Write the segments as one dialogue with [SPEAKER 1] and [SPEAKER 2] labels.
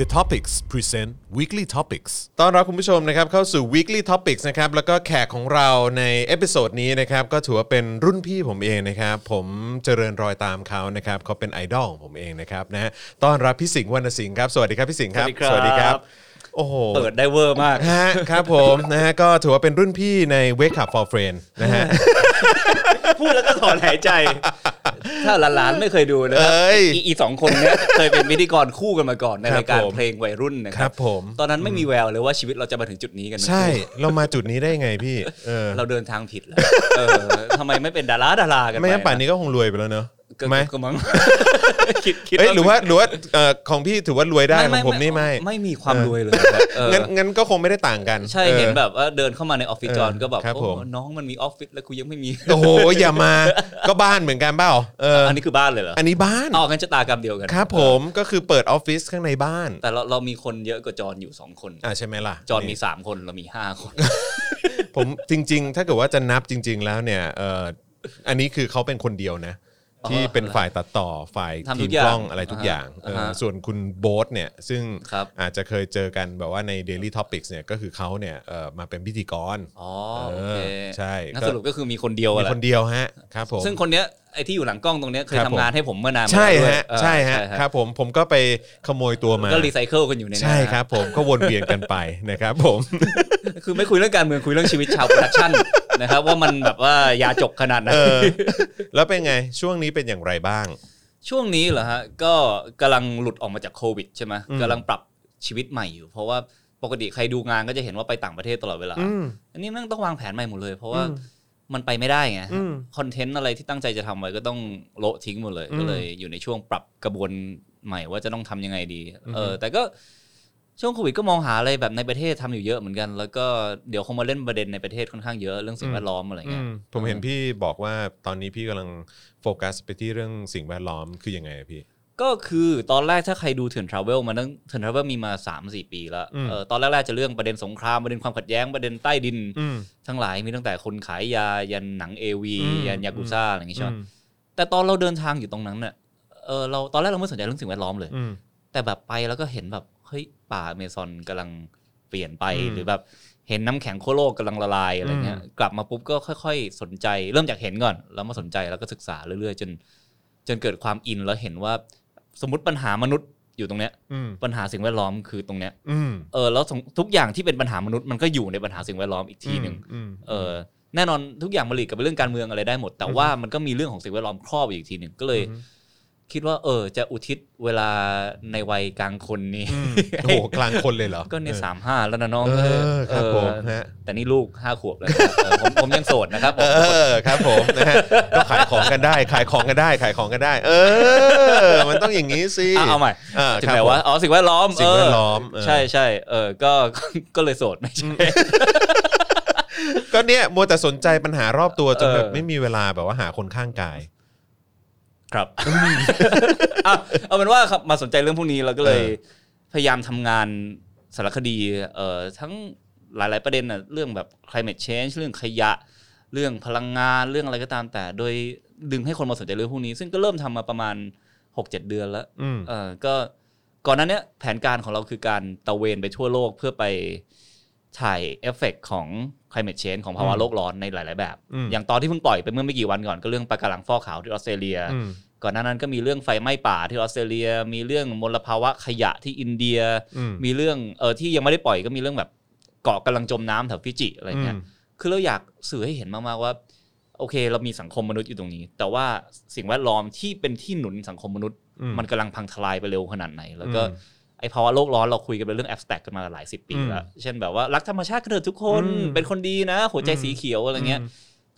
[SPEAKER 1] The Topics present Weekly Topics
[SPEAKER 2] ต้อนรับคุณผู้ชมนะครับเข้าสู่ weekly topics นะครับแล้วก็แขกของเราในเอพิโซดนี้นะครับก็ถือว่าเป็นรุ่นพี่ผมเองนะครับผมเจริญรอยตามเขานะครับเขาเป็นไอดอลของผมเองนะครับนะฮะต้อนรับพี่สิงห์วรรณสิงห์ครับสวัสดีครับพี่สิงห์ครับ
[SPEAKER 3] สวัสดีครับ
[SPEAKER 2] โอ้โห
[SPEAKER 3] เปิดได้เวอร์ มาก
[SPEAKER 2] ฮะครับผมนะฮะก็ถือว่าเป็นรุ่นพี่ใน Wake Up for Friend นะฮะ
[SPEAKER 3] พูดแล้วก็ถอนหายใจ ถ้าหลานๆไม่เคยดูนะครั
[SPEAKER 2] เอ้ย
[SPEAKER 3] อีอีสองคนเนี้ยเคยเป็นพิธีกรคู่กันมาก่อน
[SPEAKER 2] ค
[SPEAKER 3] ใน
[SPEAKER 2] รับ
[SPEAKER 3] รายการ
[SPEAKER 2] ผม
[SPEAKER 3] เพลงวัยรุ่นนะค
[SPEAKER 2] ครั
[SPEAKER 3] รับ
[SPEAKER 2] ผม
[SPEAKER 3] ตอนนั้นไม่มีแววเลยว่าชีวิตเราจะมาถึงจุดนี้กันนะ
[SPEAKER 2] ใช่เรามาจุดนี้ได้ยังไงพี่เออ
[SPEAKER 3] เราเดินทางผิดแล้ว เออทำไมไม่เป็นดาราดารากัน
[SPEAKER 2] ไม่งั้น
[SPEAKER 3] ปะ
[SPEAKER 2] ป่านนี้ก็คงรวยไปแล้วเนอะ
[SPEAKER 3] ก็
[SPEAKER 2] ไหม
[SPEAKER 3] ก็ มั้ง คิดคิด
[SPEAKER 2] เอ้ยหรือว่าหรือว่าเอ่อของพี่ถือว่ารวยได้ของผมนี่ไม่
[SPEAKER 3] ไม่มีความ
[SPEAKER 2] เออ
[SPEAKER 3] รวยเลยครับเออ
[SPEAKER 2] งั้นงั้นก็คงไม่ได้ต่างกัน
[SPEAKER 3] ใช่
[SPEAKER 2] ออ
[SPEAKER 3] เห็นแบบว่าเดินเข้ามาในออฟฟิศ
[SPEAKER 2] เออ
[SPEAKER 3] จอนก็แบบ
[SPEAKER 2] ครับ
[SPEAKER 3] โอ้
[SPEAKER 2] ผม
[SPEAKER 3] น้องมันมีออฟฟิศแล้วกูยังไม่มี
[SPEAKER 2] โอ้โหอย่ามาก็บ้านเหมือนกันเปล่าเอออ
[SPEAKER 3] อันนี้คือบ้านเลยเหรอ
[SPEAKER 2] อันนี้บ้าน
[SPEAKER 3] อ๋อกันชะตากรรมเดียวกัน
[SPEAKER 2] ครับผมก็คือเปิดออฟฟิศข้างในบ้าน
[SPEAKER 3] แต่เราเรามีคนเยอะกว่าจอนอยู่สองคน
[SPEAKER 2] อ่าใช่ไหมล่ะ
[SPEAKER 3] จอนมีสามคนเรามีห้าคน
[SPEAKER 2] ผมจริง ๆ ถ้าเกิดว่าจะนับจริง ๆ แล้วเนี่ยเอ่ออันนี้คือเขาเป็นคนเดียวนะ
[SPEAKER 3] อ๋อ
[SPEAKER 2] ที่เป็นฝ่ายตัดต่อฝ่าย
[SPEAKER 3] ทำทุ
[SPEAKER 2] ทีม
[SPEAKER 3] กอย่าง
[SPEAKER 2] กล้องอะไรทุกอย่าง
[SPEAKER 3] อ่าฮะ
[SPEAKER 2] เออส่วนคุณโบ๊ทเนี่ยซึ่ง
[SPEAKER 3] ครับ
[SPEAKER 2] อาจจะเคยเจอกันแบบว่าใน Daily Topics เนี่ยก็คือเขาเนี่ยเอ่อมาเป็นพิธีกร
[SPEAKER 3] อ๋อโอเค
[SPEAKER 2] เออใช่
[SPEAKER 3] งั้น
[SPEAKER 2] ก็
[SPEAKER 3] สรุปก็คือมีคนเดียว
[SPEAKER 2] มี
[SPEAKER 3] อะแหละ
[SPEAKER 2] คนเดียวฮะครับผม
[SPEAKER 3] ซึ่งคนเนี้ยไอ้ที่อยู่หลังกล้องตรงเนี้ยเค
[SPEAKER 2] ค
[SPEAKER 3] ย
[SPEAKER 2] รับผม
[SPEAKER 3] ทำงานให้ผมเมื่อนานมา
[SPEAKER 2] ใช่
[SPEAKER 3] แล้วด้วย
[SPEAKER 2] ฮะ
[SPEAKER 3] เออ
[SPEAKER 2] ใช่ฮะครับผมผมก็ไปขโมยตัวมา
[SPEAKER 3] ก็รีไซเคิลกันอยู่ในนั้น
[SPEAKER 2] ใช่ครับผมก็วนเวียนกันไปนะครับ ผม
[SPEAKER 3] คือไม่คุยเรื่องการเมืองคุยเรื่องชีวิตชาวโปรดักชั่น นะครับว่ามันแบบว่ายาจกขนาดไหน
[SPEAKER 2] เออแล้วเป็นไงช่วงนี้เป็นอย่างไรบ้าง
[SPEAKER 3] ช่วงนี้เหรอฮะก็กำลังหลุดออกมาจากโควิดใช่ไหม
[SPEAKER 2] อืม
[SPEAKER 3] กำลังปรับชีวิตใหม่อยู่ เพราะว่าปกติใครดูงานก็จะเห็นว่าไปต่างประเทศตลอดเวลา
[SPEAKER 2] อืม
[SPEAKER 3] อันนี้แมันต้องวางแผนใหม่หมดเลย เพราะว่า
[SPEAKER 2] อืม
[SPEAKER 3] มันไปไม่ได้ไง
[SPEAKER 2] อืม
[SPEAKER 3] คอนเทนต์อะไรที่ตั้งใจจะทำไว้ก็ต้องโละทิ้งหมดเลย
[SPEAKER 2] อืม
[SPEAKER 3] ก็เลยอยู่ในช่วงปรับกระบวนใหม่ว่าจะต้องทำยังไงดี
[SPEAKER 2] อือฮึ
[SPEAKER 3] เออ แต่ก็ช่วงโควิดก็มองหาอะไรแบบในประเทศทำอยู่เยอะเหมือนกัน แล้วก็เดี๋ยวคงมาเล่นประเด็นในประเทศค่อนข้างเยอะเรื่องสิ่งแวดล้อมอะไร
[SPEAKER 2] อื
[SPEAKER 3] เงี้ย
[SPEAKER 2] มผมเห็นพี่บอกว่าตอนนี้พี่กำลังโฟกัสไปที่เรื่องสิ่งแวดล้อมคือยังไงอะพี่
[SPEAKER 3] ก็คือตอนแรกถ้าใครดูเถื่อนทราเวลมาตั้งเถื่อนทราเวลมีมา 3 4 ปีแล้ว
[SPEAKER 2] อืม
[SPEAKER 3] เออตอนแรกๆจะเรื่องประเด็นสงครามประเด็นความขัดแย้งประเด็นใต้ดิน
[SPEAKER 2] อืม
[SPEAKER 3] ทั้งหลายมีตั้งแต่คนขายยายันหนังเอวี
[SPEAKER 2] อืม
[SPEAKER 3] ยันยากุซ่าอะไรอย่างงี้ใช่ไหม
[SPEAKER 2] อืม
[SPEAKER 3] แต่ตอนเราเดินทางอยู่ตรงนั้นเนี่ยเออเราตอนแรกเราไม่สนใจเรื่องสิ่งแวดล้อมเลย
[SPEAKER 2] อืม
[SPEAKER 3] แต่แบบไปแล้วก็เห็นแบบเฮ้ยป่าอเมซอนกำลังเปลี่ยนไป
[SPEAKER 2] อืม
[SPEAKER 3] หรือแบบเห็นน้ำแข็งขั้วโลกกำลังละลายอะไรเงี้ยกลับมาปุ๊บก็ค่อย ๆ สนใจ เริ่มจากเห็นก่อน แล้วมาสนใจแล้วก็ศึกษาเรื่อยๆ จน จนเกิดความอินแล้วเห็นว่าสมมติปัญหามนุษย์อยู่ตรงเนี้ย
[SPEAKER 2] อืม
[SPEAKER 3] ปัญหาสิ่งแวดล้อมคือตรงเนี้ย
[SPEAKER 2] อืม
[SPEAKER 3] เออแล้วทุกอย่างที่เป็นปัญหามนุษย์มันก็อยู่ในปัญหาสิ่งแวดล้อมอีกทีหนึ่ง
[SPEAKER 2] อืม
[SPEAKER 3] เออแน่นอนทุกอย่างมันหลีกกับเรื่องการเมืองอะไรได้หมด แต่ว่ามันก็มีเรื่องของสิ่งแวดล้อมครอบอยู่อีกทีหนึ่งก็เลย คิดว่า เออ จะอุทิศเวลาในวัยกลางคนนี้
[SPEAKER 2] อืมโอ้โหกลางคนเลยเหรอ
[SPEAKER 3] ก็ในสามห้าแล้วนะน้อง
[SPEAKER 2] เออครับผม
[SPEAKER 3] เออ
[SPEAKER 2] ฮะ
[SPEAKER 3] แต่นี่ลูกห้าขวบแล้วนะเออผมผมยังโสดนะครับผ
[SPEAKER 2] เอ
[SPEAKER 3] ม
[SPEAKER 2] อครับผมนะฮะก็ขายของกันได้ขายของกันได้ขายของกันได้ เออ มันต้องอย่างนี้สิ
[SPEAKER 3] อ่ะเอาใหม่
[SPEAKER 2] เออ
[SPEAKER 3] ถึง
[SPEAKER 2] ครับ
[SPEAKER 3] ไหน
[SPEAKER 2] ผม
[SPEAKER 3] ว่าอ๋อสิ่งแวดล้อม
[SPEAKER 2] สิ่งแวดล้อม
[SPEAKER 3] เอ
[SPEAKER 2] เอ
[SPEAKER 3] อ
[SPEAKER 2] อ
[SPEAKER 3] ใช่ใช่เออก็ ก็เลยโสดไม่ใช่
[SPEAKER 2] ก็เนี่ยมัวแต่สนใจปัญหารอบตัวจนแบบ
[SPEAKER 3] เออ
[SPEAKER 2] ไม่มีเวลาแบบว่าหาคนข้างกาย
[SPEAKER 3] ครับ อ่ะเอาเป็นว่าครับมาสนใจเรื่องพวกนี้เราก็เลย
[SPEAKER 2] เออ
[SPEAKER 3] พยายามทำงานสารคดีเอ่อทั้งหลาย ๆ ประเด็นน่ะเรื่องแบบ climate change เรื่องขยะ เรื่องพลังงานเรื่องอะไรก็ตามแต่ โดยดึงให้คนมาสนใจเรื่องพวกนี้ ซึ่งก็เริ่มทำมาประมาณ 6-7 เดือนแล้ว
[SPEAKER 2] อืม
[SPEAKER 3] เออก็ก่อนหนั้นเนี้ยแผนการของเราคือการตะเวนไปทั่วโลกเพื่อไปถ่ายเอฟเฟกต์ของ climate change ของภาวะ
[SPEAKER 2] อืม
[SPEAKER 3] โลกร้อนในหลาย ๆ แบบ
[SPEAKER 2] อืม
[SPEAKER 3] อย่างตอนที่เพิ่งปล่อยไปเมื่อไม่กี่วันก่อนก็เรื่องปะการังฟอกขาวที่ออสเตรเลีย
[SPEAKER 2] อืม
[SPEAKER 3] ก่อนหน้านั้นก็มีเรื่องไฟไหม้ป่าที่ออสเตรเลีย มีเรื่องมลภาวะขยะที่อินเดีย
[SPEAKER 2] อืม
[SPEAKER 3] มีเรื่องเออที่ยังไม่ได้ปล่อยก็มีเรื่องแบบเกาะกำลังจมน้ำแถวฟิจิอะไรเงี้ย คือเราอยากสื่อให้เห็นมากๆว่า โอเค เรามีสังคมมนุษย์อยู่ตรงนี้ แต่ว่าสิ่งแวดล้อมที่เป็นที่หนุนสังคมมนุษย์
[SPEAKER 2] อืม
[SPEAKER 3] มันกำลังพังทลายไปเร็วขนาดไหน แล้วก็
[SPEAKER 2] อืม
[SPEAKER 3] ไอภาวะโลกร้อนเราคุยกันเป็นเรื่องแอบสแต็กกันมาหลายสิบปีแล้ว เช่นแบบว่ารักธรรมชาติกันเถอะทุกคน
[SPEAKER 2] อืม
[SPEAKER 3] เป็นคนดีนะ หัวใจสีเขียวอะไรเงี้ย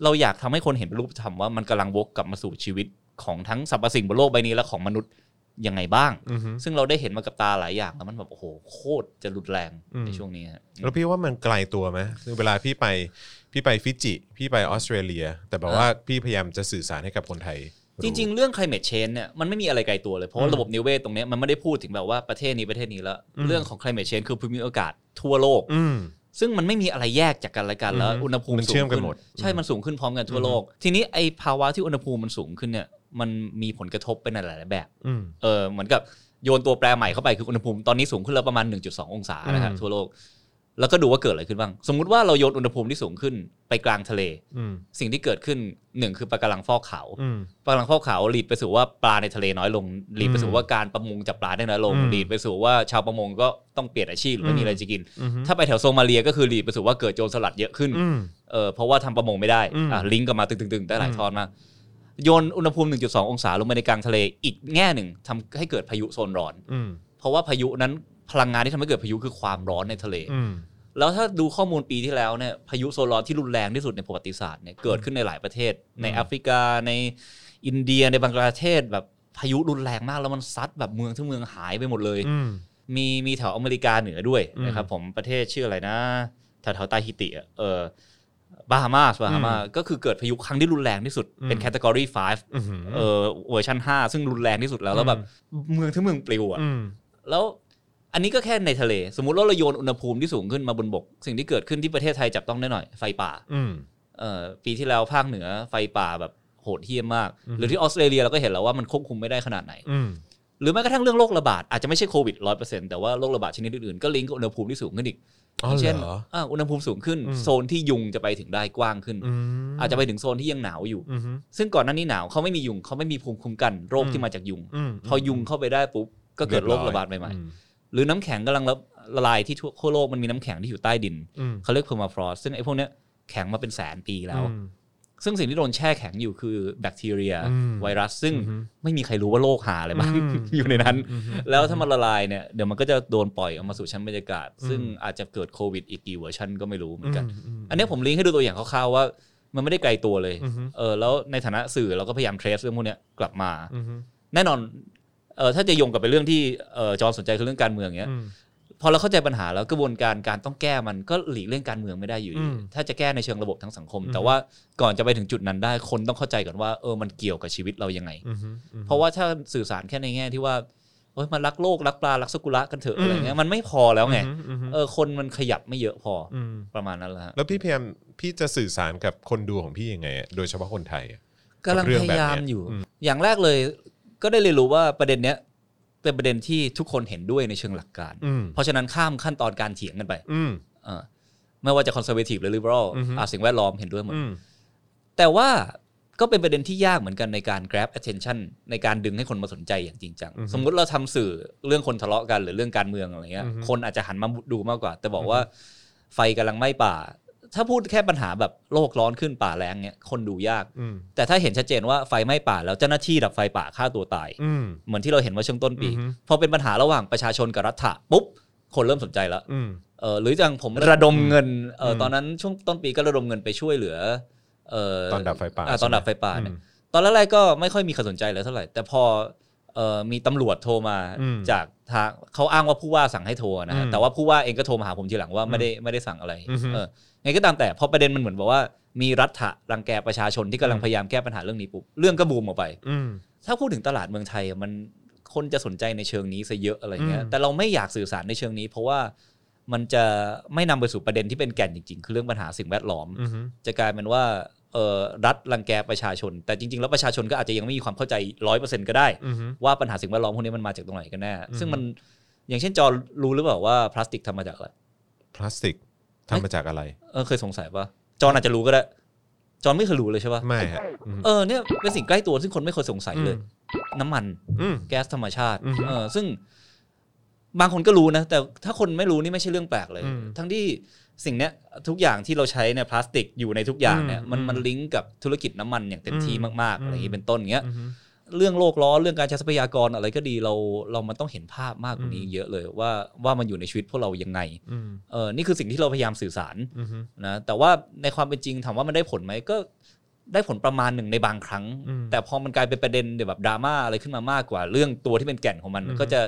[SPEAKER 3] เราอยากทำให้คนเห็นเป็นรูปธรรมว่ามันกำลังวกกลับมาสู่ชีวิตของทั้งสรรพสิ่งบนโลกใบนี้และของมนุษย์ยังไงบ้าง
[SPEAKER 2] อืม
[SPEAKER 3] ซึ่งเราได้เห็นมากับตาหลายอย่างแล้วมันแบบโอ้โหโคตรจะรุนแรง
[SPEAKER 2] อืม
[SPEAKER 3] ในช่วงนี้ฮะ
[SPEAKER 2] แล้วพี่ว่ามันไกลตัวไหมคือเวลาพี่ไปพี่ไปฟิจิ พี่ไปออสเตรเลีย แต่แบบว่าพี่พยายามจะสื่อสารให้กับคนไทย
[SPEAKER 3] จริงๆ เรื่อง climate change เนี่ยมันไม่มีอะไรไกลตัวเลย เพราะว่าระบบนิเวศตรงเนี้ยมันไม่ได้พูดถึงแบบว่าประเทศนี้ประเทศนี้แล้ว
[SPEAKER 2] อืม
[SPEAKER 3] เรื่องของ climate change คือภูมิอากาศทั่วโลก
[SPEAKER 2] ๆอืม
[SPEAKER 3] ซึ่งมันไม่มีอะไรแยกจากกันและกันแล้ว
[SPEAKER 2] อือฮึ
[SPEAKER 3] อุณหภูมิ
[SPEAKER 2] มัน
[SPEAKER 3] สู
[SPEAKER 2] เชื่อม
[SPEAKER 3] ง
[SPEAKER 2] กัน
[SPEAKER 3] ขึ้น
[SPEAKER 2] หมด
[SPEAKER 3] ใช่มันสูงขึ้นพร้อมกันทั่วโลก ทีนี้ไอภาวะที่อุณหภูมิมันสูงขึ้นเนี่ยมันมีผลกระทบเป็นหลายๆแบบ
[SPEAKER 2] อืม
[SPEAKER 3] เออเหมือนกับ โยนตัวแปรใหม่เข้าไปคืออุณหภูมิตอนนี้สูงขึ้นแล้วประมาณ 1.2 องศานะครับ
[SPEAKER 4] อืม
[SPEAKER 3] ทั่วโลก แล้วก็ดูว่าเกิดอะไรขึ้นบ้าง สมมุติว่าเราโยนอุณหภูมิที่สูงขึ้นไปกลางทะเล
[SPEAKER 4] อืม
[SPEAKER 3] สิ่งที่เกิดขึ้นหนึ่งคือปลาการังฟอกขาว
[SPEAKER 4] อืม
[SPEAKER 3] ปลาหลังฟอกขาวหลีดไปสู่ว่าปลาในทะเลน้อยลงหลีดไปสู่ว่าการประมงจับปลาได้น้อยลง
[SPEAKER 4] อืม
[SPEAKER 3] หลีดไปสู่ว่าชาวประมงก็ต้องเปลี่ยนอาชีพหรือไม่มีอะไรจะกิน
[SPEAKER 4] อือฮึ
[SPEAKER 3] ถ้าไปแถวโซมาเลียก็คือหลีดไปสู่ว่าเกิดโจรสลัดเยอะขึ้น
[SPEAKER 4] อืม
[SPEAKER 3] เออเพราะว่าทำประมงไม่ได้
[SPEAKER 4] อืม
[SPEAKER 3] อ่ะลิงก์กลับมาตึงๆ ๆ ได้หลายทอนมากโยนอุณหภูมิ 1.2 องศาลงไปในกลางทะเลอีกแง่หนึ่งทำให้เกิดพายุโซนร้อน
[SPEAKER 4] อืม
[SPEAKER 3] เพราะว่าพายุนั้นพลังงานที่ทำให้เกิดพายุคือความร้อนในทะเล
[SPEAKER 4] อืม
[SPEAKER 3] แล้วถ้าดูข้อมูลปีที่แล้วเนี่ยพายุโซนร้อนที่รุนแรงที่สุดในประวัติศาสตร์เนี่ยเกิดขึ้นในหลายประเทศ ในแอฟริกาในอินเดียในบังกลาเทศแบบพายุรุนแรงมากแล้วมันซัดแบบเมืองทั้งเมืองหายไปหมดเลย
[SPEAKER 4] อืม
[SPEAKER 3] มีมีแถวอเมริกาเหนือด้วย
[SPEAKER 4] อืม
[SPEAKER 3] นะครับผมประเทศชื่ออะไรนะแถวแถวๆตาฮิติอะเออบาฮามาสบาฮามาก็คือเกิดพายุครั้งที่รุนแรงที่สุดเป็น
[SPEAKER 4] อืม
[SPEAKER 3] แคตตากรี5
[SPEAKER 4] อืม
[SPEAKER 3] เออเวอร์ชัน5ซึ่งรุนแรงที่สุดแล้วแล้วแบบเมืองทั้งเมืองปลิวอะ
[SPEAKER 4] อืม
[SPEAKER 3] แล้วอันนี้ก็แค่ในทะเล สมมุติว่าเราโยนอุณหภูมิที่สูงขึ้นมาบนบก สิ่งที่เกิดขึ้นที่ประเทศไทยจับต้องได้หน่อยไฟป่า
[SPEAKER 4] อืม
[SPEAKER 3] เอ่อปีที่แล้วภาคเหนือไฟป่าแบบโหดเหี้ยมมาก หรือที่ออสเตรเลียเราก็เห็นแล้วว่ามันควบคุมไม่ได้ขนาดไหน
[SPEAKER 4] อืม
[SPEAKER 3] หรือแม้กระทั่งเรื่องโรคระบาดอาจจะไม่ใช่โควิดร้อยเปอร์เซ็นต์แต่ว่าโรคระบาดชนิดอื่นๆก็ลิงก์กับอุณหภูมิที่สูงขึ้นอีก
[SPEAKER 4] อ๋อเหรอ
[SPEAKER 3] เช่นอ่าอุณหภูมิสูงขึ้น
[SPEAKER 4] อืม
[SPEAKER 3] โซนที่ยุงจะไปถึงได้กว้างขึ้น
[SPEAKER 4] อืม
[SPEAKER 3] อาจจะไปถึงโซนที่ยังหนาวอยู่
[SPEAKER 4] อืม
[SPEAKER 3] ซึ่งก่อนหน้านี้หนาวเขาไม่มียุงเขาไม่มีภูมิคุ้มกันโรคที่มาจากยุง
[SPEAKER 4] อืม
[SPEAKER 3] พอยุงเข้าไปได้ปุ๊บก็เกิดโรคระบาดใหม่ๆ หรือน้ำแข็งกำลังละละลายที่ทั่วทั่วโลกมันมีน้ำแข็งที่อยู่ใต้ดิน
[SPEAKER 4] อืม
[SPEAKER 3] เขาเรียก permafrost ซึ่งไอ้พวกเนี้ยแข็งมาเป็นแสนปีแล้ว
[SPEAKER 4] อืม
[SPEAKER 3] ซึ่งสิ่งที่โดนแช่แข็งอยู่คือแบคทีเรีย
[SPEAKER 4] อืม
[SPEAKER 3] ไวรัส ซึ่ง
[SPEAKER 4] อือฮึ
[SPEAKER 3] ไม่มีใครรู้ว่าโลกหาอะไรบ้าง
[SPEAKER 4] อืม
[SPEAKER 3] อยู่ในนั้น แล้วถ้ามันละลายเนี่ยเดี๋ยวมันก็จะโดนปล่อยออกมาสู่ชั้นบรรยากาศ ซึ่งอาจจะเกิดโควิดอีกกี่เวอร์ชันก็ไม่รู้เหมือนกัน
[SPEAKER 4] อืม
[SPEAKER 3] อันเนี้ยผมลิงก์ให้ดูตัวอย่างคร่าวๆว่า มันไม่ได้ไกลตัวเลย
[SPEAKER 4] อือฮึ
[SPEAKER 3] เออแล้วในฐานะสื่อเราก็พยายามเทรสเรื่องพวกเนี้ยกลับมา
[SPEAKER 4] อืม
[SPEAKER 3] แน่นอนเออถ้าจะโยงกลับไปเรื่องที่เออจอห์นสนใจคือเรื่องการเมืองเนี้ย
[SPEAKER 4] อืม
[SPEAKER 3] พอเราเข้าใจปัญหาแล้วกระบวนการการต้องแก้มันก็หลีกเลี่ยงการเมืองไม่ได้อยู่ดี
[SPEAKER 4] อืม
[SPEAKER 3] ถ้าจะแก้ในเชิงระบบทั้งสังคม
[SPEAKER 4] อืม
[SPEAKER 3] แต่ว่าก่อนจะไปถึงจุดนั้นได้คนต้องเข้าใจก่อนว่าเออมันเกี่ยวกับชีวิตเรายังไง
[SPEAKER 4] อืมอืม
[SPEAKER 3] เพราะว่าถ้าสื่อสารแค่ในแง่ที่ว่าโอ้ยมันรักโลกรักปลารักสกุระกันเถอะ
[SPEAKER 4] อืม
[SPEAKER 3] อะไรเงี้ยมันไม่พอแล้วไง
[SPEAKER 4] อืมอืม
[SPEAKER 3] เออคนมันขยับไม่เยอะพออ
[SPEAKER 4] ม
[SPEAKER 3] ประมาณนั้นแหละฮะ
[SPEAKER 4] แล้วพี่
[SPEAKER 2] พี่พยายามพี่จะสื่อสารกับคนดูของพี่ยังไงอะโดยเฉพาะคนไทยอะ
[SPEAKER 3] กำลัง
[SPEAKER 2] เรื่อ
[SPEAKER 3] พ
[SPEAKER 2] งแบบเนี้ย
[SPEAKER 3] ยายามอยู่ อย่างแรกเลยก็ได้เรียนรู้ว่าประเด็นเนี้ยเป็นประเด็นที่ทุกคนเห็นด้วยในเชิงหลักการ
[SPEAKER 4] อืม
[SPEAKER 3] เพราะฉะนั้นข้ามขั้นตอนการเถียงกันไป
[SPEAKER 4] อืม
[SPEAKER 3] เอ่อไม่ว่าจะคอนเซอร์เวทีฟหรือลิเบอรัล
[SPEAKER 4] อือฮึ
[SPEAKER 3] อาสิ่งแวดล้อมเห็นด้วยหมด
[SPEAKER 4] อืม
[SPEAKER 3] แต่ว่าก็เป็นประเด็นที่ยากเหมือนกันในการ grab attention ในการดึงให้คนมาสนใจอย่างจริงจัง
[SPEAKER 4] อือฮึ
[SPEAKER 3] สมมุติเราทำสื่อเรื่องคนทะเลาะกันหรือเรื่องการเมืองอะไรเงี้ย
[SPEAKER 4] อือฮึ
[SPEAKER 3] คนอาจจะหันมาดูมากกว่า แต่บอกว่าไฟกำลังไหม้ป่า ถ้าพูดแค่ปัญหาแบบโลกร้อนขึ้นป่าแล้งเนี้ยคนดูยาก
[SPEAKER 4] อืม
[SPEAKER 3] แต่ถ้าเห็นชัดเจนว่าไฟไหม้ป่าแล้วเจ้าหน้าที่ดับไฟป่าฆ่าตัวตาย
[SPEAKER 4] อืม
[SPEAKER 3] เหมือนที่เราเห็นว่าช่วงต้นปี
[SPEAKER 4] อือฮึ
[SPEAKER 3] พอเป็นปัญหาระหว่างประชาชนกับรัฐะปุ๊บคนเริ่มสนใจแล้ว
[SPEAKER 4] อืม
[SPEAKER 3] เออหรืออย่างผมระดมเงินเอออ
[SPEAKER 4] ม
[SPEAKER 3] ตอนนั้นช่วงต้นปีก็ระดมเงินไปช่วยเหลือเออ
[SPEAKER 4] ตอนดับไฟป่า
[SPEAKER 3] ะตอนดับไฟป่า
[SPEAKER 4] ใช่ไหม
[SPEAKER 3] เนี่ยตอนแรกๆก็ไม่ค่อยมีใครสนใจเลยเท่าไหร่ แต่พอเออมีตำรวจโทรมา
[SPEAKER 4] อืม
[SPEAKER 3] จากทางเขาอ้างว่าผู้ว่าสั่งให้โทรนะฮะ
[SPEAKER 4] อืม
[SPEAKER 3] แต่ว่าผู้ว่าเองก็โทรมาหาผมทีหลังว่าไม่ได้ไม่ได้สั่งอะไร
[SPEAKER 4] อือฮึ
[SPEAKER 3] เออไงก็ตามแต่พอประเด็นมันเหมือนบอกว่ามีรัฐะรังแกประชาชนที่กำลังพยายามแก้ปัญหาเรื่องนี้ปุ๊บเรื่องก็บูมออกไป
[SPEAKER 4] อืม
[SPEAKER 3] ถ้าพูดถึงตลาดเมืองไทยอะมันคนจะสนใจในเชิงนี้ซะเยอะอะไรเงี้ย
[SPEAKER 4] อืม
[SPEAKER 3] แต่เราไม่อยากสื่อสารในเชิงนี้ เพราะว่ามันจะไม่นำไปสู่ประเด็นที่เป็นแก่นจริงๆ คือเรื่องปัญหาสิ่งแวดล้อม
[SPEAKER 4] อืม
[SPEAKER 3] จะกลายเป็นว่าเออรัฐรังแกประชาชน แต่จริงๆ แล้วประชาชนก็อาจจะยังไม่มีความเข้าใจร้อยเปอร์เซ็นต์ก็ได้
[SPEAKER 4] อืม
[SPEAKER 3] ว่าปัญหาสิ่งแวดล้อมพวกนี้มันมาจากตรงไหนกันแน่
[SPEAKER 4] อืม
[SPEAKER 3] ซึ่งมันอย่างเช่นจอรู้หรือเปล่าว่าพลาสติกทำมาจากอะไร
[SPEAKER 2] พลาสติกทำมาจากอะไร
[SPEAKER 3] เออเคยสงสัยปะจออาจจะรู้ก็ได้จอไม่เคยรู้เลยใช่ปะ
[SPEAKER 2] ไม่ฮะ
[SPEAKER 3] เออเนี่ยเป็นสิ่งใกล้ตัวซึ่งคนไม่เคยสงสัยเลย น้ำมัน
[SPEAKER 4] อืม
[SPEAKER 3] แก๊สธรรมชาติ
[SPEAKER 4] อือฮึ
[SPEAKER 3] เออซึ่งบางคนก็รู้นะ แต่ถ้าคนไม่รู้นี่ไม่ใช่เรื่องแปลกเลย
[SPEAKER 4] อืม
[SPEAKER 3] ทั้งที่สิ่งเนี้ยทุกอย่างที่เราใช้เนี่ยพลาสติกอยู่ในทุกอย่างเนี่ย
[SPEAKER 4] อืม
[SPEAKER 3] มันมันลิงก์กับธุรกิจน้ำมันอย่างเต็มที่
[SPEAKER 4] อืม
[SPEAKER 3] มากๆอะไรอย่างนี้เป็นต้นอย่างเงี้ย
[SPEAKER 4] อือฮึ
[SPEAKER 3] เรื่องโลกร้อนเรื่องการใช้ทรัพยากรอะไรก็ดีเราเรามันต้องเห็นภาพมากกว่านี้
[SPEAKER 4] อืม
[SPEAKER 3] เยอะเลยว่าว่ามันอยู่ในชีวิตพวกเรายังไง
[SPEAKER 4] อืม
[SPEAKER 3] เออนี่คือสิ่งที่เราพยายามสื่อสาร
[SPEAKER 4] อืม
[SPEAKER 3] นะแต่ว่าในความเป็นจริงถามว่ามันได้ผลไหมก็ได้ผลประมาณหนึ่งในบางครั้ง
[SPEAKER 4] อืม
[SPEAKER 3] แต่พอมันกลายเป็นประเด็นเดี๋ยวแบบดราม่าอะไรขึ้นมามากกว่า เรื่องตัวที่เป็นแก่นของมันก็จะ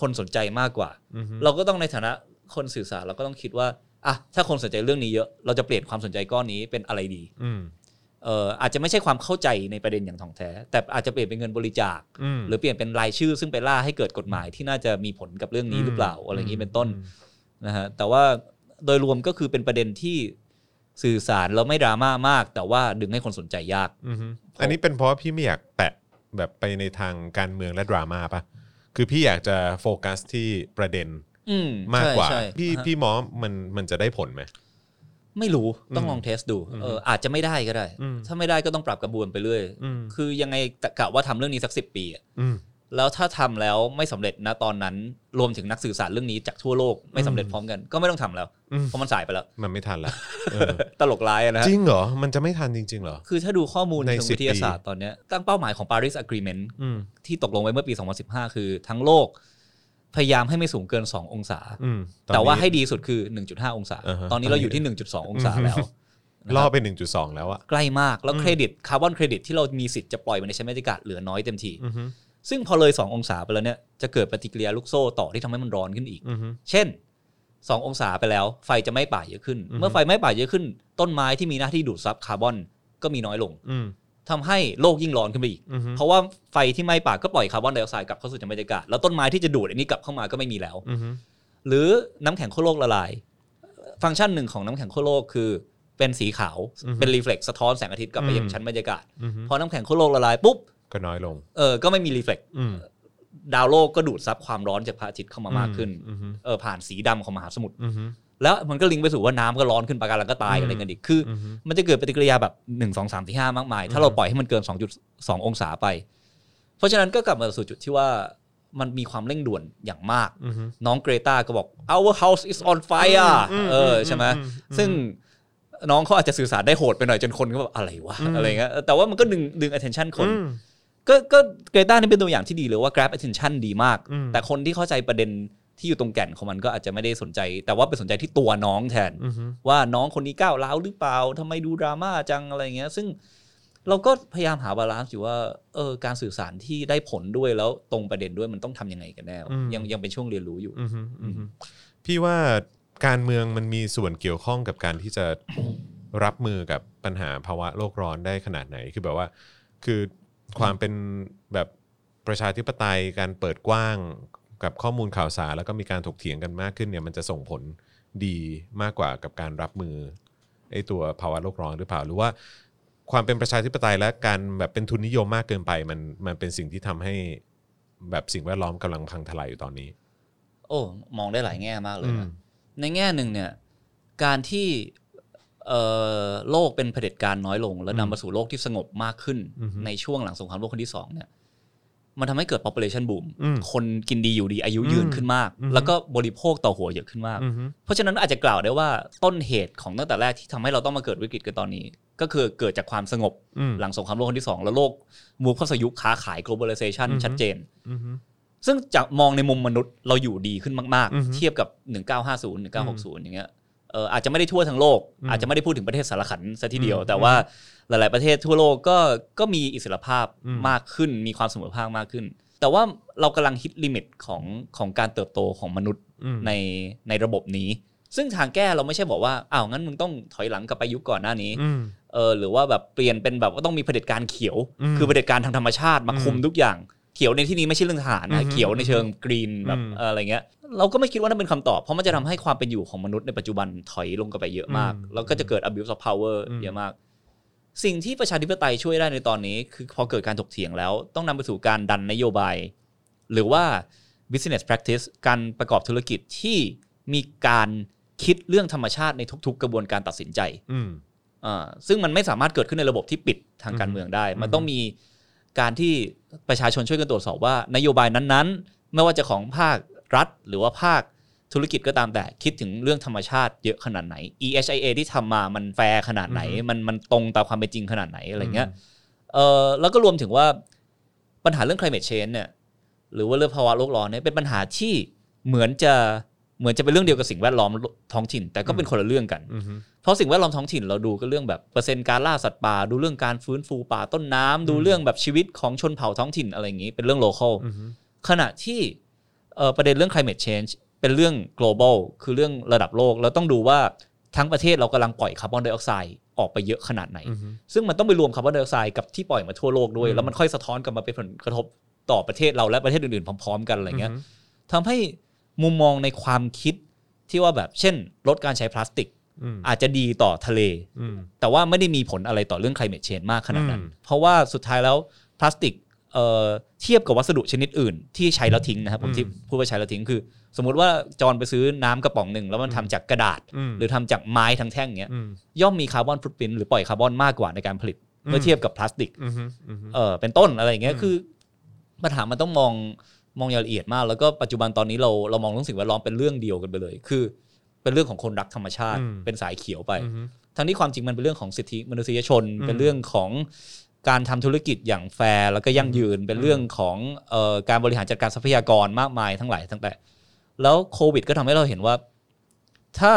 [SPEAKER 3] คนสนใจมากกว่า
[SPEAKER 4] อืม
[SPEAKER 3] เราก็ต้องในฐานะคนสื่อสารเราก็ต้องคิดว่าอ่ะถ้าคนสนใจเรื่องนี้เยอะ เราจะเปลี่ยนความสนใจก้อนนี้เป็นอะไรดี
[SPEAKER 4] อืม
[SPEAKER 3] เอ่ออาจจะไม่ใช่ความเข้าใจในประเด็นอย่างถ่องแท้ แต่อาจจะเปลี่ยนเป็นเงินบริจาค
[SPEAKER 4] อืม
[SPEAKER 3] หรือเปลี่ยนเป็นรายชื่อ ซึ่งไปล่าให้เกิดกฎหมายที่น่าจะมีผลกับเรื่องนี้หรือเปล่าอะไรอย่างนี้เป็นต้นนะฮะแต่ว่าโดยรวมก็คือเป็นประเด็นที่สื่อสารแล้วไม่ดราม่ามาก แต่ว่าดึงให้คนสนใจยาก
[SPEAKER 4] อืม
[SPEAKER 2] อันนี้เป็นเพราะว่าพี่ไม่อยากแตะแบบไปในทางการเมืองและดราม่าปะ คือพี่อยากจะโฟกัสที่ประเด็น
[SPEAKER 3] อืม
[SPEAKER 2] มากกว่า
[SPEAKER 3] ใช่ใช่
[SPEAKER 2] พี่
[SPEAKER 3] ฮะ
[SPEAKER 2] พี่มอมันมันจะได้ผลไหม
[SPEAKER 3] ไม่รู้ต้องลองเทสดูเอออาจจะไม่ได้ก็ได้
[SPEAKER 2] อืม
[SPEAKER 3] ถ้าไม่ได้ก็ต้องปรับกระบวนไปเรื่อย
[SPEAKER 2] อืม
[SPEAKER 3] คือยังไงกะว่าทำเรื่องนี้สักสิบปีอะ
[SPEAKER 2] อืม
[SPEAKER 3] แล้วถ้าทำแล้วไม่สำเร็จนะตอนนั้นรวมถึงนักสื่อสารเรื่องนี้จากทั่วโลกไม่สำเร็จพร้อมกันก็ไม่ต้องทำแล้ว
[SPEAKER 2] อืม
[SPEAKER 3] เพราะมันสายไปแล้ว
[SPEAKER 2] มันไม่ทัน ละเออ
[SPEAKER 3] ตลกร้ายอะนะฮะ
[SPEAKER 2] จริงเหรอ มันจะไม่ทันจริง ๆ เหรอ
[SPEAKER 3] คือถ้าดูข้อมูล
[SPEAKER 2] ใน
[SPEAKER 3] เชิง
[SPEAKER 2] 10
[SPEAKER 3] วิทยาศาสตร์ตอนเนี้ยตั้งเป้าหมายของ Paris Agreement
[SPEAKER 2] อืม
[SPEAKER 3] ที่ตกลงไว้เมื่อปี 2015 คือทั้งโลก พยายามให้ไม่สูงเกิน 2 องศา
[SPEAKER 2] อืมอนนี้
[SPEAKER 3] แต่ว่าให้ดีสุดคือ 1.5 องศา
[SPEAKER 2] อ่าฮะ
[SPEAKER 3] ตอนนี้เราอยู่ที่ 1.2 องศาแล้วนะ
[SPEAKER 2] ล่อ
[SPEAKER 3] ครับ
[SPEAKER 2] ไป 1.2 แล้วอะ
[SPEAKER 3] ใกล้มากแล้วเครดิตคาร์บอนเครดิตที่เรามีสิทธิ์จะปล่อยมันในชั้นบรรยากาศเหลือน้อยเต็มที
[SPEAKER 2] อือฮึ
[SPEAKER 3] ซึ่งพอเลย 2 องศาไปแล้วเนี่ยจะเกิดปฏิกิริยาลูกโซ่ต่อที่ทำให้มันร้อนขึ้นอีก
[SPEAKER 2] อือฮึ
[SPEAKER 3] เช่น 2 องศาไปแล้ว ไฟจะไหม่ป่าเยอะขึ้น
[SPEAKER 2] อือฮึ
[SPEAKER 3] เมื่อไฟไหม่ป่าเยอะขึ้น ต้นไม้ที่มีหน้าที่ดูดซับคาร์บอนก็มีน้อยลง
[SPEAKER 2] อืม
[SPEAKER 3] ทำให้โลกยิ่งร้อนขึ้นไปอีก
[SPEAKER 2] อือฮึ
[SPEAKER 3] เพราะว่าไฟที่ไหม้ป่าก็ปล่อยคาร์บอนไดออกไซด์กลับเข้าสู่บรรยากาศแล้วต้นไม้ที่จะดูดอันนี้กลับเข้ามาก็ไม่มีแล้ว
[SPEAKER 2] อือฮึ
[SPEAKER 3] หรือน้ำแข็งขั้วโลกละลาย ฟังก์ชันหนึ่งของน้ำแข็งขั้วโลกคือ เป็นสีขาวเป็นรีเฟล็กสะท้อนแสงอาทิตย์กลับไปยังชั้นบรรยากาศ
[SPEAKER 2] อือฮึ
[SPEAKER 3] พอน้ำแข็งขั้วโลกละลายปุ๊บ
[SPEAKER 2] ก็น้อยลง
[SPEAKER 3] เออก็ไม่มีรีเฟล็ก
[SPEAKER 2] อืม
[SPEAKER 3] ดาวโลกก็ดูดซับความร้อนจากพระอาทิตย์เข้ามามากขึ้น
[SPEAKER 2] อือฮึ
[SPEAKER 3] เออผ่านสีดำของมหาสมุทร
[SPEAKER 2] อือฮึ
[SPEAKER 3] แล้วมันก็ลิงก์ไปสู่ว่าน้ำก็ร้อนขึ้นปะการังก็ตาย
[SPEAKER 2] อืม
[SPEAKER 3] อะไรกันอีก คืออ
[SPEAKER 2] อือฮึ
[SPEAKER 3] มันจะเกิดปฏิกิริยาแบบหนึ่งสองสามสี่ห้ามากมาย ถ้าเราปล่อยให้มันเกินสองจุดสององศาไป เพราะฉะนั้นก็กลับมาสู่จุดที่ว่ามันมีความเร่งด่วนอย่างมาก
[SPEAKER 2] อือฮึ
[SPEAKER 3] น้องเกรตาก็บอก our house is on fire
[SPEAKER 2] อืม
[SPEAKER 3] เออใช่ไหม
[SPEAKER 2] อืมอืม
[SPEAKER 3] ซึ่งน้องเขาอาจจะสื่อสารได้โหดไปหน่อยจนคนก็แบบอะไรวะอะไรเงี้ยแต่ว่ามันก็ดึงดึง attention คน
[SPEAKER 2] อืม
[SPEAKER 3] ก็ก็เกรตานี่เป็นตัวอย่างที่ดีเลยว่า grab attention ดีมาก
[SPEAKER 2] อืม
[SPEAKER 3] แต่คนที่เข้าใจประเด็นที่อยู่ตรงแก่นของมันก็อาจจะไม่ได้สนใจ แต่ว่าไปสนใจที่ตัวน้องแทน
[SPEAKER 2] อือฮึ
[SPEAKER 3] ว่าน้องคนนี้ก้าวร้าวหรือเปล่าทำไมดูดราม่าจังอะไรเงี้ย ซึ่งเราก็พยายามหาบาลานซ์อยู่ว่าเออการสื่อสารที่ได้ผลด้วยแล้วตรงประเด็นด้วยมันต้องทำยังไงกันแน่วะ
[SPEAKER 2] อืม
[SPEAKER 3] ยังยังเป็นช่วงเรียนรู้อยู่
[SPEAKER 2] อือฮึอือฮึพี่ว่าการเมืองมันมีส่วนเกี่ยวข้องกับการที่จะ รับมือกับปัญหาภาวะโลกร้อนได้ขนาดไหน คือแบบว่า คือความเป็นแบบประชาธิปไตยการเปิดกว้างกับข้อมูลข่าวสารแล้วก็มีการถกเถียงกันมากขึ้นเนี่ยมันจะส่งผลดีมากกว่ากับการรับมือไอ้ตัวภาวะโลกร้อนหรือเปล่า หรือว่า ความเป็นประชาธิปไตยและการแบบเป็นทุนนิยมมากเกินไป มันมันเป็นสิ่งที่ทำให้แบบสิ่งแวดล้อมกำลังพังทลายอยู่ตอนนี้
[SPEAKER 3] โอ้มองได้หลายแง่มากเลย
[SPEAKER 2] อื
[SPEAKER 3] นะ
[SPEAKER 2] ม
[SPEAKER 3] ในแง่หนึ่งเนี่ยการที่เอ่อโลกเป็นเผด็จการน้อยลง แล้วนำมาสู่โลกที่สงบมากขึ้น
[SPEAKER 2] อือฮึ
[SPEAKER 3] ในช่วงหลังสงครามโลกครั้งที่สองเนี่ยมันทำให้เกิด population boom
[SPEAKER 2] อืม
[SPEAKER 3] คนกินดีอยู่ดีอายุยืน
[SPEAKER 2] อืม
[SPEAKER 3] ขึ้นมาก
[SPEAKER 2] อือฮึ
[SPEAKER 3] แล้วก็บริโภคต่อหัวเยอะขึ้นมาก
[SPEAKER 2] อือฮึ
[SPEAKER 3] เพราะฉะนั้นอาจจะกล่าวได้ว่าต้นเหตุของตั้งแต่แรกที่ทำให้เราต้องมาเกิดวิกฤตกันตอนนี้ ก็คือเกิดจากความสงบ
[SPEAKER 2] อืม
[SPEAKER 3] หลังสงครามโลกครั้งที่สองแล้วโลกมูฟเข้าสู่ยุคค้าขาย globalization
[SPEAKER 2] อือฮึ
[SPEAKER 3] ชัดเจน
[SPEAKER 2] อือฮึ
[SPEAKER 3] ซึ่งจากมองในมุมมนุษย์เราอยู่ดีขึ้นมาก
[SPEAKER 2] อือฮึ
[SPEAKER 3] ๆ เทียบกับ 1950 1960 อย่างเงี้ยเอออาจจะไม่ได้ทั่วทั้งโลก
[SPEAKER 2] อืม
[SPEAKER 3] อาจจะไม่ได้พูดถึงประเทศสารขันซะทีเดียว
[SPEAKER 2] อืม
[SPEAKER 3] แต่ว่าหลาย ๆ ประเทศทั่วโลกก็ก็มีอิสรภาพ
[SPEAKER 2] อืม
[SPEAKER 3] มากขึ้น มีความเสมอภาคมากขึ้น แต่ว่าเรากำลังฮิตลิมิตของของการเติบโตของมนุษย์
[SPEAKER 2] อืม
[SPEAKER 3] ในในระบบนี้ ซึ่งทางแก้เราไม่ใช่บอกว่าอ้าวงั้นมึงต้องถอยหลังกลับไปยุคก่อนหน้านี้
[SPEAKER 2] อืม
[SPEAKER 3] เออหรือว่าแบบเปลี่ยนเป็นแบบว่าต้องมีเผด็จการเขียว
[SPEAKER 2] อืม
[SPEAKER 3] คือเผด็จการทางธรรมชาติมาคุม
[SPEAKER 2] อืม
[SPEAKER 3] ทุกอย่างเขียวในที่นี้ไม่ใช่เรื่องทหาร
[SPEAKER 2] อื
[SPEAKER 3] นะ
[SPEAKER 2] อฮึ
[SPEAKER 3] เขียวในเชิงกรีนแบบ
[SPEAKER 2] อืม
[SPEAKER 3] เอ่ออะไรเงี้ยเราก็ไม่คิดว่านั่นเป็นคำตอบ เพราะมันจะทำให้ความเป็นอยู่ของมนุษย์ในปัจจุบันถอยลงกันไปเยอะมาก
[SPEAKER 2] อืม
[SPEAKER 3] แล้วก็จะเกิด abuse of power
[SPEAKER 2] อืม
[SPEAKER 3] เยอะมาก สิ่งที่ประชาธิปไตยช่วยได้ในตอนนี้คือพอเกิดการถกเถียงแล้ว ต้องนำไปสู่การดันนโยบาย หรือว่า business practice การประกอบธุรกิจที่มีการคิดเรื่องธรรมชาติในทุก ๆ กระบวนการตัดสินใจ
[SPEAKER 2] อืม
[SPEAKER 3] อ่าซึ่งมันไม่สามารถเกิดขึ้นในระบบที่ปิดทางการเมืองได้ มันต้องมีการที่ประชาชนช่วยกันตรวจสอบว่านโยบายนั้นๆ ไม่ว่าจะของภาครัฐ หรือว่าภาคธุรกิจก็ตามแต่คิดถึงเรื่องธรรมชาติเยอะขนาดไหน EHIA ที่ทำมามันแฟร์ขนาดไหน มันมันตรงตามความเป็นจริงขนาดไหนอะไรเงี้ยเออแล้วก็รวมถึงว่าปัญหาเรื่อง climate change เนี่ยหรือว่าเรื่องภาวะโลกร้อนเนี่ยเป็นปัญหาที่เหมือนจะเหมือนจะเป็นเรื่องเดียวกับสิ่งแวดล้อมท้องถิ่น แต่ก็เป็นคนละเรื่องกัน
[SPEAKER 2] อือฮึ
[SPEAKER 3] เพราะสิ่งแวดล้อมท้องถิ่นเราดูก็เรื่องแบบเปอร์เซ็นต์การล่าสัตว์ป่าดูเรื่องการฟื้นฟูป่าต้นน้ำดูเรื่องแบบชีวิตของชนเผ่าท้องถิ่นอะไรอย่างนี้ เป็นเรื่อง local
[SPEAKER 2] อือฮึ
[SPEAKER 3] ขณะที่เอ่อประเด็นเรื่อง climate change เป็นเรื่อง global คือเรื่องระดับโลกแล้วต้องดูว่าทั้งประเทศเรากำลังปล่อยคาร์บอนไดออกไซด์ออกไปเยอะขนาดไหน
[SPEAKER 2] อือฮึ
[SPEAKER 3] ซึ่งมันต้องไปรวมคาร์บอนไดออกไซด์กับที่ปล่อยมาทั่วโลกด้วย
[SPEAKER 2] อืม
[SPEAKER 3] แล้วมันค่อยสะท้อนกลับมาเป็นผลกระทบต่อประเทศเราและประเทศอื่นๆพร้อมๆกันอะไรเงี้ย ทำให้มุมมองในความคิดที่ว่าแบบเช่น ลดการใช้พลาสติก
[SPEAKER 2] อืม
[SPEAKER 3] อาจจะดีต่อทะเล
[SPEAKER 2] อืม
[SPEAKER 3] แต่ว่าไม่ได้มีผลอะไรต่อเรื่อง climate change มากขนาดนั้น
[SPEAKER 2] อืม
[SPEAKER 3] เพราะว่าสุดท้ายแล้วพลาสติก เอ่อเทียบกับวัสดุชนิดอื่น ที่ใช้แล้วทิ้งนะครับผมที่พูดว่าใช้แล้วทิ้งคือ สมมุติว่าจอนไปซื้อน้ำกระป๋องหนึ่งแล้วมันทำจากกระดาษ
[SPEAKER 2] อืม
[SPEAKER 3] หรือทำจากไม้ทั้งแท่งเงี้ย
[SPEAKER 2] อืม
[SPEAKER 3] ย่อมมีคาร์บอนฟุตปรินท์หรือปล่อยคาร์บอนมากกว่าในการผลิตเมื่อเทียบกับพลาสติก
[SPEAKER 2] อืมอืม
[SPEAKER 3] เออเป็นต้นอะไรอย่างเงี้ย
[SPEAKER 2] อืม
[SPEAKER 3] คือปัญหามันต้องมองมองอย่างละเอียดมาก แล้วก็ปัจจุบันตอนนี้เราเรามองเรื่องสิ่งแวดล้อมเป็นเรื่องเดียวกันไปเลย คือ เป็นเรื่องของคนรักธรรมชาติ เป็นสายเขียวไป
[SPEAKER 2] อืม
[SPEAKER 3] ทั้งที่ความจริงมันเป็นเรื่องของสิทธิมนุษยชน
[SPEAKER 2] อืม
[SPEAKER 3] เป็นเรื่องของการทำธุรกิจอย่างแฟร์แล้วก็ยั่งยืน เป็นเรื่องของเอ่อการบริหารจัดการทรัพยากรมากมายทั้งหลายทั้งแต่ แล้วโควิดก็ทำให้เราเห็นว่า ถ้า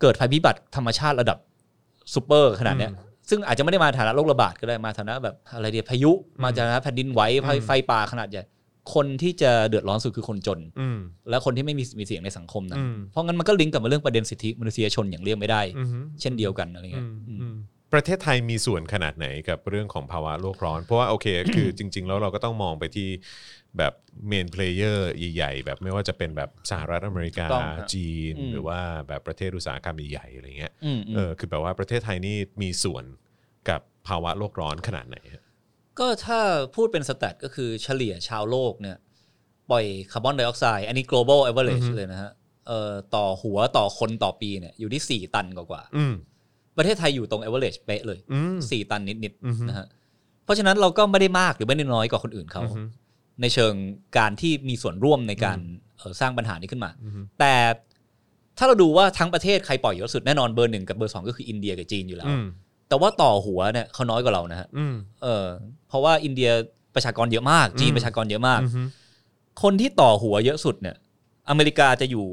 [SPEAKER 3] เกิดภัยพิบัติธรรมชาติระดับซูเปอร์ขนาดเนี้ย ซึ่งอาจจะไม่ได้มาฐานะโรคระบาดก็ได้มาฐานะแบบอะไรเดียพายุ มาฐานะแผ่นดินไหวไฟ
[SPEAKER 2] อืม
[SPEAKER 3] ไฟป่าขนาดใหญ่คนที่จะเดือดร้อนสุดคือคนจน
[SPEAKER 2] อืม
[SPEAKER 3] และคนที่ไม่มีสิทธิ์มีเสียงในสังคมนั้
[SPEAKER 2] อื
[SPEAKER 3] น
[SPEAKER 2] ม
[SPEAKER 3] เพราะงั้นมันก็ลิงก์กลับมาเรื่องประเด็นสิทธิมนุษยชนอย่างเลี่ยงไม่ได้
[SPEAKER 2] อืม
[SPEAKER 3] เช่นเดียวกันอะไรเงี้ยอืม
[SPEAKER 2] อืมประเทศไทยมีส่วนขนาดไหนกับเรื่องของภาวะโลกร้อน เพราะว่าโอเค คือ จริง ๆ แล้วเราก็ต้องมองไปที่แบบเมนเพลเยอร์ใหญ่ๆแบบไม่ว่าจะเป็นแบบสหรัฐอเมริกา
[SPEAKER 3] ถูกต้องครับ
[SPEAKER 2] จีน
[SPEAKER 3] อืม
[SPEAKER 2] หรือว่าแบบประเทศอุตสาหกรรมใหญ่ๆอะไรเงี้ย
[SPEAKER 3] อืมอืม
[SPEAKER 2] เออคือแบบว่าประเทศไทยนี่มีส่วนกับภาวะโลกร้อนขนาดไหนฮะ
[SPEAKER 3] ก็ถ้าพูดเป็นสแตทก็คือเฉลี่ยชาวโลกเนี่ย ปล่อยคาร์บอนไดออกไซด์อันนี้ global average เลยนะฮะเอ่อต่อหัวต่อคนต่อปีเนี่ยอยู่ที่ 4 ตันกว่า
[SPEAKER 2] อืม
[SPEAKER 3] ๆประเทศไทยอยู่ตรง average เป๊ะเลย
[SPEAKER 2] อืม
[SPEAKER 3] 4 ตันนิด
[SPEAKER 2] อือฮึ
[SPEAKER 3] ๆนะฮะเพราะฉะนั้นเราก็ไม่ได้มากหรือไม่ได้น้อยกว่าคนอื่นเขา
[SPEAKER 2] อืม
[SPEAKER 3] ในเชิงการที่มีส่วนร่วมในการเอ่อสร้างปัญหานี้ขึ้นมา
[SPEAKER 2] อือฮึ
[SPEAKER 3] แต่ถ้าเราดูว่าทั้งประเทศใครปล่อยเยอะสุดแน่นอนเบอร์หนึ่งกับเบอร์สองก็คืออินเดียกับจีนอยู่แล้ว
[SPEAKER 2] อืม
[SPEAKER 3] แต่ว่าต่อหัวเนี่ยเขาน้อยกว่าเรานะฮะ
[SPEAKER 2] อืม
[SPEAKER 3] เออเพราะว่าอินเดียประชากรเยอะมาก จีน
[SPEAKER 2] อืม
[SPEAKER 3] ประชากรเยอะมาก
[SPEAKER 2] อืม
[SPEAKER 3] คนที่ต่อหัวเยอะสุดเนี่ย อเมริกาจะอยู่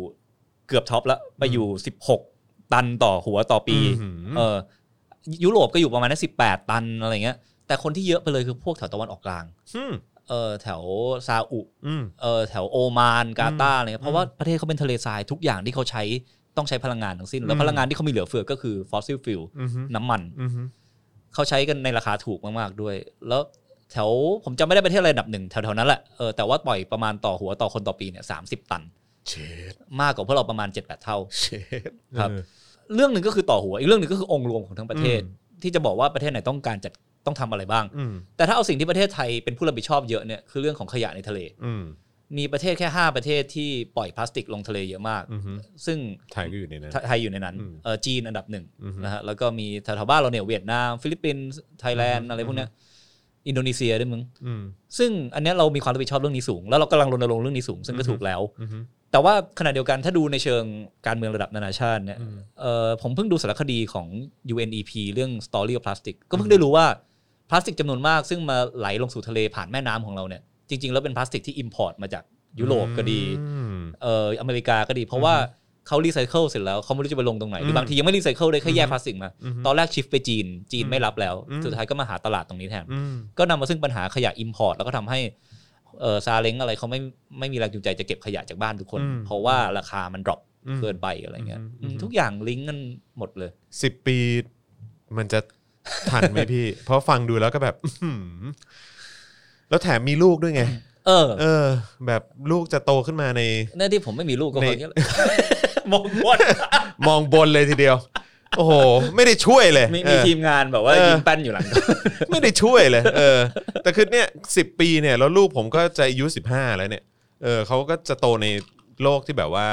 [SPEAKER 3] เกือบท็อปละไปอยู่ 16 ตันต่อหัวต่อปี
[SPEAKER 2] อื้อหือ
[SPEAKER 3] เออยุโรปก็อยู่ประมาณนั้นสิบแปดตันอะไรเงี้ย แต่คนที่เยอะไปเลยคือพวกแถวตะวันออกกลาง
[SPEAKER 2] อืม
[SPEAKER 3] เออแถวซาอุ
[SPEAKER 2] อืม
[SPEAKER 3] เออแถวโอมานกาตาร์อะไรเงี้
[SPEAKER 2] อื
[SPEAKER 3] ย
[SPEAKER 2] ม
[SPEAKER 3] เพราะว่าประเทศเขาเป็นทะเลทรายทุกอย่างที่เขาใช้ต้องใช้พลังงานทั้งสิ้น แล้
[SPEAKER 2] อื
[SPEAKER 3] ว
[SPEAKER 2] ม
[SPEAKER 3] พลังงานที่เขามีเหลือเฟือก็คือฟอสซิลฟิล
[SPEAKER 2] อืม
[SPEAKER 3] น้ำมัน
[SPEAKER 2] อืม
[SPEAKER 3] เขาใช้กันในราคาถูกมาก ๆ ด้วย แล้วแถวผมจำไม่ได้ประเทศอะไรอันดับหนึ่งแถว ๆ นั้นแหละ เออแต่ว่าปล่อยประมาณต่อหัวต่อคนต่อปีเนี่ยสาตัน
[SPEAKER 2] เชด
[SPEAKER 3] มากกว่าพวกเราประมาณ 7 8 เท่า
[SPEAKER 2] เชด
[SPEAKER 3] ครับ เรื่องหนึ่งก็คือต่อหัว อีกเรื่องหนึ่งก็คือองค์รวมของทั้งประเทศ
[SPEAKER 2] อื
[SPEAKER 3] ที่จะบอกว่าประเทศไหนต้องการจัดต้องทำอะไรบ้าง
[SPEAKER 2] อืม
[SPEAKER 3] แต่ถ้าเอาสิ่งที่ประเทศไทยเป็นผู้รับผิดชอบเยอะเนี่ยคือเรื่องของขยะในทะเล
[SPEAKER 2] อืม
[SPEAKER 3] มีประเทศแค่ 5 ประเทศที่ปล่อยพลาสติกลงทะเลเยอะมาก
[SPEAKER 2] อืม
[SPEAKER 3] ซึ่ง
[SPEAKER 2] ไทยก็อยู่ในนั้น
[SPEAKER 3] ไทยอยู่ในนั้น
[SPEAKER 2] อืม
[SPEAKER 3] เออจีนอันดับหนึ่ง
[SPEAKER 2] อือฮึ
[SPEAKER 3] นะฮะแล้วก็มีแถวๆบ้านเราเนี่ยเวียดนามฟิลิปปินส์ไทยแลนด์อะไรพวกเนี้ยอินโดนีเซียด้วยมึง
[SPEAKER 2] อืม
[SPEAKER 3] ซึ่งอันเนี้ยเรามีความรับผิดชอบเรื่องนี้สูง แล้วเรากำลังรณรงค์เรื่องนี้สูง ซึ่งก็
[SPEAKER 2] อือฮึ
[SPEAKER 3] ถูกแล้ว
[SPEAKER 2] อืม
[SPEAKER 3] แต่ว่าขณะเดียวกันถ้าดูในเชิงการเมืองระดับนานาชาติเนี่ย
[SPEAKER 2] อืม
[SPEAKER 3] เอ่อผมเพิ่งดูสารคดีของ UNEP เรื่อง Story of Plastic ก็เพิ่งได้รู้ว่าพลาสติกจำนวนมาก ซึ่งมาไหลลงสู่ทะเลผ่านแม่น้ำของเราเนี่ยจริง ๆ แล้วเป็นพลาสติกที่ import มาจากยุโรปก็ดี
[SPEAKER 2] อืม
[SPEAKER 3] เอ่ออเมริกาก็ดี เพราะว่าเขารีไซเคิลเสร็จแล้วเขาไม่รู้จะไปลงตรงไหนหรือ
[SPEAKER 2] ม
[SPEAKER 3] บางทียังไม่รีไซเคิลเลยแค่แยกพลาสติกมา
[SPEAKER 2] อือฮึ
[SPEAKER 3] ตอนแรกชิฟไปจีนจีนไม่รับแล้ว
[SPEAKER 2] อืม
[SPEAKER 3] สุดท้ายก็มาหาตลาดตรงนี้แทน
[SPEAKER 2] อืม
[SPEAKER 3] ก็นำมาซึ่งปัญหาขยะอิมพอร์ตแล้วก็ทำให้เออซาเล้งอะไรเขาไม่ไม่มีแรงจูงใจจะเก็บขยะจากบ้านทุกคน
[SPEAKER 2] อืม
[SPEAKER 3] เพราะว่าราคามันดรอป
[SPEAKER 2] อืม
[SPEAKER 3] เกินไปอะไรเงี้ย
[SPEAKER 2] อืม
[SPEAKER 3] อืม
[SPEAKER 2] อืม
[SPEAKER 3] ทุกอย่างลิงก์กันหมดเลย
[SPEAKER 2] สิบปีมันจะทันไหมพี่ เพราะฟังดูแล้วก็แบบ อื้อหือแล้วแถมมีลูกด้วยไง
[SPEAKER 3] เออ
[SPEAKER 2] เออ แบบลูกจะโตขึ้นมาใน
[SPEAKER 3] หน้าที่ผมไม่มีลูกก็
[SPEAKER 2] ใน
[SPEAKER 3] เพราะ งี้แหละ มองบน
[SPEAKER 2] มองบนเลยทีเดียว โอ้โห ไม่ได้ช่วยเลย
[SPEAKER 3] มี
[SPEAKER 2] เอ
[SPEAKER 3] มี
[SPEAKER 2] อ
[SPEAKER 3] ทีมงานแบบว่า
[SPEAKER 2] เออ
[SPEAKER 3] ยิงแป้นอยู่หลัง
[SPEAKER 2] ไม่ได้ช่วยเลย เออ แต่คือเนี่ยสิปีเนี่ยแล้วลูกผมก็จะอายุสิบห้าแล้วเนี่ย เออเขาก็จะโตในโลกที่แบบว่า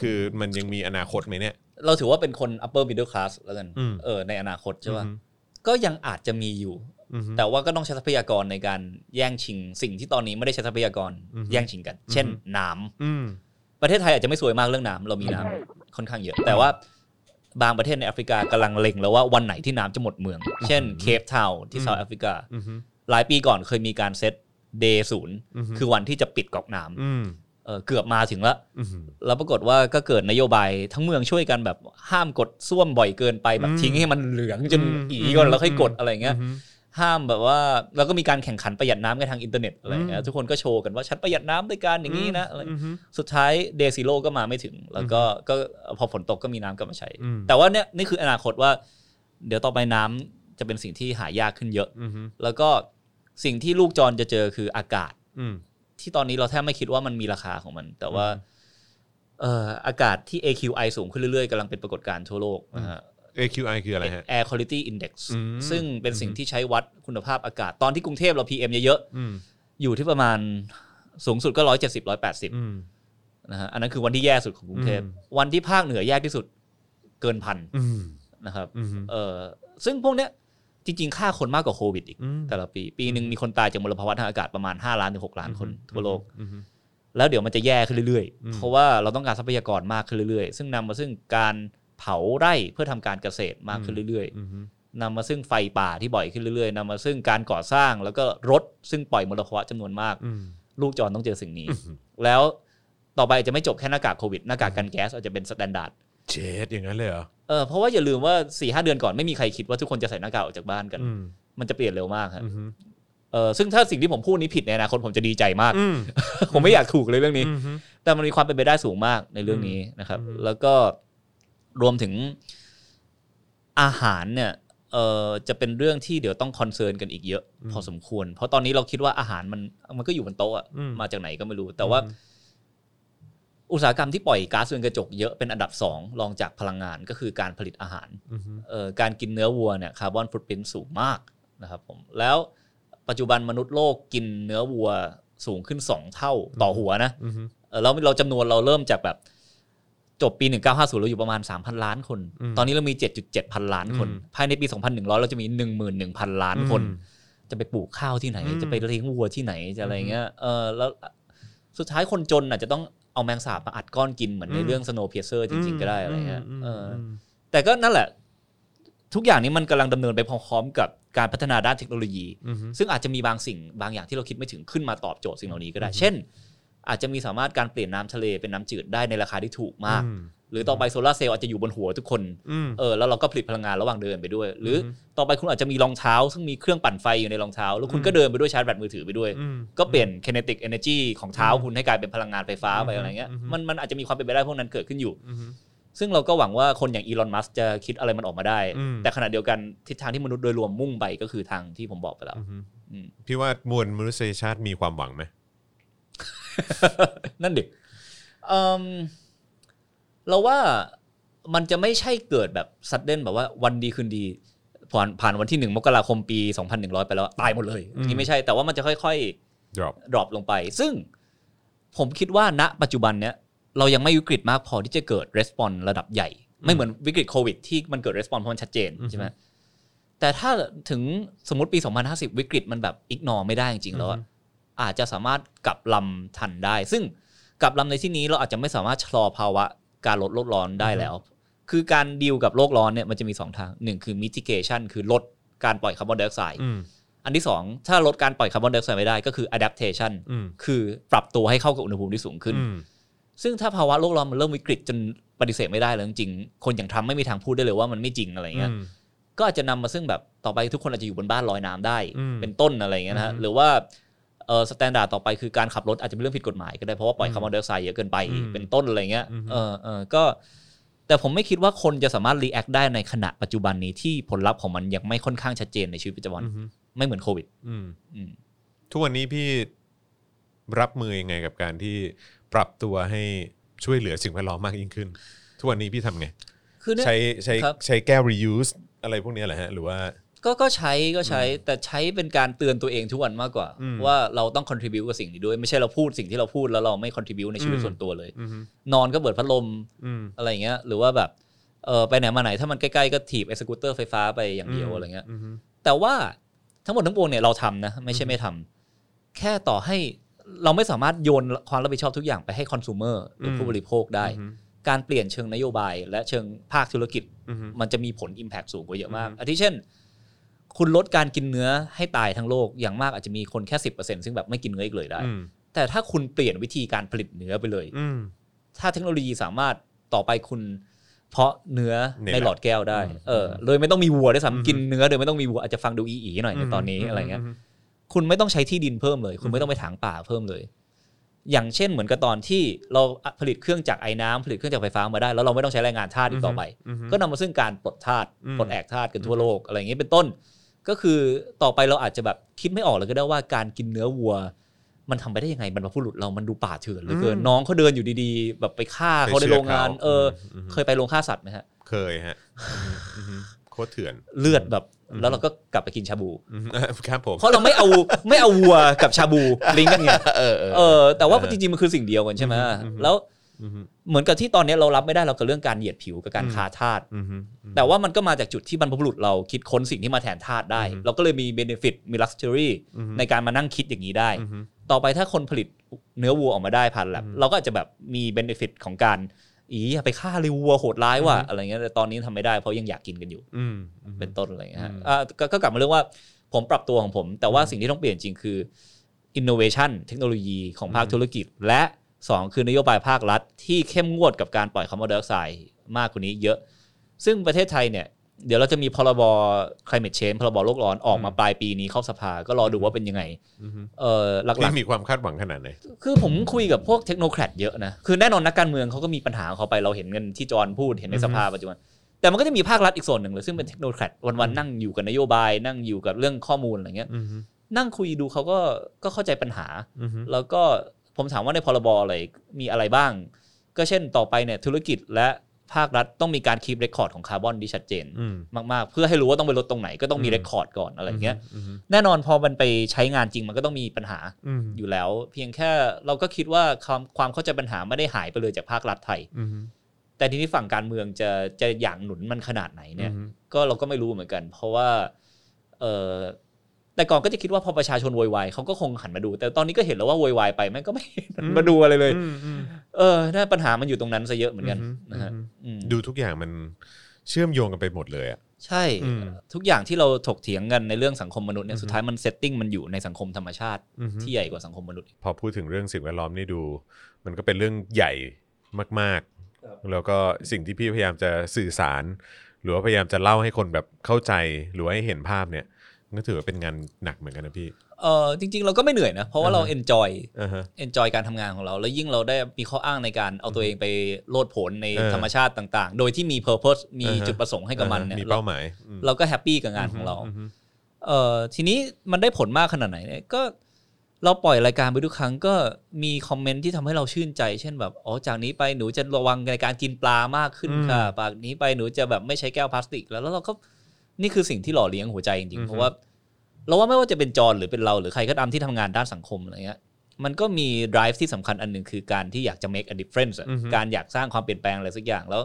[SPEAKER 2] คือมันยังมีอนาคตไหมเนี่ย
[SPEAKER 3] เราถือว่าเป็นคน upper middle class แล้วกัน
[SPEAKER 2] อืม
[SPEAKER 3] เออในอนาคตใช่ป่ะก็ยังอาจจะมีอยู่
[SPEAKER 2] อือฮึ
[SPEAKER 3] แต่ว่าก็ต้องใช้ทรัพยากรในการแย่งชิง สิ่งที่ตอนนี้ไม่ได้ใช้ทรัพยากร
[SPEAKER 2] อือฮึ
[SPEAKER 3] แย่งชิงกัน เช่นน้ำ
[SPEAKER 2] อืม
[SPEAKER 3] ประเทศไทยอาจจะไม่สวยมากเรื่องน้ำเรามีน้ำค่อนข้างเยอะ แต่ว่าบางประเทศในแอฟริกากำลังเล็งแล้วว่าวันไหนที่น้ำจะหมดเมือง เช่นเคปทาวน์ที่เซาท์แอฟริกา
[SPEAKER 2] อืม
[SPEAKER 3] หลายปีก่อนเคยมีการเซตเดย์ศูนย์
[SPEAKER 2] อืม
[SPEAKER 3] คือวันที่จะปิดกอกน้
[SPEAKER 2] อืม
[SPEAKER 3] ำเอ่อเกือบมาถึงแล้ว
[SPEAKER 2] อืม
[SPEAKER 3] แล้วปรากฏว่าก็เกิดนโยบายทั้งเมืองช่วยกันแบบห้ามกดส้วมบ่อยเกินไปแบบ
[SPEAKER 2] อืม
[SPEAKER 3] ทิ้งให้มันเหลืองจน
[SPEAKER 2] อืม
[SPEAKER 3] อีก่อนแล้วค่อยกด
[SPEAKER 2] ม
[SPEAKER 3] อะไรเงี้ย
[SPEAKER 2] อืม
[SPEAKER 3] ห้ามแบบว่าแล้วก็มีการแข่งขันประหยัดน้ำกันทางอินเทอร์เน็ตอะไรเงี้ยทุกคนก็โชว์กันว่าฉันประหยัดน้ำด้วยการอย่างนี้นะอะไร
[SPEAKER 2] อืม
[SPEAKER 3] สุดท้ายเดซิโลก็มาไม่ถึง แล้วก็ก็พอฝนตกก็มีน้ำกลับมาใช้
[SPEAKER 2] อืม
[SPEAKER 3] แต่ว่าเนี่ยนี่คืออนาคตว่า เดี๋ยวต่อไปน้ำจะเป็นสิ่งที่หายากขึ้นเยอะ
[SPEAKER 2] อืม
[SPEAKER 3] แล้วก็สิ่งที่ลูกจรจะเจอคืออากาศ
[SPEAKER 2] อืม
[SPEAKER 3] ที่ตอนนี้เราแทบไม่คิดว่ามันมีราคาของมัน แต่ว่าเอ่ออากาศที่ AQI สูงขึ้นเรื่อยๆกำลังเป็นปรากฏการณ์ทั่วโลกนะฮะ
[SPEAKER 2] AQI คืออะไรฮะ
[SPEAKER 3] Air Quality Index
[SPEAKER 2] อืม
[SPEAKER 3] ซึ่งเป็นสิ่งที่ใช้วัดคุณภาพอากาศตอนที่กรุงเทพเรา PM เยอะ
[SPEAKER 2] อืม
[SPEAKER 3] ๆ อยู่ที่ประมาณสูงสุดก็ร้อยเจ็ดสิบร้อยแปดสิบ
[SPEAKER 2] อืม
[SPEAKER 3] นะฮะอันนั้นคือวันที่แย่สุดของกรุงเทพ
[SPEAKER 2] อืม
[SPEAKER 3] วันที่ภาคเหนือแย่ที่สุดเกินพัน
[SPEAKER 2] อืม
[SPEAKER 3] นะครับ
[SPEAKER 2] อืม
[SPEAKER 3] เออซึ่งพวกเนี้ยจริง ๆ ค่าคนมากกว่าโควิดอีก
[SPEAKER 2] อืม
[SPEAKER 3] แต่ละปี ปีหนึ่งมีคนตายจากมลภาวะทางอากาศประมาณ 5 ล้านถึง6ล้านคนทั่วโลก
[SPEAKER 2] อืม
[SPEAKER 3] แล้วเดี๋ยวมันจะแย่ขึ้นเรื่อย
[SPEAKER 2] อืม
[SPEAKER 3] ๆ เพราะว่าเราต้องการทรัพยากรมากขึ้นเรื่อยๆ ซึ่งนำมาซึ่งการเผาไร่เพื่อทำการเกษตรมากขึ้นเรื่อย
[SPEAKER 2] อืม
[SPEAKER 3] ๆนำมาซึ่งไฟป่าที่บ่อยขึ้นเรื่อยๆนำมาซึ่งการก่อสร้างแล้วก็รถซึ่งปล่อยมลภาวะจำนวนมาก
[SPEAKER 2] อืม
[SPEAKER 3] ลูกจรต้องเจอสิ่งนี้
[SPEAKER 2] อืม
[SPEAKER 3] แล้วต่อไปอาจจะไม่จบแค่หน้ากากโควิดหน้ากากกันแก๊สอาจจะเป็นสแตนดาร์ด
[SPEAKER 2] เจ็ดอย่างนั้นเลยเหรอ
[SPEAKER 3] เออเพราะว่าอย่าลืมว่า4ีหเดือนก่อนไม่มีใครคิดว่าทุกคนจะใส่หน้ากากออกจากบ้านกัน
[SPEAKER 2] อืม
[SPEAKER 3] มันจะเปลี่ยนเร็วมากฮะ
[SPEAKER 2] อืม
[SPEAKER 3] เออซึ่งถ้าสิ่งที่ผมพูดนี้ผิดในอนาคตผมจะดีใจมาก
[SPEAKER 2] อืม
[SPEAKER 3] ผมไม่อยากถูกเลยเรื่องนี้
[SPEAKER 2] อือฮึ
[SPEAKER 3] แต่มันมีความเป็นไปได้สูงมากในเรื่องนี้นะครับ
[SPEAKER 2] อืม
[SPEAKER 3] แล้วก็รวมถึงอาหารเนี่ยเออจะเป็นเรื่องที่เดี๋ยวต้องคอนเซิร์นกันอีกเยอะพอสมควร เพราะตอนนี้เราคิดว่าอาหารมันมันก็อยู่บนโต๊ะอะ
[SPEAKER 2] อืม
[SPEAKER 3] มาจากไหนก็ไม่รู้ แต่ว่า อุตสาหกรรมที่ปล่อยก๊าซเรือนกระจกเยอะเป็นอันดับสองรองจากพลังงานก็คือการผลิตอาหาร
[SPEAKER 2] อืม
[SPEAKER 3] เอ่อการกินเนื้อวัวเนี่ยคาร์บอนฟุตปรินสูงมากนะครับผมแล้วปัจจุบันมนุษย์โลกกินเนื้อวัวสูงขึ้น 2 เท่าต่อหัวนะ
[SPEAKER 2] อืม
[SPEAKER 3] เออแล้วเราจำนวนเราเริ่มจากแบบจบปี 1950 เราอยู่ประมาณ 3,000 ล้านคน
[SPEAKER 2] อืม
[SPEAKER 3] ตอนนี้เรามี 7.7 พันล้านคน
[SPEAKER 2] อืม
[SPEAKER 3] ภายในปี 2100 เราจะมี 11,000 ล้านคน
[SPEAKER 2] อืม
[SPEAKER 3] จะไปปลูกข้าวที่ไหน
[SPEAKER 2] อืม
[SPEAKER 3] จะไปเลี้ยงวัวที่ไหนจะอะไรเงี้ยเออแล้วสุดท้ายคนจนอาจจะต้องเอาแมงสาบมาอัดก้อนกินเหมือนในเรื่อง Snowpiercer จริง ๆก็ได้อะไรเงี้ย
[SPEAKER 2] ม
[SPEAKER 3] เอออ
[SPEAKER 2] ม
[SPEAKER 3] แต่ก็นั่นแหละ ทุกอย่างนี้มันกำลังดำเนินไปพร้อมๆกับการพัฒนาด้านเทคโนโลยี
[SPEAKER 2] อืม
[SPEAKER 3] ซึ่งอาจจะมีบางสิ่งบางอย่างที่เราคิดไม่ถึงขึ้นมาตอบโจทย์สิ่งเหล่านี้ก็ได้ เช่น อาจจะมีสามารถการเปลี่ยนน้ำทะเลเป็นน้ำจืดได้ในราคาที่ถูกมาก
[SPEAKER 2] อืม
[SPEAKER 3] หรือต่อไปโซลาร์เซลล์อาจจะอยู่บนหัวทุกคน
[SPEAKER 2] อืม
[SPEAKER 3] เออแล้วเราก็ผลิตพลังงานระหว่างเดินไปด้วย หรืออ
[SPEAKER 2] ม
[SPEAKER 3] ต่อไปคุณอาจจะมีรองเท้า ซึ่งมีเครื่องปั่นไฟอยู่ในรองเท้า แล้วคุณก็เดินไปด้วยชาร์จแบตมือถือไปด้วย
[SPEAKER 2] อืม
[SPEAKER 3] ก็เปลี่ยน kinetic energy ของเท้าคุณให้กลายเป็นพลังงานไฟฟ้าไปอะไรเงี้ย
[SPEAKER 2] อืม
[SPEAKER 3] มันมันอาจจะมีความเป็นไปได้พวกนั้นเกิดขึ้นอยู่
[SPEAKER 2] อืม
[SPEAKER 3] ซึ่งเราก็หวังว่าคนอย่างอีลอนมัสจะคิดอะไรมันออกมาได้
[SPEAKER 2] อืม
[SPEAKER 3] แต่ขณะเดียวกันทิศทางที่มนุษย์โดยรวมมุ่งไปก็คือทางที่ผมบอกไปแล้ว
[SPEAKER 2] อืม
[SPEAKER 3] อืม
[SPEAKER 2] พี่ว่ามวลมนุษยชาติมีความหวังไหม
[SPEAKER 3] นั่นดิเอิ่มเราว่ามันจะไม่ใช่เกิดแบบซัดเด่นแบบว่าวันดีคืนดีผ่านผ่านวันที่หนึ่งมกราคมปี 2100 ไปแล้วตายหมดเลย
[SPEAKER 2] อืม
[SPEAKER 3] นี่ไม่ใช่แต่ว่ามันจะค่อย ๆ
[SPEAKER 2] drop
[SPEAKER 3] ดรอปลงไป ซึ่งผมคิดว่าณปัจจุบันเนี้ยเรายังไม่วิกฤตมากพอที่จะเกิดรีสปอน s e ระดับใหญ่ ไม่เหมือนวิกฤตโควิดที่มันเกิดรีสปอน s e เพราะมันชัดเจนใช่ไหมแต่ถ้าถึงสมมติปี 2050 วิกฤตมันแบบอิกนอไม่ได้จริงๆแล้วอะอาจจะสามารถกลับลำทันได้ ซึ่งกลับลำในที่นี้เราอาจจะไม่สามารถชะลอภาวะการลดโลกร้อนได้แล้ว คือการดีลกับโลกร้อนเนี่ยมันจะมีสองทางหนึ่งคือ mitigation คือลดการปล่อยคาร์บอนไดออกไซด์
[SPEAKER 2] อืม
[SPEAKER 3] อันที่สองถ้าลดการปล่อยคาร์บอนไดออกไซด์ไม่ได้ก็คือ adaptation
[SPEAKER 2] อืม
[SPEAKER 3] คือปรับตัวให้เข้ากับอุณหภูมิที่สูงขึ้น
[SPEAKER 2] อืม
[SPEAKER 3] ซึ่งถ้าภาวะโลกร้อนมันเริ่มวิกฤตจนปฏิเสธไม่ได้แล้วจริงๆ คนอย่างทรัมป์ไม่มีทางพูดได้เลยว่ามันไม่จริงอะไรเงี้ย ก็อาจจะนำมาซึ่งแบบต่อไปทุกคนอาจจะอยู่บนบ้านลอยน้ำได้
[SPEAKER 2] อืม
[SPEAKER 3] เป็นต้นอะไรเงี้ยนะฮะ
[SPEAKER 2] อืม
[SPEAKER 3] หรือว่าเออสแตนดาร์ดต่อไปคือการขับรถอาจจะเป็นเรื่องผิดกฎหมายก็ได้เพราะว่าปล่อยคาร์บอนไดออกไซด์เยอะเกินไป
[SPEAKER 2] อืม
[SPEAKER 3] เป็นต้นอะไรเงี้ย
[SPEAKER 2] อืม
[SPEAKER 3] เออเออก็ แต่ผมไม่คิดว่าคนจะสามารถรีแอคได้ในขณะปัจจุบันนี้ที่ผลลัพธ์ของมันยังไม่ค่อนข้างชัดเจนในชีวิตประจำวัน
[SPEAKER 2] อืม
[SPEAKER 3] ไม่เหมือนโควิด
[SPEAKER 2] อืม
[SPEAKER 3] อืม
[SPEAKER 2] ทุกวันนี้พี่รับมือยังไงกับการที่ปรับตัวให้ช่วยเหลือสิ่งแวดล้อมมากยิ่งขึ้น ทุกวันนี้พี่ทำไง
[SPEAKER 3] คือเนี่ย
[SPEAKER 2] ใช้ใช้
[SPEAKER 3] ครับ
[SPEAKER 2] ใช้แก้ว reuse อะไรพวกเนี้ยเหรอฮะ หรือว่า
[SPEAKER 3] ก็ก็ใช้ก็ใช้แต่ใช้เป็นการเตือนตัวเองทุกวันมากกว่า
[SPEAKER 2] อืม
[SPEAKER 3] ว่าเราต้อง contribu กับสิ่งนี้ด้วย ไม่ใช่เราพูดสิ่งที่เราพูดแล้วเราไม่ contribu ในชีวิต
[SPEAKER 2] อืม
[SPEAKER 3] ส่วนตัวเลย
[SPEAKER 2] อืม
[SPEAKER 3] นอนก็เปิดพัดลม
[SPEAKER 2] อืม
[SPEAKER 3] อะไรอย่างเงี้ยหรือว่าแบบเออไปไหนมาไหนถ้ามันใกล้ๆก็ถีบไอ้สกูตเตอร์ไฟฟ้าไปอย่างเดียวอะไรเงี้ยแต่ว่าทั้งหมดทั้งปวงเนี่ยเราทำนะ ไม่ใช่ไม่ทำแค่ต่อให้เราไม่สามารถโยนความรับผิดชอบทุกอย่างไปให้คอน sumer หรืออ
[SPEAKER 2] ม
[SPEAKER 3] ผู้บริโภคได้ การเปลี่ยนเชิงนโยบาย และเชิงภาคธุรกิจ
[SPEAKER 2] อืม
[SPEAKER 3] มันจะมีผล Impact สูงกว่าเยอะมาก
[SPEAKER 2] อือฮึ
[SPEAKER 3] อาทิเช่น คุณลดการกินเนื้อให้ตายทั้งโลก อย่างมากอาจจะมีคนแค่สิซึ่งแบบไม่กินเนื้ออีกเลยได้
[SPEAKER 2] อืม
[SPEAKER 3] แต่ถ้าคุณเปลี่ยนวิธีการผลิตเนื้อไปเลย
[SPEAKER 2] อืม
[SPEAKER 3] ถ้าเทคโนโลยีสามารถต่อไปคุณ เพาะเนื้อ
[SPEAKER 2] เนี่ย
[SPEAKER 3] ในหลอดแก้วได้
[SPEAKER 2] อืม
[SPEAKER 3] เออโดยไม่ต้องมีวัวด้วย
[SPEAKER 2] อืม
[SPEAKER 3] ซ้ำกินเนื้อโดยไม่ต้องมีวัวอาจจะฟังดูอีอีหน่อยในตอนนี้อะไรเงี้ย คุณไม่ต้องใช้ที่ดินเพิ่มเลย คุณไม่ต้องไปถางป่าเพิ่มเลย อย่างเช่นเหมือนกับตอนที่เราผลิตเครื่องจักรไอ้น้ำผลิตเครื่องจักรไฟฟ้ามาได้ แล้วเราไม่ต้องใช้แรงงานทาสอีกต่อไป
[SPEAKER 2] อืม
[SPEAKER 3] ก็นำมาซึ่งการปลดทาส
[SPEAKER 2] อืม
[SPEAKER 3] ปลดแอกทาสกันทั่วโลกอะไรอย่างนี้เป็นต้น ก็คือต่อไปเราอาจจะแบบคิดไม่ออกเลยก็ได้ว่าการกินเนื้อวัว มันทำไปได้ยังไงบรรพบุรุษเรามันดูป่าเถื่อนเหลือเกินน้องเขาเดินอยู่ดีๆ แบบไปฆ่าเขาในโรงงาน เออ
[SPEAKER 2] มม
[SPEAKER 3] เคยไปโรงฆ่าสัตว์ไหมฮะ
[SPEAKER 2] เคยฮะอืมอืมโคตรเถื่อน
[SPEAKER 3] เลือดแบบ แล้วเราก็กลับไปกินชาบู
[SPEAKER 2] อืม ครับผม
[SPEAKER 3] เพราะเราไม่เอา ไม่เอาวัวกับชาบูลิงก์กันไง
[SPEAKER 4] เออเออ
[SPEAKER 3] เออแต่ว่าจริงๆมันคือสิ่งเดียวกันใช่ไหม
[SPEAKER 2] อืม
[SPEAKER 3] แล้ว
[SPEAKER 2] อืม
[SPEAKER 3] เหมือนกับที่ตอนนี้เรารับไม่ได้เรากับเรื่องการเหยียดผิวกับการคาทาส
[SPEAKER 2] อืม
[SPEAKER 3] แต่ว่ามันก็มาจากจุดที่บรรพบุรุษเราคิดค้นสิ่งที่มาแทนธาตุได้
[SPEAKER 2] อือฮึ
[SPEAKER 3] เราก็เลยมีเบนฟิตมีลักชัวรี่
[SPEAKER 2] อือฮึ
[SPEAKER 3] ในการมานั่งคิดอย่างนี้ได้
[SPEAKER 2] อืม
[SPEAKER 3] ต่อไปถ้าคนผลิตเนื้อวัวออกมาได้ผ่านแลบ
[SPEAKER 2] อือฮึ
[SPEAKER 3] เราก็อาจจะแบบมีเบนฟิตของการ อีอย่าไปฆ่าเลยวัวโหดร้ายว่ะ
[SPEAKER 2] อือฮึ
[SPEAKER 3] อะไรเงี้ยแต่ตอนนี้ทำไม่ได้เพราะยังอยากกินกันอยู่
[SPEAKER 2] อืมอืม
[SPEAKER 3] เป็นต้นอะไรเงี้ยฮะ
[SPEAKER 2] อืม
[SPEAKER 3] อ่ะก็ก็กลับมาเรื่องว่าผมปรับตัวของผม แต่ว่าสิ่งที่ต้องเปลี่ยนจริงคืออินโนเวชันเทคโนโลยีของภาคธุรกิจ และสองคือนโยบายภาครัฐ ที่เข้มงวดกับการปล่อยคาร์บอนไดออกไซด์มากกว่านี้เยอะ ซึ่งประเทศไทยเนี่ย เดี๋ยวเราจะมีพรบ climate change พรบโลกร้อนออกมาปลายปีนี้เข้าสภาก็รอดูว่าเป็นยังไง
[SPEAKER 2] อืม
[SPEAKER 3] เออหลั
[SPEAKER 2] นี่
[SPEAKER 3] ก
[SPEAKER 2] มีความคาดหวังขนาดไหน
[SPEAKER 3] ๆ คือผมคุยกับพวกเทคโนแครดเยอะนะ คือแน่นอนนักการเมืองเขาก็มีปัญหาของเขาไปเราเห็นกันที่จอห์นพูดเห็นใน
[SPEAKER 2] อือฮึ
[SPEAKER 3] สภาปัจจุบัน แต่มันก็จะมีภาครัฐอีกส่วนหนึ่งเลยซึ่งเป็นเทคโนแครดวันๆนั่งอยู่กับนโยบาย นั่งอยู่กับเรื่องข้อมูลอะไรเงี้ย
[SPEAKER 2] อืม
[SPEAKER 3] นั่งคุยดูเขาก็ก็เข้าใจปัญหา
[SPEAKER 2] อืม
[SPEAKER 3] แล้วก็ผมถามว่าในพรบอะไรมีอะไรบ้าง ก็เช่นต่อไปเนี่ยธุรกิจและภาครัฐต้องมีการคีบเรคคอร์ดของคาร์บอนที่ชัดเจน มากๆ เพื่อให้รู้ว่าต้องไปลดตรงไหนก็ต้องมี
[SPEAKER 2] อืม
[SPEAKER 3] เรคคอร์ดก่อนอะไรอย่างเงี้ย
[SPEAKER 2] ม
[SPEAKER 3] แน่นอนพอมันไปใช้งานจริงมันก็ต้องมีปัญหา
[SPEAKER 2] อืม
[SPEAKER 3] อยู่แล้ว เพียงแค่เราก็คิดว่าความความเข้าใจปัญหาไม่ได้หายไปเลยจากภาครัฐไทย
[SPEAKER 2] อืม
[SPEAKER 3] แต่ทีนี้ฝั่งการเมืองจะจะอย่างหนุนมันขนาดไหนเนี่ย
[SPEAKER 2] อืม
[SPEAKER 3] ก็เราก็ไม่รู้เหมือนกัน เพราะว่าเออแต่ก่อนก็จะคิดว่าพอประชาชนโวยวายเขาก็คงหันมาดู แต่ตอนนี้ก็เห็นแล้วว่าโวยวายไปแม่งก็ไม่
[SPEAKER 2] อืม
[SPEAKER 3] มาดูอะไรเลย
[SPEAKER 2] อืมอืม
[SPEAKER 3] เออน่าปัญหามันอยู่ตรงนั้นซะเยอะเหมือนกัน
[SPEAKER 2] อืม
[SPEAKER 3] นะฮะ
[SPEAKER 2] อืม
[SPEAKER 3] อืม
[SPEAKER 2] ดูทุกอย่างมันเชื่อมโยงกันไปหมดเลยอ่ะ
[SPEAKER 3] ใช่
[SPEAKER 2] อืม
[SPEAKER 3] ทุกอย่างที่เราถกเถียงกันในเรื่องสังคมมนุษย์เนี่
[SPEAKER 2] อือ
[SPEAKER 3] ย
[SPEAKER 2] ฮึ
[SPEAKER 3] สุดท้ายมันเซตติ้งมันอยู่ในสังคมธรรมชาติ
[SPEAKER 2] อือฮึ
[SPEAKER 3] ที่ใหญ่กว่าสังคมมนุษย์
[SPEAKER 2] พอพูดถึงเรื่องสิ่งแวดล้อมนี่ดู มันก็เป็นเรื่องใหญ่มาก
[SPEAKER 3] ครับ
[SPEAKER 2] ๆ แล้วก็สิ่งที่พี่พยายามจะสื่อสาร หรือว่าพยายามจะเล่าให้คนแบบเข้าใจหรือว่าให้เห็นภาพเนี่ยมันก็ถือว่าเป็นงานหนักเหมือนกันนะพี่
[SPEAKER 3] เออจริง ๆ เราก็ไม่เหนื่อยนะ เพราะว่าเรา
[SPEAKER 2] อือฮึ
[SPEAKER 3] เอนจอย
[SPEAKER 2] อ่าฮะ
[SPEAKER 3] เอนจอยการทำงานของเรา แล้วยิ่งเราได้มีข้ออ้างในการเอาตัวเองไปโลดโผนใน
[SPEAKER 2] เออ
[SPEAKER 3] ธรรมชาติต่าง ๆ โดยที่มีเพอร์เพสมี
[SPEAKER 2] อ่าฮะ
[SPEAKER 3] จุดประสงค์ให้กับมันเนี่ย
[SPEAKER 2] มี
[SPEAKER 3] เรา
[SPEAKER 2] เป้าหมายอืม
[SPEAKER 3] เราก็แฮปปี้กับงานของเรา
[SPEAKER 2] ฮึ
[SPEAKER 3] เออทีนี้มันได้ผลมากขนาดไหนเนี่ยก็เราปล่อยรายการไปทุกครั้งก็มีคอมเมนต์ที่ทำให้เราชื่นใจ เช่นแบบอ๋อจากนี้ไปหนูจะระวังในการกินปลามากขึ้นค่ะปากนี้ไปหนูจะแบบไม่ใช้แก้วพลาสติก แล้วแล้วเราก็ นี่คือสิ่งที่หล่อเลี้ยงหัวใจจริงๆ เพราะว่าเราว่าไม่ว่าจะเป็นจอห์นหรือเป็นเราหรือใครก็ตามที่ทำงานด้านสังคมอะไรเงี้ยมันก็มี drive ที่สำคัญอันหนึ่งคือการที่อยากจะ make a difference อะการอยากสร้างความเปลี่ยนแปลงอะไรสักอย่างแล้ว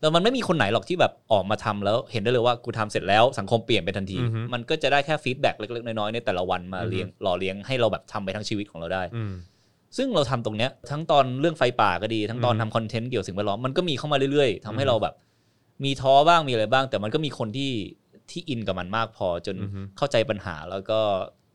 [SPEAKER 3] แต่มันไม่มีคนไหนหรอกที่แบบออกมาทำแล้ว เห็นได้เลยว่ากูทำเสร็จแล้วสังคมเปลี่ยนไปทันที มันก็จะได้แค่ feedback เล็กๆ น้อยๆในแต่ละวันมาเลี้ยงหล่อเลี้ยงให้เราแบบทำไปทั้งชีวิตของเราได้
[SPEAKER 2] อืม
[SPEAKER 3] ซึ่งเราทำตรงเนี้ยทั้งตอนเรื่องไฟป่าก็ดี ทั้งตอน
[SPEAKER 2] อืม
[SPEAKER 3] ทำคอนเทนต์เกี่ยวกับสิ่งแวดล้อมมันก็มีเข้ามาเรื่อยๆทำให้เราแบบ มีท้อบ้างมีอะไรบ้าง แต่มันก็มีคนที่ที่อินกับมันมากพอจนเข้าใจปัญหาแล้วก็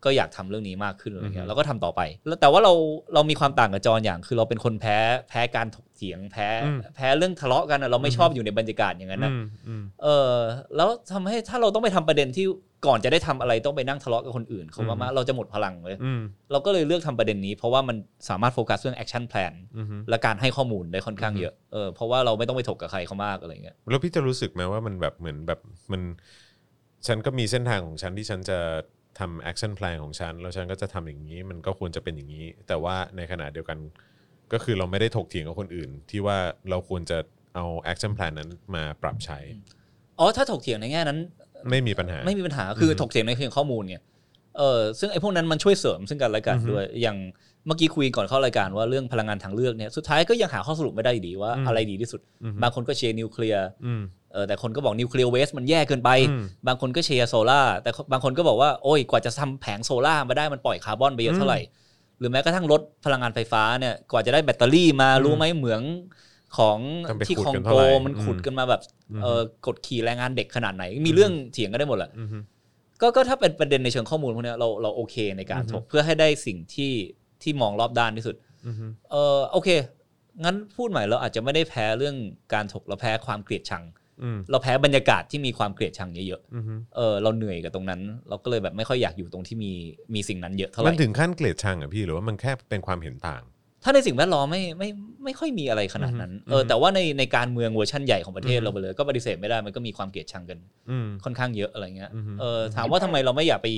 [SPEAKER 3] ก็อยากทำเรื่องนี้มากขึ้นอะไรเงี้ยเราก็ทำต่อไป แล้วแต่ว่าเราเรามีความต่างกับจอนอย่าง คือเราเป็นคนแพ้แพ้การถกเถียงแพ้แพ้เรื่องทะเลาะกันอะเราไม่ชอบอยู่ในบรรยากาศอย่างนั้นนะ
[SPEAKER 2] อืมอืม
[SPEAKER 3] เออแล้วทำให้ถ้าเราต้องไปทำประเด็นที่ก่อนจะได้ทำอะไรต้องไปนั่งทะเลาะกับคนอื่นเขา
[SPEAKER 2] อืม
[SPEAKER 3] ว่ามากเราจะหมดพลังเลย
[SPEAKER 2] อืม
[SPEAKER 3] เราก็เลยเลือกทำประเด็นนี้ เพราะว่ามันสามารถโฟกัสเรื่องแอคชั่นแพลน
[SPEAKER 2] อืม
[SPEAKER 3] และการให้ข้อมูลได้ค่อนข้างเยอะเออเพราะว่าเราไม่ต้องไปถกกับใครเขามากอะไรเงี้ย
[SPEAKER 2] แล้วพี่จะรู้สึกไหมว่ามันแบบเหมือนแบบมันฉันก็มีเส้นทางของฉันที่ฉันจะทำแอคชั่นแพลนของฉัน แล้วฉันก็จะทำอย่างนี้ มันก็ควรจะเป็นอย่างนี้ แต่ว่าในขณะเดียวกันก็คือเราไม่ได้ถกเถียงกับคนอื่น ที่ว่าเราควรจะเอาแอคชั่นแพลนนั้นมาปรับใช้
[SPEAKER 3] อ๋อถ้าถกเถียงในแง่นั้น
[SPEAKER 2] ไม่มีปัญหา
[SPEAKER 3] ไม่มีปัญหาคือถกเถียงในเพียงข้อมูลไงเออซึ่งไอ้พวกนั้นมันช่วยเสริมซึ่งกันและกันด้วยอย่างเมื่อกี้คุยก่อนเข้ารายการว่าเรื่องพลังงานทางเลือกเนี่ยสุดท้ายก็ยังหาข้อสรุปไม่ได้อยู่ดีว่า
[SPEAKER 2] อืม
[SPEAKER 3] อะไรดีที่สุด
[SPEAKER 2] อืม
[SPEAKER 3] บางคนก็เชียร์นิวเคลียร์
[SPEAKER 2] อืม
[SPEAKER 3] เออแต่คนก็บอกนิวเคลียร์เวสมันแย่เกินไป
[SPEAKER 2] อืม
[SPEAKER 3] บางคนก็เชียร์โซล่าร์แต่บางคนก็บอกว่าโอ้ยกว่าจะทำแผงโซล่าร์มาได้มันปล่อยคาร์บอนไปเยอะเท่าไหร่ หรือแม้กระทั่งรถพลังงานไฟฟ้าเนี่ยกว่าจะได้แบตเตอรี่มารู้ไหมเหมืองของ
[SPEAKER 2] ทำไป
[SPEAKER 3] ที่
[SPEAKER 2] ขุด
[SPEAKER 3] คอง
[SPEAKER 2] กัน
[SPEAKER 3] โก
[SPEAKER 2] เท่าไหร่
[SPEAKER 3] มัน
[SPEAKER 2] อืม
[SPEAKER 3] ขุดกันมาแบบเออกดขี่แรงงานเด็กขนาดไหน มีเรื่องเถียงกันได้หมดแหละ ก็ก็ถ้าเป็นประเด็นในเชิงข้อมูลพวกเนี้ยเราเราโอเคในการถกเพื่อให้ได้สิ่งที่ที่มองรอบด้านที่สุด
[SPEAKER 2] อืม
[SPEAKER 3] เออโอเค งั้นพูดใหม่เราอาจจะไม่ได้แพ้เรื่องการถกเราแพ้ความเกลียดชัง
[SPEAKER 2] อืม
[SPEAKER 3] เราแพ้บรรยากาศที่มีความเกลียดชังเยอะ
[SPEAKER 2] อืม
[SPEAKER 3] ๆเออเราเหนื่อยกับตรงนั้น เราก็เลยแบบไม่ค่อยอยากอยู่ตรงที่มีมีสิ่งนั้นเยอะเท่าไห
[SPEAKER 2] มั
[SPEAKER 3] ร่
[SPEAKER 2] นถึงขั้นเกลียดชังเหรอพี่หรือว่ามันแค่เป็นความเห็นต่าง
[SPEAKER 3] ถ้าในสิ่งแวดล้อมไม่ไม่ไม่ค่อยมีอะไรขนาดนั้น
[SPEAKER 2] อือฮึ
[SPEAKER 3] เออแต่ว่าในในการเมืองเวอร์ชั่นใหญ่ของประเทศ
[SPEAKER 2] อือฮึ
[SPEAKER 3] เราไปเลยก็ปฏิเสธไม่ได้มันก็มีความเกลียดชังกัน
[SPEAKER 2] อืม
[SPEAKER 3] ค่อนข้างเยอะอะไรเงี้ย
[SPEAKER 2] อือฮึ
[SPEAKER 3] เออถามว่าทำไมเราไม่อยากไป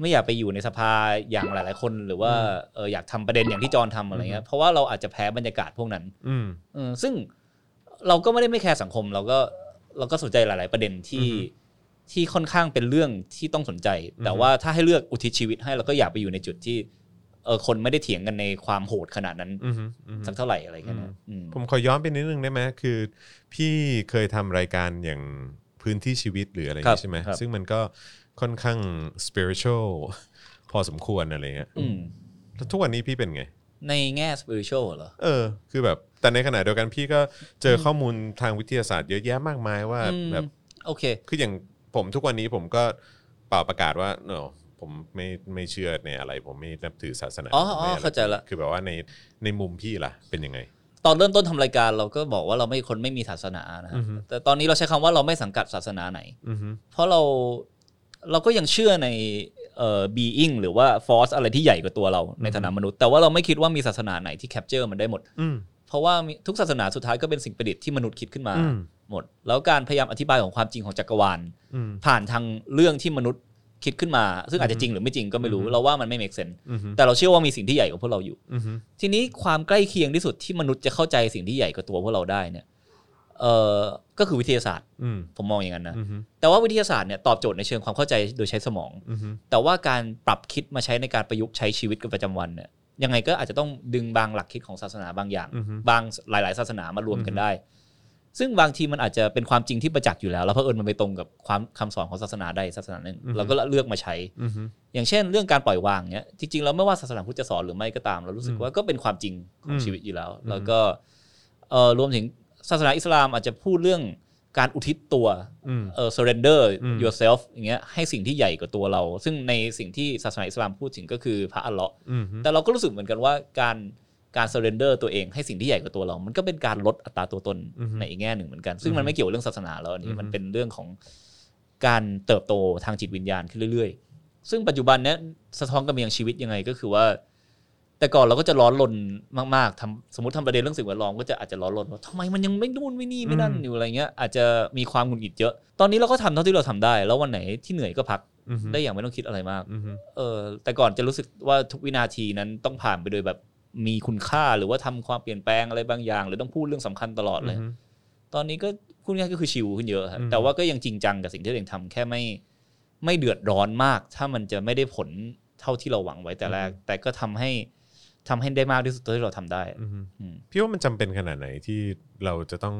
[SPEAKER 3] ไม่อยากไปอยู่ในสภาอย่างหลาย ๆ คน หรือว่าเอออยากทำประเด็นอย่างที่จอห์นทำอะไรเงี้ย เพราะว่าเราอาจจะแพ้บรรยากาศพวกนั้น
[SPEAKER 2] อืม
[SPEAKER 3] เออซึ่งเราก็ไม่ได้ไม่แคร์สังคม เราก็เราก็สนใจหลาย ๆ ประเด็นที่ ที่ค่อนข้างเป็นเรื่องที่ต้องสนใจ แต่ว่าถ้าให้เลือกอุทิศชีวิตให้เราก็อยากไปอยู่ในจุดที่เออคนไม่ได้เถียงกันในความโหดขนาดนั้น
[SPEAKER 2] อือฮึอือฮึ
[SPEAKER 3] สักเท่าไหร่อะไรเงี้ยนะอืม
[SPEAKER 2] ผมขอย้อนไปนิดนึงได้ไหมคือ พี่เคยทำรายการอย่างพื้นที่ชีวิตหรืออะไรอย่าง
[SPEAKER 3] ครับ
[SPEAKER 2] นี้ใช่ไหม
[SPEAKER 3] ครับ
[SPEAKER 2] ซึ่งมันก็ค่อนข้าง spiritual พอสมควรอะไรเงี้ย
[SPEAKER 3] อืม
[SPEAKER 2] แล้วทุกวันนี้พี่เป็นไง
[SPEAKER 3] ในแง่ spiritual เหรอ
[SPEAKER 2] เออ คือแบบแต่ในขณะเดียวกันพี่ก็เจอข้อมูลทางวิทยาศาสตร์เยอะแยะมากมายว่า
[SPEAKER 3] อืม
[SPEAKER 2] แบบ
[SPEAKER 3] โอเค
[SPEAKER 2] คืออย่างผมทุกวันนี้ผมก็เป่าประกาศว่าเนอะผมไม่ไม่เชื่อในอะไร ผมไม่นับถือศาสนา
[SPEAKER 3] อ๋อ
[SPEAKER 2] ผมไม่ะไร
[SPEAKER 3] เข้าใจละ
[SPEAKER 2] คือแบบว่าในในมุมพี่ล่ะเป็นยังไง
[SPEAKER 3] ตอนเริ่มต้นทำรายการเราก็บอกว่าเราไม่คนไม่มีศาสนานะ
[SPEAKER 2] อื
[SPEAKER 3] ฮะ
[SPEAKER 2] อฮึ
[SPEAKER 3] แต่ตอนนี้เราใช้คำว่าเราไม่สังกัดศาสนาไหน
[SPEAKER 2] อือฮึ
[SPEAKER 3] เพราะเราเราก็ยังเชื่อในเอ่อ being หรือว่า force อะไรที่ใหญ่กว่าตัวเราในฐานะมนุษย์ แต่ว่าเราไม่คิดว่ามีศาสนาไหนที่ capture มันได้หมด
[SPEAKER 2] อืม
[SPEAKER 3] เพราะว่ามีทุกศาสนาสุดท้ายก็เป็นสิ่งประดิษฐ์ที่มนุษย์คิดขึ้นมา
[SPEAKER 2] อืม
[SPEAKER 3] หมด แล้วการพยายามอธิบายของความจริงของจักรวาล
[SPEAKER 2] อืม
[SPEAKER 3] ผ่านทางเรื่องที่มนุษย์คิดขึ้นมา ซึ่งอาจจะจริงหรือไม่จริงก็ไม่รู้ เราว่ามันไม่ make sense
[SPEAKER 2] อือฮึ
[SPEAKER 3] แต่เราเชื่อว่ามีสิ่งที่ใหญ่กว่าพวกเราอยู่
[SPEAKER 2] อือฮึ
[SPEAKER 3] ทีนี้ความใกล้เคียงที่สุดที่มนุษย์จะเข้าใจสิ่งที่ใหญ่กว่าตัวพวกเราได้เนี่ยเออก็คือวิทยาศาสตร์
[SPEAKER 2] อืม
[SPEAKER 3] ผมมองอย่างนั้นนะ
[SPEAKER 2] อือฮึ
[SPEAKER 3] แต่ว่าวิทยาศาสตร์เนี่ยตอบโจทย์ในเชิงความเข้าใจโดยใช้สมอง
[SPEAKER 2] อือฮึ
[SPEAKER 3] แต่ว่าการปรับคิดมาใช้ในการประยุกต์ใช้ชีวิตกับประจำวันเนี่ยยังไงก็อาจจะต้องดึงบางหลักคิดของศาสนาบางอย่าง
[SPEAKER 2] อือฮึ
[SPEAKER 3] บางหลาย ๆ ศาสนามารวมกันได้ ซึ่งบางทีมันอาจจะเป็นความจริงที่ประจักษ์อยู่แล้ว แล้วเผอิญมันไปตรงกับความคำสอนของศาสนาใดศาสนาหนึ่งเราก็เลือกมาใช้
[SPEAKER 2] อือฮึ
[SPEAKER 3] อย่างเช่นเรื่องการปล่อยวางเนี่ยจริงๆแล้วไม่ว่าศาสนาพุทธจะสอนหรือไม่ก็ตาม เรารู้สึกว่าก็เป็นความจริงของ
[SPEAKER 2] อืม
[SPEAKER 3] ชีวิตอยู่แล้ว แล้วก็เอ่อรวมถึงศาสนาอิสลามอาจจะพูดเรื่องการอุทิศตัว
[SPEAKER 2] อืม
[SPEAKER 3] เออ surrender
[SPEAKER 2] อืม
[SPEAKER 3] yourself อย่างเงี้ยให้สิ่งที่ใหญ่กว่าตัวเรา ซึ่งในสิ่งที่ศาสนาอิสลามพูดถึงก็คือพระอัลเลาะห์
[SPEAKER 2] อืมฮึ
[SPEAKER 3] แต่เราก็รู้สึกเหมือนกันว่าการการ surrender ตัวเองให้สิ่งที่ใหญ่กว่าตัวเรา มันก็เป็นการลดอัตราตัวตน
[SPEAKER 2] อือฮึ
[SPEAKER 3] ในอีกแง่หนึ่งเหมือนกัน ซึ่งมันไม่เกี่ยวเรื่องศาสนาแล้วอัน
[SPEAKER 2] อื
[SPEAKER 3] นี้
[SPEAKER 2] อฮึ
[SPEAKER 3] มันเป็นเรื่องของการเติบโตทางจิตวิญญาณขึ้นเรื่อย ๆ ซึ่งปัจจุบันเนี้ยสะท้อนกับยังชีวิตยังไงก็คือว่า แต่ก่อนเราก็จะร้อนรนมากๆทำสมมติทำประเด็นเรื่องสิ่งแวดล้อมก็จะอาจจะร้อนรนว่าทำไมมันยังไม่นู่นไม่นี่ไม่นั่น
[SPEAKER 2] อืม
[SPEAKER 3] อยู่อะไรเงี้ยอาจจะมีความหงุดหงิดเยอะ ตอนนี้เราก็ทำเท่าที่เราทำได้ แล้ววันไหนที่เหนื่อยก็พัก
[SPEAKER 2] อือฮึ
[SPEAKER 3] ได้อย่างไม่ต้องคิดอะไรมาก
[SPEAKER 2] อือฮึ
[SPEAKER 3] เออแต่ก่อนจะรู้สึกว่าทุกวินาทีนั้นต้องผ่านไปโดยแบบมีคุณค่าหรือว่าทำความเปลี่ยนแปลงอะไรบางอย่าง หรือต้องพูดเรื่องสำคัญตลอดเลย ตอนนี้ก็พูดง่ายๆก็คือชิลขึ้นเยอะฮะ
[SPEAKER 2] อืม
[SPEAKER 3] แต่ว่าก็ยังจริงจังกับสิ่งที่ตัวเองทำแค่ไม่ไม่เดือดร้อนมาก ถ้ามันจะไม่ได้ผลเท่าที่เราหวังไว้แต่แรก แต่ก็ทำให้ทำให้ได้มากที่สุดเท่าที่เราทำได้
[SPEAKER 2] อือฮึ
[SPEAKER 3] อืม
[SPEAKER 2] พี่ว่ามันจำเป็นขนาดไหนที่เราจะต้อง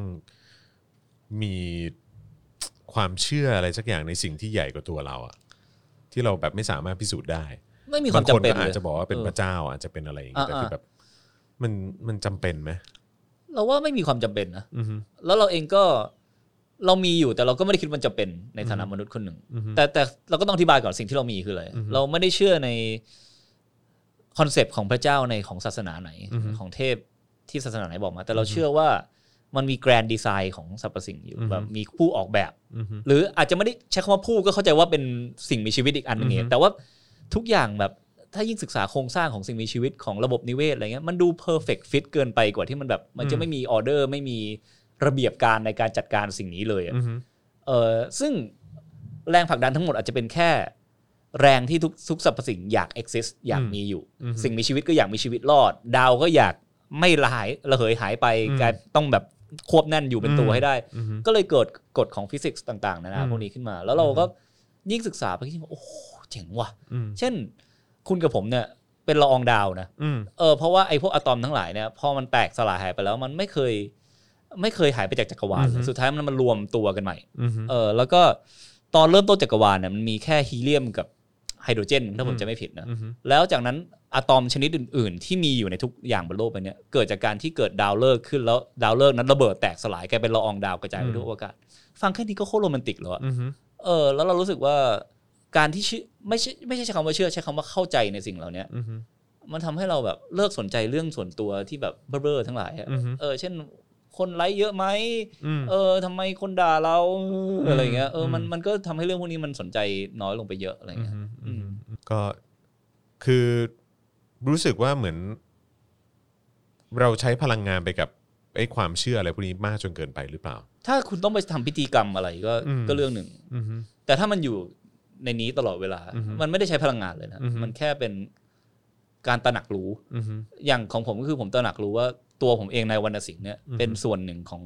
[SPEAKER 2] มีความเชื่ออะไรสักอย่างในสิ่งที่ใหญ่กว่าตัวเราอะที่เราแบบไม่สามารถพิสูจน์ได้
[SPEAKER 3] ไม่มีความ
[SPEAKER 2] บง
[SPEAKER 3] จำเป็น
[SPEAKER 2] ก็
[SPEAKER 3] เล
[SPEAKER 2] อาจ
[SPEAKER 3] ย
[SPEAKER 2] จะบอกว่าเป็น
[SPEAKER 3] เออ
[SPEAKER 2] พระเจ้าอาจจะเป็นอะไรอย่างเงี้ย
[SPEAKER 3] อ่า
[SPEAKER 2] แต่คือแบบมันมันจำเป็นไหม
[SPEAKER 3] เราว่าไม่มีความจำเป็นนะ
[SPEAKER 2] อือฮึ
[SPEAKER 3] แล้วเราเองก็เรามีอยู่แต่เราก็ไม่ได้คิดว่ามันจะเป็นในฐานะมนุษย์คนหนึ่ง
[SPEAKER 2] อือฮึ
[SPEAKER 3] แต่แต่เราก็ต้องอธิบายก่อนสิ่งที่เรามีคืออะไร
[SPEAKER 2] อือฮึ
[SPEAKER 3] เราไม่ได้เชื่อในคอนเซปต์ของพระเจ้าในของศาสนาไหน
[SPEAKER 2] อือฮึ
[SPEAKER 3] ของเทพที่ศาสนาไหนบอกมา แต่เราเชื่อว่ามันมีแกรนด์ดีไซน์ของสรรพสิ่งอยู่
[SPEAKER 2] อือฮึ
[SPEAKER 3] แบบมีผู้ออกแบบ
[SPEAKER 2] อือฮึ
[SPEAKER 3] หรืออาจจะไม่ได้ใช้คำว่าผู้ก็เข้าใจว่าเป็นสิ่งมีชีวิตอีกอันหนึงเอ
[SPEAKER 2] อื
[SPEAKER 3] ง
[SPEAKER 2] อฮึ
[SPEAKER 3] แต่ว่าทุกอย่างแบบถ้ายิ่งศึกษาโครงสร้างของสิ่งมีชีวิตของระบบนิเวศอะไรเงี้ยมันดูเพอร์เฟกฟิตเกินไปกว่าที่มันแบบ มันจะไม่มีออเดอร์ไม่มีระเบียบการในการจัดการสิ่งนี้เลยอะ
[SPEAKER 2] อือฮึ
[SPEAKER 3] เออซึ่งแรงผลักดันทั้งหมดอาจจะเป็นแค่แรงที่ทุกทุกสรรพสิ่งอยาก exist อยาก
[SPEAKER 2] อืม
[SPEAKER 3] มีอยู่
[SPEAKER 2] อืม
[SPEAKER 3] สิ่งมีชีวิตก็อยากมีชีวิตรอด ดาวก็อยากไม่ละหายระเหยหายไป
[SPEAKER 2] อืม
[SPEAKER 3] กลายต้องแบบควบแน่นอยู่เป็นตัว
[SPEAKER 2] อืม
[SPEAKER 3] ให้ได้
[SPEAKER 2] อือฮึ
[SPEAKER 3] ก็เลยเกิดกฎของฟิสิกส์ต่างๆนานา
[SPEAKER 2] อืม
[SPEAKER 3] พวกนี้ขึ้นมา แล้วเราก็ยิ่งศึกษาไปยิ่งว่าโอ้โหเจ๋งว่ะ
[SPEAKER 2] อืม
[SPEAKER 3] เช่น คุณกับผมเนี่ยเป็นละอองดาวนะ
[SPEAKER 2] อืม
[SPEAKER 3] เออเพราะว่าไอ้พวกอะตอมทั้งหลายเนี่ยพอมันแตกสลายหายไปแล้วมันไม่เคย ไม่เคยหายไปจากจักรวาลเล
[SPEAKER 2] อื
[SPEAKER 3] ย
[SPEAKER 2] อฮึ
[SPEAKER 3] สุดท้ายมันมารวมตัวกันใหม่
[SPEAKER 2] อือฮึ
[SPEAKER 3] เออแล้วก็ตอนเริ่มต้นจักรวาลเนี่ยมันมีแค่ฮีเลียมกับไฮโดรเจนถ้าผ
[SPEAKER 2] อื
[SPEAKER 3] ม
[SPEAKER 2] ม
[SPEAKER 3] จะไม่ผิดนะ
[SPEAKER 2] อือฮึ
[SPEAKER 3] แล้วจากนั้นอะตอมชนิดอื่น ๆ ที่มีอยู่ในทุกอย่างบนโลกไปเนี่ยเกิดจากการที่เกิดดาวฤกษ์ขึ้นแล้วดาวฤกษ์นั้นระเบิดแตกสลายกลายเป็นละอองดาวกระจายไปทั่วอากาศฟังแค่นี้ก็โคตรโรแมนติกแล้วอะ
[SPEAKER 2] อือฮึ
[SPEAKER 3] เออแล้วเรารู้สึกว่าการที่เชื่อไม่ใช่ไม่ใช่ใช้คำว่าเชื่อใช้คำว่าเข้าใจในสิ่งเหล่าเนี้ย
[SPEAKER 2] อือฮึ
[SPEAKER 3] มันทำให้เราแบบเลิกสนใจเรื่องส่วนตัวที่แบบเบ้อๆทั้งหลายอะ
[SPEAKER 2] อือฮึ
[SPEAKER 3] เออ เช่น คนไลค์เยอะไหม
[SPEAKER 2] อืม
[SPEAKER 3] เออทำไมคนด่าเราอะไรเงี้ยเอออ
[SPEAKER 2] ม
[SPEAKER 3] มันมันก็ทำให้เรื่องพวกนี้มันสนใจน้อยลงไปเยอะอะไร
[SPEAKER 2] อือ
[SPEAKER 3] เงี้ย
[SPEAKER 2] ฮึ
[SPEAKER 3] อืม
[SPEAKER 2] อืมก็คือรู้สึกว่าเหมือน เราใช้พลังงานไปกับไอ้ความเชื่ออะไรพวกนี้มากจนเกินไปหรือเปล่า
[SPEAKER 3] ถ้าคุณต้องไปทำพิธีกรรมอะไรก็
[SPEAKER 2] อืม
[SPEAKER 3] ก็เรื่องหนึ่ง
[SPEAKER 2] อือฮึ
[SPEAKER 3] แต่ถ้ามันอยู่ในนี้ตลอดเวลา
[SPEAKER 2] อือฮึ
[SPEAKER 3] มันไม่ได้ใช้พลังงานเลยนะ
[SPEAKER 2] อือฮึ
[SPEAKER 3] มันแค่เป็นการตระหนักรู้
[SPEAKER 2] อือฮึ
[SPEAKER 3] อย่างของผมก็คือผมตระหนักรู้ว่าตัวผมเองในวรรณสิงห์เนี่ย
[SPEAKER 2] อือฮึ
[SPEAKER 3] เป็นส่วนหนึ่งของ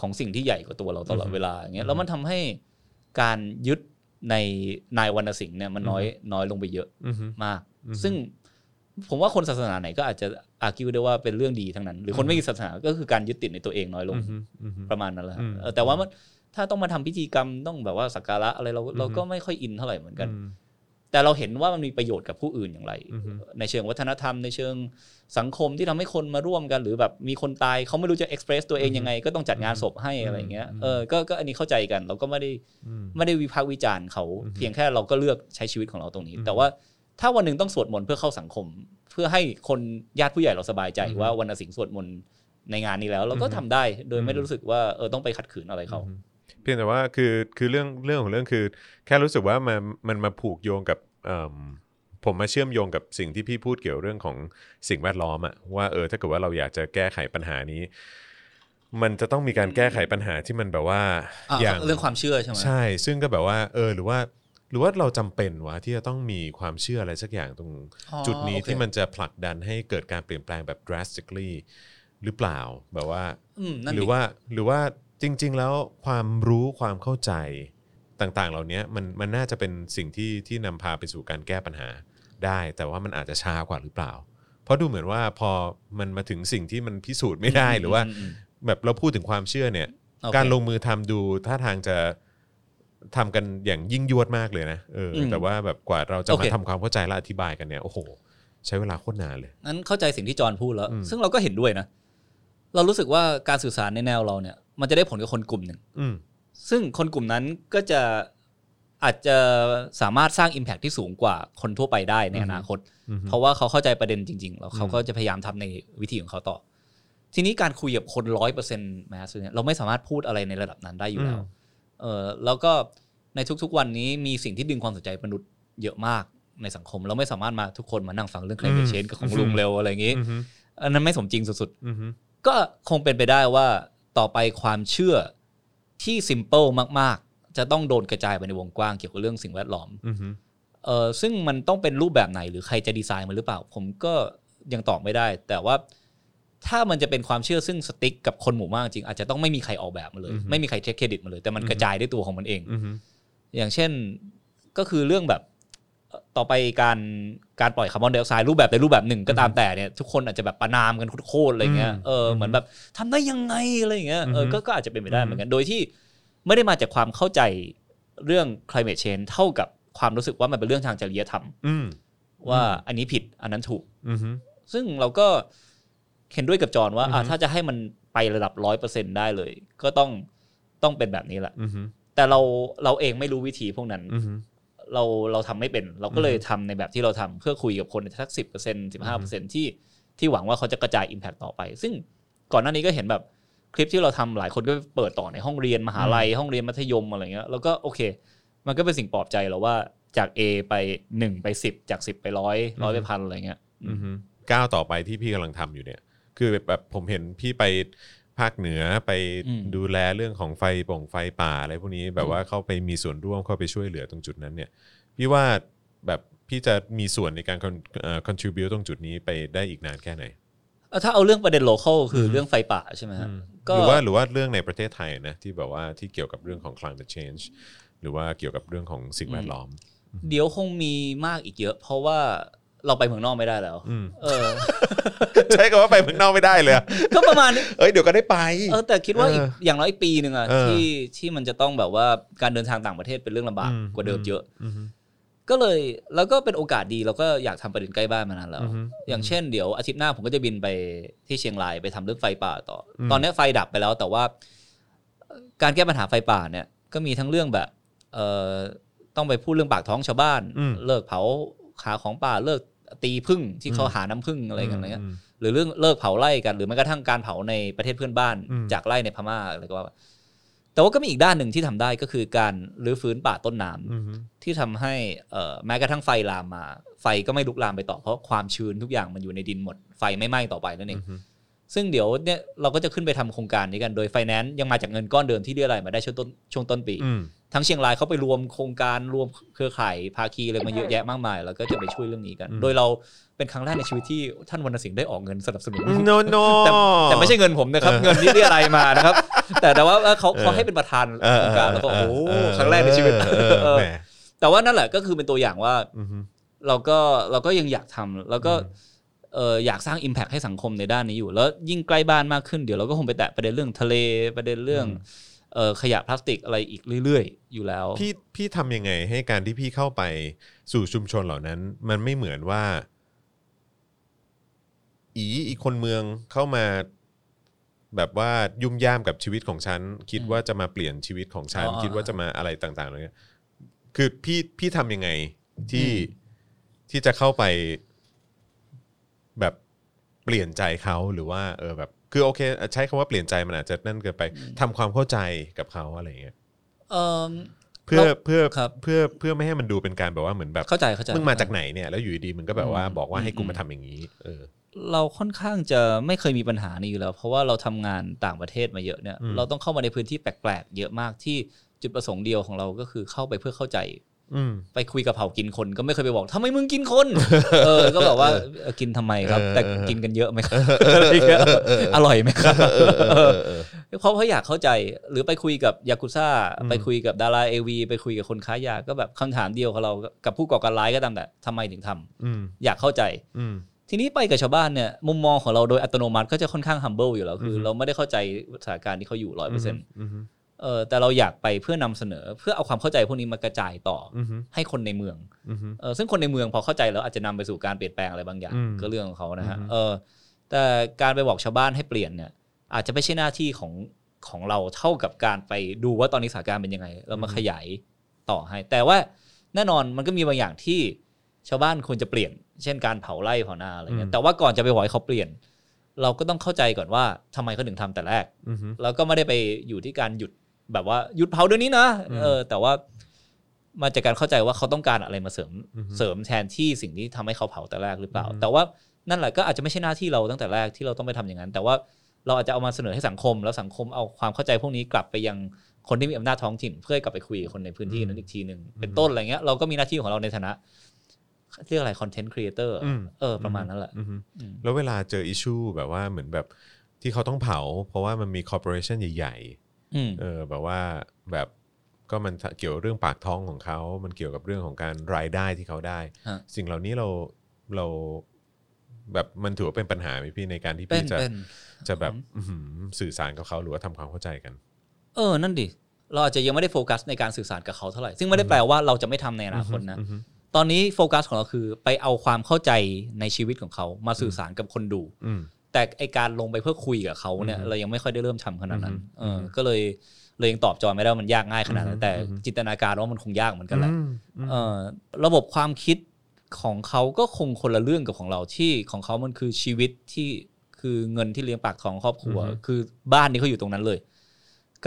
[SPEAKER 3] ของสิ่งที่ใหญ่กว่าตัวเราตลอดเวลาอย่างเงี้ยแล้วมันทำให้ การยึดในนายวรรณสิงห์เนี่ยมันน้อยน้อยลงไปเยอะ
[SPEAKER 2] อือฮึ
[SPEAKER 3] มาก
[SPEAKER 2] อือฮึ
[SPEAKER 3] ซึ่งผมว่าคนศาสนาไหนก็อาจจะอาคิวได้ว่าเป็นเรื่องดีทั้งนั้น หรือคนไม่มีศาสนาก็คือการยึดติดในตัวเองน้อยลง
[SPEAKER 2] อือฮึอือฮึ
[SPEAKER 3] ประมาณนั้นแหละครับ
[SPEAKER 2] อืม
[SPEAKER 3] เออแต่ว่ามันถ้าต้องมาทำพิธีกรรมต้องแบบว่าสักการะอะไรเราเราก็ไม่ค่อยอินเท่าไหร่เหมือนกัน แต่เราเห็นว่ามันมีประโยชน์กับผู้อื่นอย่างไร
[SPEAKER 2] อือฮึ
[SPEAKER 3] ในเชิงวัฒนธรรมในเชิงสังคมที่ทำให้คนมาร่วมกัน หรือแบบมีคนตายเขาไม่รู้จะเอ็กเพรสตัวเองยังไง ก็ต้องจัดงานศพให้อะไรอย่างเงี้ยเออก็ก็อันนี้เข้าใจกัน เราก็ไม่ได้
[SPEAKER 2] อืม
[SPEAKER 3] ไม่ได้วิพากษ์วิจารณ์เขาเพียงแค่เราก็เลือกใช้ชีวิตของเราตรงนี้ แต่ว่าถ้าวันหนึ่งต้องสวดมนต์เพื่อเข้าสังคม เพื่อให้คนญาติผู้ใหญ่เราสบายใจว่าวรรณสิงห์สวดมนต์ในงานนี้แล้ว เราก็ทำได้โดยไม่ได้รู้สึกว่าเออต้องไปขัดขืนอะไรเขา
[SPEAKER 2] เพียงแต่ว่าคือคือเรื่องเรื่องของเรื่องคือ แค่รู้สึกว่ามันมันมาผูกโยงกับเอิ่มผมมาเชื่อมโยงกับสิ่งที่พี่พูดเกี่ยวเรื่องของสิ่งแวดล้อมอะว่าเออถ้าเกิดว่าเราอยากจะแก้ไขปัญหานี้ มันจะต้องมีการแก้ไขปัญหาที่มันแบบว่า
[SPEAKER 3] อ่ะ
[SPEAKER 2] อย่าง
[SPEAKER 3] เรื่องความเชื่อใช่ไหม
[SPEAKER 2] ใช่ ซึ่งก็แบบว่า เออ หรือว่า หรือว่าเราจำเป็นวะที่จะต้องมีความเชื่ออะไรสักอย่างตรง
[SPEAKER 3] อ๋อ
[SPEAKER 2] จุดนี้
[SPEAKER 3] โอเค
[SPEAKER 2] ที่มันจะผลักดันให้เกิดการเปลี่ยนแปลงแบบ drastically หรือเปล่า แบบว่า
[SPEAKER 3] อืมนั่น
[SPEAKER 2] ห
[SPEAKER 3] ดิ
[SPEAKER 2] รือว่า หรือว่าจริง ๆ แล้วความรู้ความเข้าใจต่างๆ เหล่านี้มัน มันน่าจะเป็นสิ่งที่ที่นำพาไปสู่การแก้ปัญหาได้ แต่ว่ามันอาจจะช้ากว่าหรือเปล่า เพราะดูเหมือนว่าพอมันมาถึงสิ่งที่มันพิสูจน์ไม่ได้ หรือว่า
[SPEAKER 3] มม
[SPEAKER 2] แบบเราพูดถึงความเชื่อเนี่ย
[SPEAKER 3] โอเค
[SPEAKER 2] การลงมือทำดูท่าทางจะทำกันอย่างยิ่งยวดมากเลยนะเอออ
[SPEAKER 3] ม
[SPEAKER 2] แต่ว่าแบบกว่าเราจะ
[SPEAKER 3] โอ
[SPEAKER 2] มา
[SPEAKER 3] เค
[SPEAKER 2] ทำความเข้าใจและอธิบายกันเนี่ยโอ้โห ใช้เวลาโคตรนานเลย
[SPEAKER 3] นั้นเข้าใจสิ่งที่จอห์นพูดแล้ว
[SPEAKER 2] อืม
[SPEAKER 3] ซึ่งเราก็เห็นด้วยนะ เรารู้สึกว่าการสื่อสารในแนวเราเนี่ย มันจะได้ผลกับคนกลุ่มหนึ่ง
[SPEAKER 2] อืม
[SPEAKER 3] ซึ่งคนกลุ่มนั้นก็จะอาจจะสามารถสร้าง Impact ที่สูงกว่าคนทั่วไปได้ในอนาคต
[SPEAKER 2] อือฮึ
[SPEAKER 3] เพราะว่าเขาเข้าใจประเด็นจริง ๆ แล้วเขาก็จะพยายามทำในวิธีของเขาต่อ ทีนี้การคุยกับคนร้อยเปอร์เซ็นต์แมสเนี่ยเราไม่สามารถพูดอะไรในระดับนั้นได้อยู่แล้วเออแล้วก็ในทุกๆวันนี้มีสิ่งที่ดึงความสนใจมนุษย์เยอะมากในสังคม เราไม่สามารถมาทุกคนมานั่งฟังเรื่อง climate change กับของลุงเร็วอะไรอย่างงี้
[SPEAKER 2] อืมฮึ
[SPEAKER 3] อันนั้นไม่สมจริงสุดๆ
[SPEAKER 2] อืมฮึ
[SPEAKER 3] ก็คงเป็นไปได้ว่าต่อไปความเชื่อที่ simple มาก ๆ จะต้องโดนกระจายไปในวงกว้างเกี่ยวกับเรื่องสิ่งแวดล้อม
[SPEAKER 2] อืมฮึ
[SPEAKER 3] เออซึ่งมันต้องเป็นรูปแบบไหนหรือใครจะดีไซน์มันหรือเปล่า ผมก็ยังตอบไม่ได้ แต่ว่าถ้ามันจะเป็นความเชื่อซึ่งสติ๊กกับคนหมู่มากจริงอาจจะต้องไม่มีใครออกแบบมันเลย ไม่มีใครเทคเครดิตมันเลย แต่มันกระจายด้วยตัวของมันเอง
[SPEAKER 2] อืมฮึ
[SPEAKER 3] อย่างเช่นก็คือเรื่องแบบเอ่อต่อไปการการปล่อยคาร์บอนไดออกไซด์รูปแบบใดรูปแบบหนึ่งก็ตามแต่เนี่ยทุกคนอาจจะแบบประนามกันโคตรๆอะไรเงี้ยเออเหมือนแบบทำได้ยังไงอะไรเงี้ยเออก็ก็อาจจะเป็นไปได้เหมือนกัน โดยที่ไม่ได้มาจากความเข้าใจเรื่อง climate change เท่ากับความรู้สึกว่ามันเป็นเรื่องทางจริยธรรม
[SPEAKER 2] อืม
[SPEAKER 3] ว่าอันนี้ผิดอันนั้นถูก
[SPEAKER 2] อืมฮึ
[SPEAKER 3] ซึ่งเราก็เห็นด้วยกับจอห์นว่าอ่ะถ้าจะให้มันไประดับร้อยเปอร์เซ็นได้เลย ก็ต้องต้องเป็นแบบนี้แหละ
[SPEAKER 2] อือฮึ
[SPEAKER 3] แต่เราเราเองไม่รู้วิธีพวกนั้น
[SPEAKER 2] อืมฮึ
[SPEAKER 3] เราเราทำไม่เป็นเราก็เลยทำในแบบที่เราทำเพื่อคุยกับคนสักสิบเปอร์เซ็นต์สิบห้าเปอร์เซ็นต์ที่ที่หวังว่าเขาจะกระจาย Impact ต่อไป ซึ่งก่อนหน้านี้ก็เห็นแบบคลิปที่เราทำหลายคนก็ไปเปิดต่อในห้องเรียนมหาลัย ห้องเรียนมัธยมอะไรเงี้ยแล้วก็โอเค มันก็เป็นสิ่งปลอบใจเราว่าจาก A ไปหนึ่งไปสิบจากสิบไปร้อยร้อยไปพันอะไรเงี้ยอื
[SPEAKER 2] อื
[SPEAKER 3] ม
[SPEAKER 2] มฮึก้าวต่อไปที่พี่กำลังทำอยู่เนี่ย คือแบบผมเห็นพี่ไปภาคเหนือไปดูแลเรื่องของไฟป่องไฟป่าอะไรพวกนี้แบบว่าเข้าไปมีส่วนร่วมเข้าไปช่วยเหลือตรงจุดนั้นเนี่ย พี่ว่าแบบพี่จะมีส่วนในการ con- เอ่อ contribute ตรงจุดนี้ไปได้อีกนานแค่ไหน
[SPEAKER 3] เอ่อถ้าเอาเรื่องประเด็นโลเคอลคือเรื่องไฟป่าใช่ไหมฮะก็
[SPEAKER 2] หรือว่าหรือว่าเรื่องในประเทศไทยนะที่แบบว่าที่เกี่ยวกับเรื่องของ climate change หรือว่าเกี่ยวกับเรื่องของสิ่งแวดล้อม
[SPEAKER 3] เดี๋ยวคงมีมากอีกเยอะ เพราะว่าเราไปเมืองนอกไม่ได้แล้ว
[SPEAKER 2] อืม
[SPEAKER 3] เอ อ
[SPEAKER 2] ใช้คำว่าไปเมือง นอกไม่ได้เลยอะ
[SPEAKER 3] ก็ประมาณนี้
[SPEAKER 2] เอ้ยเดี๋ยวก็ได้ไป
[SPEAKER 3] เออแต่คิดว่าอีก
[SPEAKER 2] เออ
[SPEAKER 3] อย่างน้อยอีกปีหนึ่งอะ
[SPEAKER 2] เออ
[SPEAKER 3] ที่ที่มันจะต้องแบบว่าการเดินทางต่างประเทศเป็นเรื่องลำบาก
[SPEAKER 2] อืม
[SPEAKER 3] กว่าเดิมเยอะ
[SPEAKER 2] อือฮึ
[SPEAKER 3] ก็เลยแล้วก็เป็นโอกาสดีเราก็อยากทำประเด็นใกล้บ้านมานานแล้ว
[SPEAKER 2] อือฮึ
[SPEAKER 3] อย่างเช่นเดี๋ยวอาทิตย์หน้าผมก็จะบินไปที่เชียงรายไปทำเรื่องไฟป่าต่ออ
[SPEAKER 2] ม
[SPEAKER 3] ตอนนี้ไฟดับไปแล้วแต่ว่าเอ่อการแก้ปัญหาไฟป่าเนี่ยก็มีทั้งเรื่องแบบเอ่อต้องไปพูดเรื่องปากท้องชาวบ้าน เลิกเผาขาของป่าเลิกตีพึ่งที่เขาหาน้ำพึ่งอะไรกันอะไรเงี้ย
[SPEAKER 2] ม
[SPEAKER 3] หรือเรื่องเลิกเผาไร่กันหรือแม้กระทั่งการเผาในประเทศเพื่อนบ้าน
[SPEAKER 2] อืม
[SPEAKER 3] จากไร่ในพม่าอะไรก็ว่าไปแต่ว่าก็มีอีกด้านหนึ่งที่ทำได้ก็คือการรื้อฟื้นป่าต้นน้ำ
[SPEAKER 2] อือฮึ
[SPEAKER 3] ที่ทำให้เอ่อแม้กระทั่งไฟลามมา ไฟก็ไม่ลุกลามไปต่อเพราะความชื้นทุกอย่างมันอยู่ในดินหมด ไฟไม่ไหม้ต่อไปนั่นเอง ซึ่งเดี๋ยวเนี่ยเราก็จะขึ้นไปทำโครงการนี้กันโดยไฟแนนซ์ยังมาจากเงินก้อนเดิมที่เรียรายมาได้ช่วงต้นช่วงต้นปี
[SPEAKER 2] อืม
[SPEAKER 3] ทั้งเชียงรายเขาไปรวมโครงการรวมเครือข่ายภาคีอะไรมาเยอะแยะมากมาย แล้วก็จะไปช่วยเรื่องนี้กัน โดยเราเป็นครั้งแรกในชีวิตที่ท่านวรรณสิงห์ได้ออกเงินสนับสนุน
[SPEAKER 2] โนโน
[SPEAKER 3] แต่แต่ไม่ใช่เงินผมนะครับ เงินที่เรียอะไรยมานะครับ แต่แต่ว่าเออเขา
[SPEAKER 2] เออ
[SPEAKER 3] เขาให้เป็นประธาน
[SPEAKER 2] เออ
[SPEAKER 3] โครงการแล้วก็
[SPEAKER 2] เ
[SPEAKER 3] โอ้โห
[SPEAKER 2] เออ
[SPEAKER 3] ครั้งแรกในชีวิต
[SPEAKER 2] เออเออแหม
[SPEAKER 3] แต่ว่านั่นแหละก็คือเป็นตัวอย่างว่า
[SPEAKER 2] อือฮึ
[SPEAKER 3] เราก็เราก็ยังอยากทำแล้วก็เอออยากสร้าง Impact ให้สังคมในด้านนี้อยู่ แล้วยิ่งใกล้บ้านมากขึ้นเดี๋ยวเราก็คงไปแตะประเด็นเรื่องทะเลประเด็นเรื่องเออขยะพลาสติกอะไรอีกเรื่อย ๆ อยู่แล้ว
[SPEAKER 2] พี่พี่ทำยังไงให้การที่พี่เข้าไปสู่ชุมชนเหล่านั้น มันไม่เหมือนว่า อีอีกคนเมืองเข้ามา แบบว่ายุ่มย่ามกับชีวิตของฉัน คิด
[SPEAKER 3] อืม
[SPEAKER 2] ว่าจะมาเปลี่ยนชีวิตของฉัน
[SPEAKER 3] อ๋อ
[SPEAKER 2] คิดว่าจะมาอะไรต่างๆเหล่านี้คือพี่พี่ทำยังไงที่
[SPEAKER 3] อื
[SPEAKER 2] ที่จะเข้าไปแบบเปลี่ยนใจเขาหรือว่า เออแบบ คือโอเค ใช้คำว่าเปลี่ยนใจมันอาจจะนั่นเกินไปทำความเข้าใจกับเขาอะไรอย่างเงี้ย
[SPEAKER 3] เออ
[SPEAKER 2] เพื่อเพื่อ
[SPEAKER 3] ครับ
[SPEAKER 2] เพื่อเพื่อไม่ให้มันดูเป็นการแบบว่าเหมือนแบบ
[SPEAKER 3] เข้าใจเข้าใจ
[SPEAKER 2] มึงมาจากไหนเนี่ยแล้วอยู่ดีๆมึงก็แบบว่า
[SPEAKER 3] อืม
[SPEAKER 2] บอกว่าให้กู
[SPEAKER 3] อืม
[SPEAKER 2] มาทำอย่างนี้ เออ
[SPEAKER 3] เราค่อนข้างจะไม่เคยมีปัญหานี้อยู่แล้ว เพราะว่าเราทำงานต่างประเทศมาเยอะเนี่ย
[SPEAKER 2] อืม
[SPEAKER 3] เราต้องเข้ามาในพื้นที่แปลกๆ เยอะมากที่จุดประสงค์เดียวของเราก็คือเข้าไปเพื่อเข้าใจ
[SPEAKER 2] อืม
[SPEAKER 3] ไปคุยกับเผ่ากินคนก็ไม่เคยไปบอกทำไมมึงกินคน เออก็แบบว่าเออกินทำไมครับ
[SPEAKER 2] เออ
[SPEAKER 3] แต่
[SPEAKER 2] เออ
[SPEAKER 3] กินกันเยอะไหมครับอะไรอย่างเงี้ยอร่อยไหมครับ
[SPEAKER 2] เออเออเออเออ
[SPEAKER 3] เพราะเขาอยากเข้าใจหรือไปคุยกับยากุซ่า
[SPEAKER 2] อืม
[SPEAKER 3] ไปคุยกับดาราเอวีไปคุยกับคนค้ายาก็แบบคำถามเดียวของเรากับผู้ก่อการร้ายก็ตามแต่ทำไมถึงทำ
[SPEAKER 2] อืม
[SPEAKER 3] อยากเข้าใจ
[SPEAKER 2] อืม
[SPEAKER 3] ทีนี้ไปกับชาวบ้านเนี่ยมุมมองของเราโดยอัตโนมัติก็จะค่อนข้าง humble อยู่แล้วคือ
[SPEAKER 2] อฮึ
[SPEAKER 3] เราไม่ได้เข้าใจสถานการณ์ที่เขาอยู่ร้อยเปอร์เซ็นต์
[SPEAKER 2] อืม
[SPEAKER 3] เออแต่เราอยากไปเพื่อนำเสนอเพื่อเอาความเข้าใจพวกนี้มากระจายต่ออ
[SPEAKER 2] อืม
[SPEAKER 3] ให้คนในเมือง
[SPEAKER 2] อืม
[SPEAKER 3] เออซึ่งคนในเมืองพอเข้าใจแล้วอาจจะนำไปสู่การเปลี่ยนแปลงอะไรบางอย่าง
[SPEAKER 2] อืม
[SPEAKER 3] ก็เรื่องของเขานะฮะ
[SPEAKER 2] อือฮึ
[SPEAKER 3] เออแต่การไปบอกชาวบ้านให้เปลี่ยนเนี่ยอาจจะไม่ใช่หน้าที่ของของเราเท่ากับการไปดูว่าตอนนี้สถานการณ์เป็นยังไงเรามาขยายต่อให้ แต่ว่าแน่นอนมันก็มีบางอย่างที่ ชาวบ้านควรจะเปลี่ยน เช่นการเผาไร่เผานาอะไรเงี้
[SPEAKER 2] อื
[SPEAKER 3] ย
[SPEAKER 2] ม
[SPEAKER 3] แต่ว่าก่อนจะไปบอกให้เขาเปลี่ยน เราก็ต้องเข้าใจก่อนว่าทำไมเขาถึงทำแต่แรก
[SPEAKER 2] อืม
[SPEAKER 3] แล้วก็ไม่ได้ไปอยู่ที่การหยุดแบบว่าหยุดเผาเดี๋ยวนี้นะ
[SPEAKER 2] อืม
[SPEAKER 3] เออ แต่ว่ามาจากการเข้าใจว่าเขาต้องการอะไรมาเสริม
[SPEAKER 2] อือฮึ
[SPEAKER 3] เสริมแทนที่สิ่งที่ทำให้เขาเผาแต่แรกหรือเปล่า
[SPEAKER 2] อือฮึ
[SPEAKER 3] แต่ว่านั่นแหละก็อาจจะไม่ใช่หน้าที่เราตั้งแต่แรกที่เราต้องไปทำอย่างนั้น แต่ว่าเราอาจจะเอามาเสนอให้สังคม แล้วสังคมเอาความเข้าใจพวกนี้กลับไปยังคนที่มีอำนาจท้องถิ่น เพื่อให้กลับไปคุยกับคนในพื้นที่นั้นอีกทีหนึ่งเป็นต้นอะไรเงี้ยเราก็มีหน้าที่ของเราในฐานะเรียกอะไรคอนเทนต์ครีเอเตอร์เออประมาณนั้นแหละ
[SPEAKER 2] อืม
[SPEAKER 3] อืม
[SPEAKER 2] แล้วเวลาเจออิชูแบบว่าเหมือนแบบที่เขาต้องเผา เพราะว่ามันมีคอร์ปอเรชันใหญ่
[SPEAKER 3] อืม
[SPEAKER 2] ๆ เออแบบว่าแบบก็มันเกี่ยวเรื่องปากท้องของเขา มันเกี่ยวกับเรื่องของการรายได้ที่เขาได้
[SPEAKER 3] ฮะ
[SPEAKER 2] สิ่งเหล่านี้เราเราแบบมันถือว่าเป็นปัญหาไหมพี่ในการที่
[SPEAKER 3] เป็
[SPEAKER 2] พี่
[SPEAKER 3] น
[SPEAKER 2] จะ
[SPEAKER 3] เป็น
[SPEAKER 2] จะแบบอื้อหือสื่อสารกับเขาหรือว่าทำความเข้าใจกัน
[SPEAKER 3] เออ นั่นดิ เราอาจจะยังไม่ได้โฟกัสในการสื่อสารกับเขาเท่าไหร่ ซึ่งไม่ได้แปลว่าเราจะไม่ทำในอนาคตนะ
[SPEAKER 2] อือฮึ
[SPEAKER 3] ตอนนี้โฟกัสของเราคือไปเอาความเข้าใจในชีวิตของเขามาสื่อสารกับคนดู
[SPEAKER 2] อืม
[SPEAKER 3] แต่ไอการลงไปเพื่อคุยกับเขาเนี่ย
[SPEAKER 2] อือฮึ
[SPEAKER 3] เรายังไม่ค่อยได้เริ่มทำขนาดนั้น เอออ
[SPEAKER 2] อฮึ
[SPEAKER 3] ก็เลยเลยยังตอบจอยไม่ได้ว่ามันยากง่ายขนาดนั้
[SPEAKER 2] อือฮึ
[SPEAKER 3] นแต่
[SPEAKER 2] อือฮึ
[SPEAKER 3] จินตนาการว่ามันคงยากเหมือนกันแหละ
[SPEAKER 2] อืมอืม
[SPEAKER 3] เอ่อระบบความคิดของเขาก็คงคนละเรื่องกับของเราที่ของเขามันคือชีวิตที่คือเงินที่เลี้ยงปากท้องครอบครัว
[SPEAKER 2] อือฮึ
[SPEAKER 3] คือบ้านนี้เขาอยู่ตรงนั้นเลย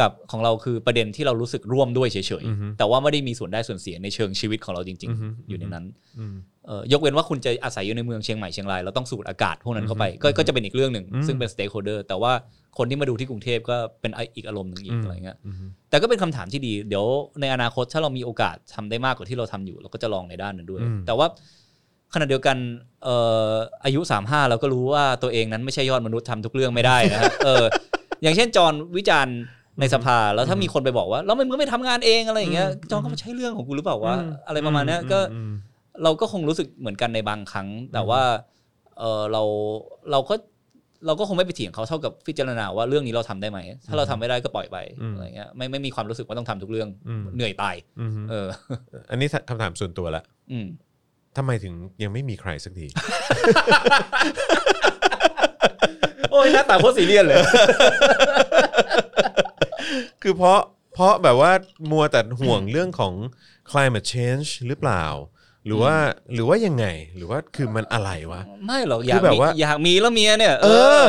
[SPEAKER 3] กับของเราคือประเด็นที่เรารู้สึกร่วมด้วยเฉย
[SPEAKER 2] อือฮึ
[SPEAKER 3] ๆ แต่ว่าไม่ได้มีส่วนได้ส่วนเสียในเชิงชีวิตของเราจริง
[SPEAKER 2] อือฮึ
[SPEAKER 3] ๆ อยู่ในนั้น
[SPEAKER 2] อืม
[SPEAKER 3] เอ่อยกเว้นว่าคุณจะอาศัยอยู่ในเมืองเชียงใหม่เชียงรายเราต้องสูดอากาศพวกนั้นเข้าไป
[SPEAKER 2] อือฮึ
[SPEAKER 3] ก็ก็จะเป็นอีกเรื่องหนึ่ง
[SPEAKER 2] อืม
[SPEAKER 3] ซึ่งเป็นสเต็กโฮเดอร์แต่ว่าคนที่มาดูที่กรุงเทพก็เป็นอีกอารมณ์หนึ่งอีกอะไรเงี้ย
[SPEAKER 2] อืม
[SPEAKER 3] แต่ก็เป็นคำถามที่ดี เดี๋ยวในอนาคตถ้าเรามีโอกาสทำได้มากกว่าที่เราทำอยู่เราก็จะลองในด้านนั้นด้วย
[SPEAKER 2] อืม
[SPEAKER 3] แต่ว่าขณะเดียวกันเอ่ออายุ 35 เราก็รู้ว่าตัวเองนั้นไม่ใช่ยอดมนุษย์ทำทุกเรื่องไม่ได้ นะฮะ เอออย่างเช่นจอห์นวิจารณ์ในสภาแล้วถ้ามีคนไปบอกว่าแล้วทำไมมึงไม่ทำงานเองอะไรอย่างเงี้ยจอห์นก็ไม่ใช่เรื่องของกูหรือเปล่าวะอะไรประมาณเนี้ยก็
[SPEAKER 2] อืม
[SPEAKER 3] เราก็คงรู้สึกเหมือนกันในบางครั้ง แต่ว่าเออเราเราก็เราก็คงไม่ไปเถียงเขาเท่ากับพิจารณาว่าเรื่องนี้เราทำได้ไหม ถ้าเราทำไม่ได้ก็ปล่อยไป
[SPEAKER 2] อืม
[SPEAKER 3] อะไรเงี้ยไม่ไม่มีความรู้สึกว่าต้องทำทุกเรื่อง
[SPEAKER 2] อืม
[SPEAKER 3] เหนื่อยตาย
[SPEAKER 2] อืม
[SPEAKER 3] เออ
[SPEAKER 2] อันนี้คำถามส่วนตัวละ
[SPEAKER 3] อืม
[SPEAKER 2] ทำไมถึงยังไม่มีใครสักที
[SPEAKER 3] โอ้ยหน้าตาโคตรซีเรียสเลย
[SPEAKER 2] คือเพราะเพราะแบบว่ามัวแต่ห่วงเรื่องของ climate change หรือเปล่า หรือว่าหรือว่ายังไงหรือว่าคือมันอะไรวะ
[SPEAKER 3] ไม่หรอกอ
[SPEAKER 2] คื
[SPEAKER 3] ยาก
[SPEAKER 2] อแบบ
[SPEAKER 3] มี
[SPEAKER 2] ว่า
[SPEAKER 3] อยากมีแล้วเมียเนี่ย
[SPEAKER 2] เออ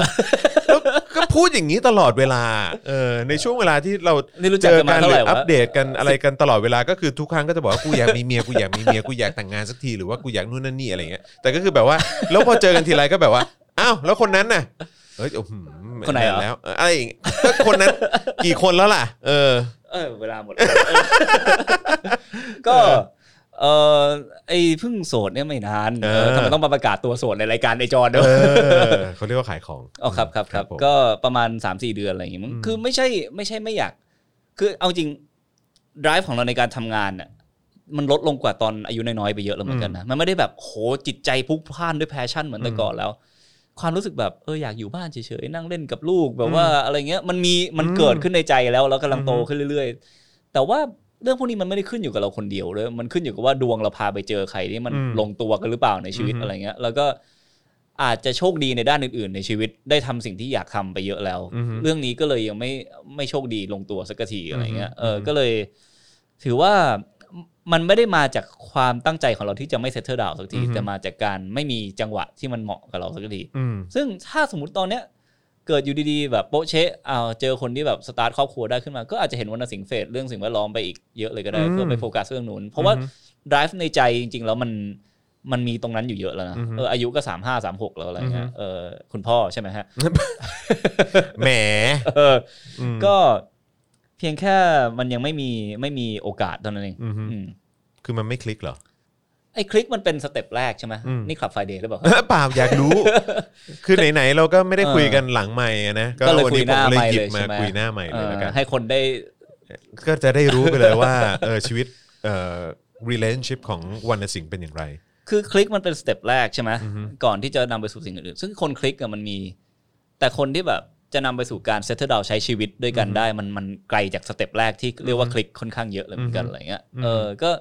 [SPEAKER 2] แล้วก็พูดอย่างนี้ตลอดเวลาเออในช่วงเวลาที่เรา
[SPEAKER 3] นี่รู้จักกันมาเท่าไหร่
[SPEAKER 2] จ
[SPEAKER 3] วะ
[SPEAKER 2] ออัปเดตกันอะไรกันตลอดเวลาก็คือทุกครั้งก็จะบอกว่ากูอยากมีเมียกูอยากมีเมียกูอยากแต่งงานสักทีหรือว่ากูอยากนู่นนั่นนี่อะไรเงี้ยแต่ก็คือแบบว่าแล้วพอเจอกันทีไรก็แบบว่าอ้าวแล้วคนนั้นน่ะเอ้ยโอ้โห
[SPEAKER 3] คนไหนเหรอ
[SPEAKER 2] แล้วเอออะไรอย่างเงี้ยก็คนนั้นกี่คนแล้วล่ะ เออ
[SPEAKER 3] เออเวลาหมดแล้วเออก็เ เออไอ้เพึ่งโสดเนี่ยไม่นานเออทำไมต้องมาประกาศตัวโสดในรายการไอจอนด้วย
[SPEAKER 2] เออเขาเรียกว่าขายของ
[SPEAKER 3] อ๋อครับครับครับ
[SPEAKER 2] ผม
[SPEAKER 3] ก็ประมาณ 3 4 เดือนอะไรอย่างงี้มั้ง
[SPEAKER 2] อืม
[SPEAKER 3] คือไม่ใช่ไม่ใช่ไม่อยาก คือเอาจริง drive ของเราในการทำงานน่ะมันลดลงกว่าตอนอายุน้อยๆไปเยอะแล้วเหมือนกันนะมันไม่ได้แบบโหจิตใจพลุกพล่านด้วยแพชชั่นเหมือนแต่ก่อนแล้ว ความรู้สึกแบบเอออยากอยู่บ้านเฉยๆนั่งเล่นกับลูกแบบว่าอะไรเงี้ยมันมีมันเกิดขึ้นในใจแล้วแล้วกำลังโตขึ้นเรื่อยๆ แต่ว่าเรื่องพวกนี้มันไม่ได้ขึ้นอยู่กับเราคนเดียวเลยมันขึ้นอยู่กับว่าดวงเราพาไปเจอใครที่มัน
[SPEAKER 2] อืม
[SPEAKER 3] ลงตัวกันหรือเปล่าในชีวิตอะไรเงี้ยแล้วก็ อาจจะโชคดีในด้านอื่น ๆ ในชีวิตได้ทำสิ่งที่อยากทำไปเยอะแล้ว
[SPEAKER 2] อือฮึ
[SPEAKER 3] เรื่องนี้ก็เลยยังไม่ไม่โชคดีลงตัวสักทีอะไรเงี้ย
[SPEAKER 2] อือฮึ
[SPEAKER 3] เอออ
[SPEAKER 2] อฮึ
[SPEAKER 3] ก็เลย ถือว่ามันไม่ได้มาจากความตั้งใจของเราที่จะไม่เซตเตอร์ดาวสักทีแต่มาจากการไม่มีจังหวะที่มันเหมาะกับเราสักที
[SPEAKER 2] อืม
[SPEAKER 3] ซึ่งถ้าสมมติตอนเนี้ยเกิดอยู่ดีๆแบบโปะเชะเอาเจอคนที่แบบสตาร์ทครอบครัวได้ขึ้นมา ก็อาจจะเห็นวรรณสิงห์เฟสเรื่องสิ่งแวดล้อมไปอีกเยอะเลยก็ได้
[SPEAKER 2] อืม
[SPEAKER 3] เพื่อไปโฟกัสเรื่องนู้นเพราะว่า drive ในใจจริง ๆ แล้วมันมันมีตรงนั้นอยู่เยอะแล้วนะ
[SPEAKER 2] อือฮึ
[SPEAKER 3] เอออายุก็สามห้าสามหกแล้วอะไรเงี้
[SPEAKER 2] อือ
[SPEAKER 3] ย
[SPEAKER 2] ฮึ
[SPEAKER 3] เออคุณพ่อใช่ไหมฮะ
[SPEAKER 2] แหม
[SPEAKER 3] เออ
[SPEAKER 2] อืม
[SPEAKER 3] ก็ เพียงแค่มันยังไม่มีไม่มีโอกาสตอนนั้นเอง
[SPEAKER 2] อืม
[SPEAKER 3] อืม
[SPEAKER 2] คือมันไม่คลิกเหรอ
[SPEAKER 3] ไอ้คลิกมันเป็นสเต็ปแรกใช่ไหม
[SPEAKER 2] อืม
[SPEAKER 3] นี่ขับไฟเดย์หรือเปล่า
[SPEAKER 2] เปล่าอยากรู้ คือไหนๆเราก็ไม่ได้คุยกันหลังใหม่นะ
[SPEAKER 3] ก็เลย
[SPEAKER 2] วั
[SPEAKER 3] คุย
[SPEAKER 2] ผ
[SPEAKER 3] ห
[SPEAKER 2] ม
[SPEAKER 3] น้า
[SPEAKER 2] เลย
[SPEAKER 3] ไมค์
[SPEAKER 2] หยิ
[SPEAKER 3] เล
[SPEAKER 2] บ
[SPEAKER 3] ย
[SPEAKER 2] มา
[SPEAKER 3] ใช่ไหม
[SPEAKER 2] คุยหน้าใหม่เลยแล้วกัน
[SPEAKER 3] เออให้คนได้
[SPEAKER 2] ก็จะได้รู้ไปเลยว่า เออชีวิตเอ่อ relationship ของวรรณสิงห์เป็นอย่างไร
[SPEAKER 3] คือคลิกมันเป็นสเต็ปแรกใช่ไหม
[SPEAKER 2] อือฮึ
[SPEAKER 3] ก่อนที่จะนำไปสู่สิ่งอื่นๆ ซึ่งคนคลิกอะมันมี แต่คนที่แบบจะนำไปสู่การเซตเตอร์ดาวใช้ชีวิตด้วยกันได้ มันมันไกลจากสเต็ปแรกที่เรียกว่าคลิกค่อนข้างเยอะเลยเหมือนกัน
[SPEAKER 2] อือฮึ
[SPEAKER 3] อะไรเงี้ย
[SPEAKER 2] อือฮึ
[SPEAKER 3] เออ ก็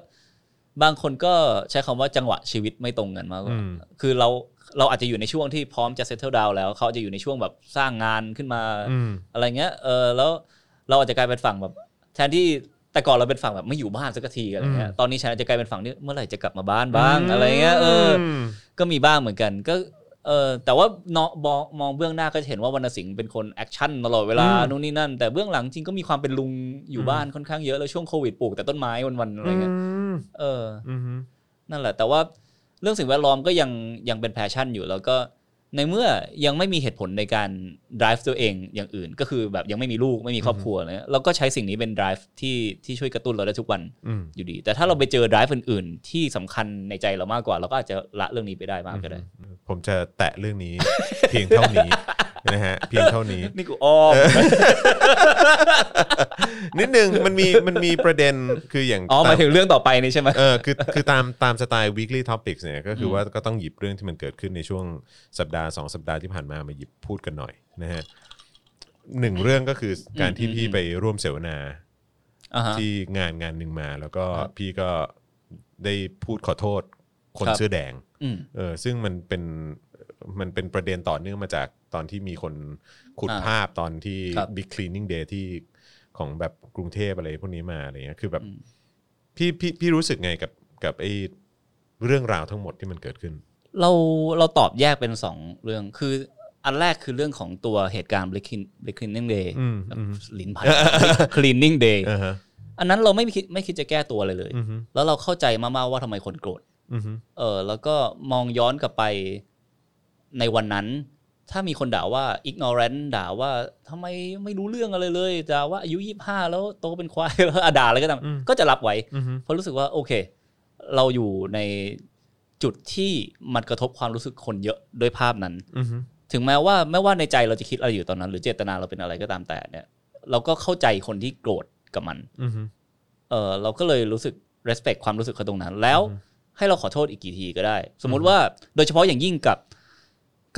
[SPEAKER 3] บางคนก็ใช้คำว่าจังหวะชีวิตไม่ตรงกันมากกว่า
[SPEAKER 2] อืม
[SPEAKER 3] คือเราเราอาจจะอยู่ในช่วงที่พร้อมจะเซตเตอร์ดาวแล้วเขาอาจจะอยู่ในช่วงแบบสร้างงานขึ้นมา
[SPEAKER 2] อืม
[SPEAKER 3] อะไรเงี้ย เออ แล้วเราอาจจะกลายเป็นฝั่งแบบ แทนที่แต่ก่อนเราเป็นฝั่งแบบไม่อยู่บ้านสักทีอะไรเงี้ย
[SPEAKER 2] อืม
[SPEAKER 3] ตอนนี้ฉันอาจจะกลายเป็นฝั่งที่เมื่อไหร่จะกลับมาบ้านบ้างอะไรเงี้ย เออ
[SPEAKER 2] ม
[SPEAKER 3] ก็มีบ้างเหมือนกันก็เออแต่ว่าเนาะมองมองเบื้องหน้าก็จะเห็นว่าวรรณสิงห์เป็นคนแอคชั่นตลอดเวลา
[SPEAKER 2] อืม
[SPEAKER 3] นู่นนี่นั่น แต่เบื้องหลังจริงก็มีความเป็นลุงอยู่บ้านค่อนข้างเยอะแล้วช่วงโควิดปลูกแต่ต้นไม้วันๆอะไรเงี้ย
[SPEAKER 2] ม
[SPEAKER 3] เออ
[SPEAKER 2] อืม
[SPEAKER 3] นั่นแหละ แต่ว่าเรื่องสิ่งแวดล้อมก็ยังยังเป็นแพชชั่นอยู่แล้วก็ในเมื่อยังไม่มีเหตุผลในการ drive ตัวเองอย่างอื่น ก็คือแบบยังไม่มีลูกไม่มีครอบครัวอะไรเนี่ยเราก็ใช้สิ่งนี้เป็น drive ที่ที่ช่วยกระตุ้นเราได้ทุกวัน
[SPEAKER 2] อืม
[SPEAKER 3] อยู่ดี แต่ถ้าเราไปเจอ drive อื่น ๆ ที่สำคัญในใจเรามากกว่าเราก็อาจจะละเรื่องนี้ไปได้มากก็ได้
[SPEAKER 2] ผมจะแตะเรื่องนี้ เพียงเท่านี้นะฮะเพียงเท่านี้
[SPEAKER 3] นี่กูอ้อม
[SPEAKER 2] นิดนึงมันมีมันมีประเด็นคืออย่าง
[SPEAKER 3] อ๋อ
[SPEAKER 2] ตาม
[SPEAKER 3] หาย
[SPEAKER 2] ม
[SPEAKER 3] ถึงเรื่องต่อไปนี่ ใช่ไหม
[SPEAKER 2] เออคือคือตามตามสไตล์ weekly topics เนี่ยก็คือว่าก็ต้องหยิบเรื่องที่มันเกิดขึ้นในช่วงสัปดาห์ 2 สัปดาห์ที่ผ่านมามาหยิบพูดกันหน่อยนะฮะหนึ่งเรื่องก็คือการที่
[SPEAKER 3] อืม
[SPEAKER 2] พี่
[SPEAKER 3] อืม
[SPEAKER 2] ไปร่วมเสวนา
[SPEAKER 3] อ่าฮะ
[SPEAKER 2] ที่งานงานหนึ่งมา แล้วก็
[SPEAKER 3] ครับ
[SPEAKER 2] พี่ก็ได้พูดขอโทษคน
[SPEAKER 3] ครับ
[SPEAKER 2] เสื้อแดง
[SPEAKER 3] อืม
[SPEAKER 2] เออซึ่งมันเป็นมันเป็นประเด็นต่อเนื่องมาจากตอนที่มีคนขุด
[SPEAKER 3] อ่า
[SPEAKER 2] ภาพตอนที่
[SPEAKER 3] ครับ
[SPEAKER 2] Big Cleaning Day ที่ของแบบกรุงเทพอะไรพวกนี้มาอะไรเงี้ยคือแบบ
[SPEAKER 3] อืม
[SPEAKER 2] พี่พี่พี่รู้สึกไงกับกับไอ้เรื่องราวทั้งหมดที่มันเกิดขึ้น
[SPEAKER 3] เราเราตอบแยกเป็นสองเรื่อง คืออันแรกคือเรื่องของตัวเหตุการณ์ Black Clean- Black Cleaning Day
[SPEAKER 2] อืมอืม
[SPEAKER 3] ลิ้น พัน Black Cleaning Day
[SPEAKER 2] อ่าฮะ
[SPEAKER 3] อันนั้นเราไม่คิดไม่คิดจะแก้ตัวเลยเลย
[SPEAKER 2] อือฮึ
[SPEAKER 3] แล้วเราเข้าใจมากๆว่าทำไมคนโกรธ
[SPEAKER 2] อือฮึ
[SPEAKER 3] เออ แล้วก็มองย้อนกลับไปในวันนั้น ถ้ามีคนด่าว่า ignorant ด่าว่าทำไมไม่รู้เรื่องอะไรเลยด่าว่าอายุยี่ห้าแล้วโตเป็นควายแล้ว อ่ะด่าอะไรก็ตามก็จะรับไว้
[SPEAKER 2] อือฮึ
[SPEAKER 3] เพราะรู้สึกว่าโอเค เราอยู่ในจุดที่มันกระทบความรู้สึกคนเยอะด้วยภาพนั้น
[SPEAKER 2] อือฮึ
[SPEAKER 3] ถึงแม้ว่าไม่ว่าในใจเราจะคิดอะไรอยู่ตอนนั้น หรือเจตนาเราเป็นอะไรก็ตามแต่เนี่ย เราก็เข้าใจคนที่โกรธกับมัน
[SPEAKER 2] อือฮึ
[SPEAKER 3] เออเราก็เลยรู้สึก respect ความรู้สึกเขาตรงนั้น แล้วให้เราขอโทษอีกกี่ทีก็ได้ สมมุติว่าโดยเฉพาะอย่างยิ่งกับ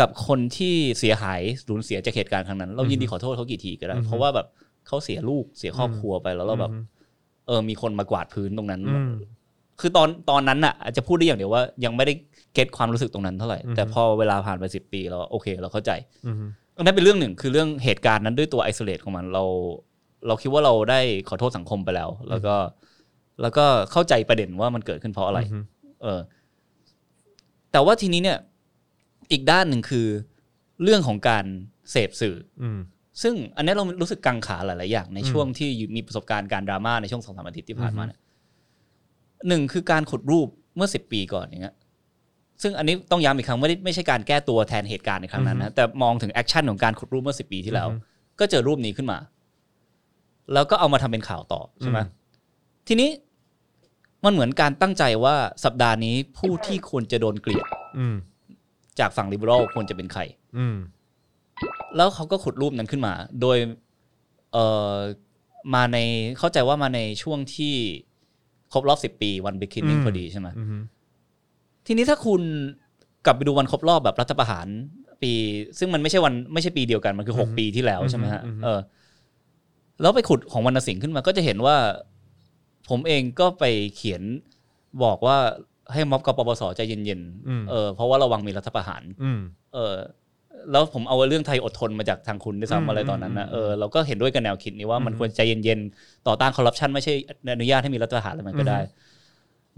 [SPEAKER 3] กับคนที่เสียหายสูญเสียจากเหตุการณ์ครั้งนั้น เรายินดีขอโทษเขากี่ทีก็ได้
[SPEAKER 2] อือฮึ
[SPEAKER 3] เพราะว่าแบบเขาเสียลูกเสียครอบครัวไปแล้วเราแบบ เออมีคนมากวาดพื้นตรงนั้น
[SPEAKER 2] อืม
[SPEAKER 3] คือตอนตอนนั้นน่ะอาจจะพูดได้อย่างเดียวว่ายังไม่ได้เก็ตความรู้สึกตรงนั้นเท่าไหร่
[SPEAKER 2] อือฮึ
[SPEAKER 3] แต่พอเวลาผ่านไปสิปีเราโอเค เราเข้าใจ
[SPEAKER 2] อือฮึ
[SPEAKER 3] อันนั้นเป็นเรื่องหนึ่งคือเรื่องเหตุการณ์นั้นด้วยตัวไอโซเลตของมันเรา เราคิดว่าเราได้ขอโทษสังคมไปแล้ว แล้วก็ แล้วก็เข้าใจประเด็นว่ามันเกิดขึ้นเพราะอะไร
[SPEAKER 2] อือฮึ
[SPEAKER 3] เออ แต่ว่าทีนี้เนี่ย อีกด้านหนึ่งคือ เรื่องของการเสพสื่อ
[SPEAKER 2] อืม
[SPEAKER 3] ซึ่งอันนี้เรารู้สึกกังขาหลาย ๆ อย่างใน
[SPEAKER 2] อืม
[SPEAKER 3] ช่วงที่อยู่มีประสบการณ์การดราม่าในช่วงสองสามอาทิตย์ที่ผ่านมาเนี่ยหนึ่งคือการขุดรูปเมื่อสิบปีก่อนอย่างเงี้ยซึ่งอันนี้ต้องย้ำอีกครั้งไม่ได้ไม่ใช่การแก้ตัวแทนเหตุการณ์ในครั้งนั้นนะแต่มองถึงแอคชั่นของการขุดรูปเมื่อสิบปีที่แล้ว
[SPEAKER 2] อือฮึ
[SPEAKER 3] ก็เจอรูปนี้ขึ้นมา แล้วก็เอามาทำเป็นข่าวต่อใช่ไหม
[SPEAKER 2] อืม
[SPEAKER 3] ทีนี้ มันเหมือนการตั้งใจว่าสัปดาห์นี้ผู้ที่ควรจะโดนเกลียด
[SPEAKER 2] อืม
[SPEAKER 3] จากฝั่งลิเบอรัลควรจะเป็นใคร
[SPEAKER 2] อืม
[SPEAKER 3] แล้วเขาก็ขุดรูปนั้นขึ้นมา โดยเอ่อมาในเข้าใจว่ามาในช่วงที่ครบรอบสิบปีวันบิคินิ่ง
[SPEAKER 2] อืม
[SPEAKER 3] พอดีใช่ไหม
[SPEAKER 2] อืม
[SPEAKER 3] ทีนี้ถ้าคุณกลับไปดูวันครบรอบแบบรัฐประหารปี ซึ่งมันไม่ใช่วันไม่ใช่ปีเดียวกัน มันคือหกปีที่แล้วใช่ไหมฮะเออแล้วไปขุดของวรรณสิงห์ขึ้นมาก็จะเห็นว่า ผมเองก็ไปเขียนบอกว่าให้ม็อบกปปสใจเย็นๆเออเพราะว่าระวังมีรัฐประหาร
[SPEAKER 2] อืม
[SPEAKER 3] เออแล้วผมเอาเรื่องไทยอดทนมาจากทางคุณด้วย
[SPEAKER 2] อืม
[SPEAKER 3] ซ้ำอะไรตอนนั้นนะ
[SPEAKER 2] อืม
[SPEAKER 3] เออเราก็เห็นด้วยกับแนวคิดนี้ว่ามันควรใจเย็นๆ ต่อต้านคอร์รัปชันไม่ใช่อนุญาตให้มีรัฐประหารอะไรมันก็ได้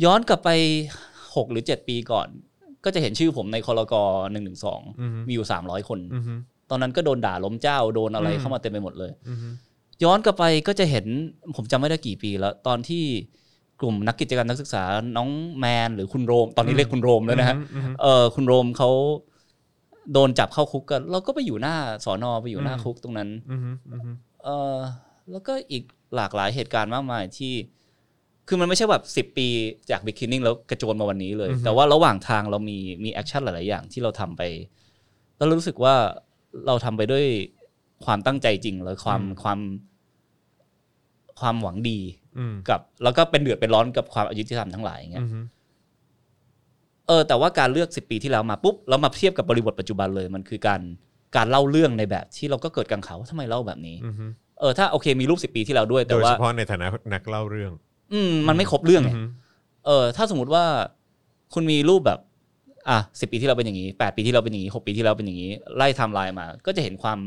[SPEAKER 3] ย้อนกลับไปหกหรือเจ็ดปีก่อน ก็จะเห็นชื่อผมในคอรกหนึ่งหนึ่งสอง
[SPEAKER 2] อือฮึ
[SPEAKER 3] มีอยู่สามร้อยคน
[SPEAKER 2] อืม
[SPEAKER 3] ตอนนั้นก็โดนด่าล้มเจ้าโดนอะไร
[SPEAKER 2] อืม
[SPEAKER 3] เข้ามาเต็มไปหมดเลย
[SPEAKER 2] อืม
[SPEAKER 3] ย้อนกลับไปก็จะเห็นผมจำไม่ได้กี่ปีแล้ว ตอนที่กลุ่มนักกิจกรรมนักศึกษาน้องแมนหรือคุณโรม ตอนนี้เรียกคุณโรมแล้วนะฮะ
[SPEAKER 2] อืม
[SPEAKER 3] เออคุณโรมเขาโดนจับเข้าคุกกันเราก็ไปอยู่หน้าสอนอไปอยู่หน้า
[SPEAKER 2] อืม
[SPEAKER 3] คุกตรงนั้น
[SPEAKER 2] อืมอืม
[SPEAKER 3] เออแล้วก็อีกหลากหลายเหตุการณ์มากมายที่ คือมันไม่ใช่แบบสิบ10 ปีจากบิ๊กคินนิ่งแล้วกระโจนมาวันนี้เลย
[SPEAKER 2] อือฮึ
[SPEAKER 3] แต่ว่าระหว่างทางเรามีมีแอคชั่นหลาย ๆ อย่างที่เราทำไป แล้วเรารู้สึกว่าเราทำไปด้วยความตั้งใจจริงแล้วความความความหวังดี
[SPEAKER 2] อืม
[SPEAKER 3] กับ แล้วก็เป็นเดือดเป็นร้อนกับความอายุติธรรมทั้งหลายอย่างเงี้ย
[SPEAKER 2] อืม
[SPEAKER 3] เออแต่ว่าการเลือก 10 ปีที่แล้วมาปุ๊บแล้วมาเทียบกับบริบทปัจจุบันเลยมันคือการการเล่าเรื่องในแบบที่เราก็เกิดกังขาว่าทำไมเล่าแบบนี้
[SPEAKER 2] อือฮึ
[SPEAKER 3] เออถ้าโอเคมีรูป 10 ปีที่แล้วด้วย
[SPEAKER 2] โด
[SPEAKER 3] แต่
[SPEAKER 2] ย
[SPEAKER 3] ว่า
[SPEAKER 2] เฉพาะในฐานะนักเล่าเรื่อง
[SPEAKER 3] อืมมันไม่ครบเรื่องไง
[SPEAKER 2] อือฮึ
[SPEAKER 3] เออถ้าสมมติว่าคุณมีรูปแบบ อ่ะสิปีที่เราเป็นอย่างนี้8ปีที่เราเป็นอย่างนี้6ปีที่เราเป็นอย่างนี้ไล่ไทม์ไลน์มา ก็จะเห็นความ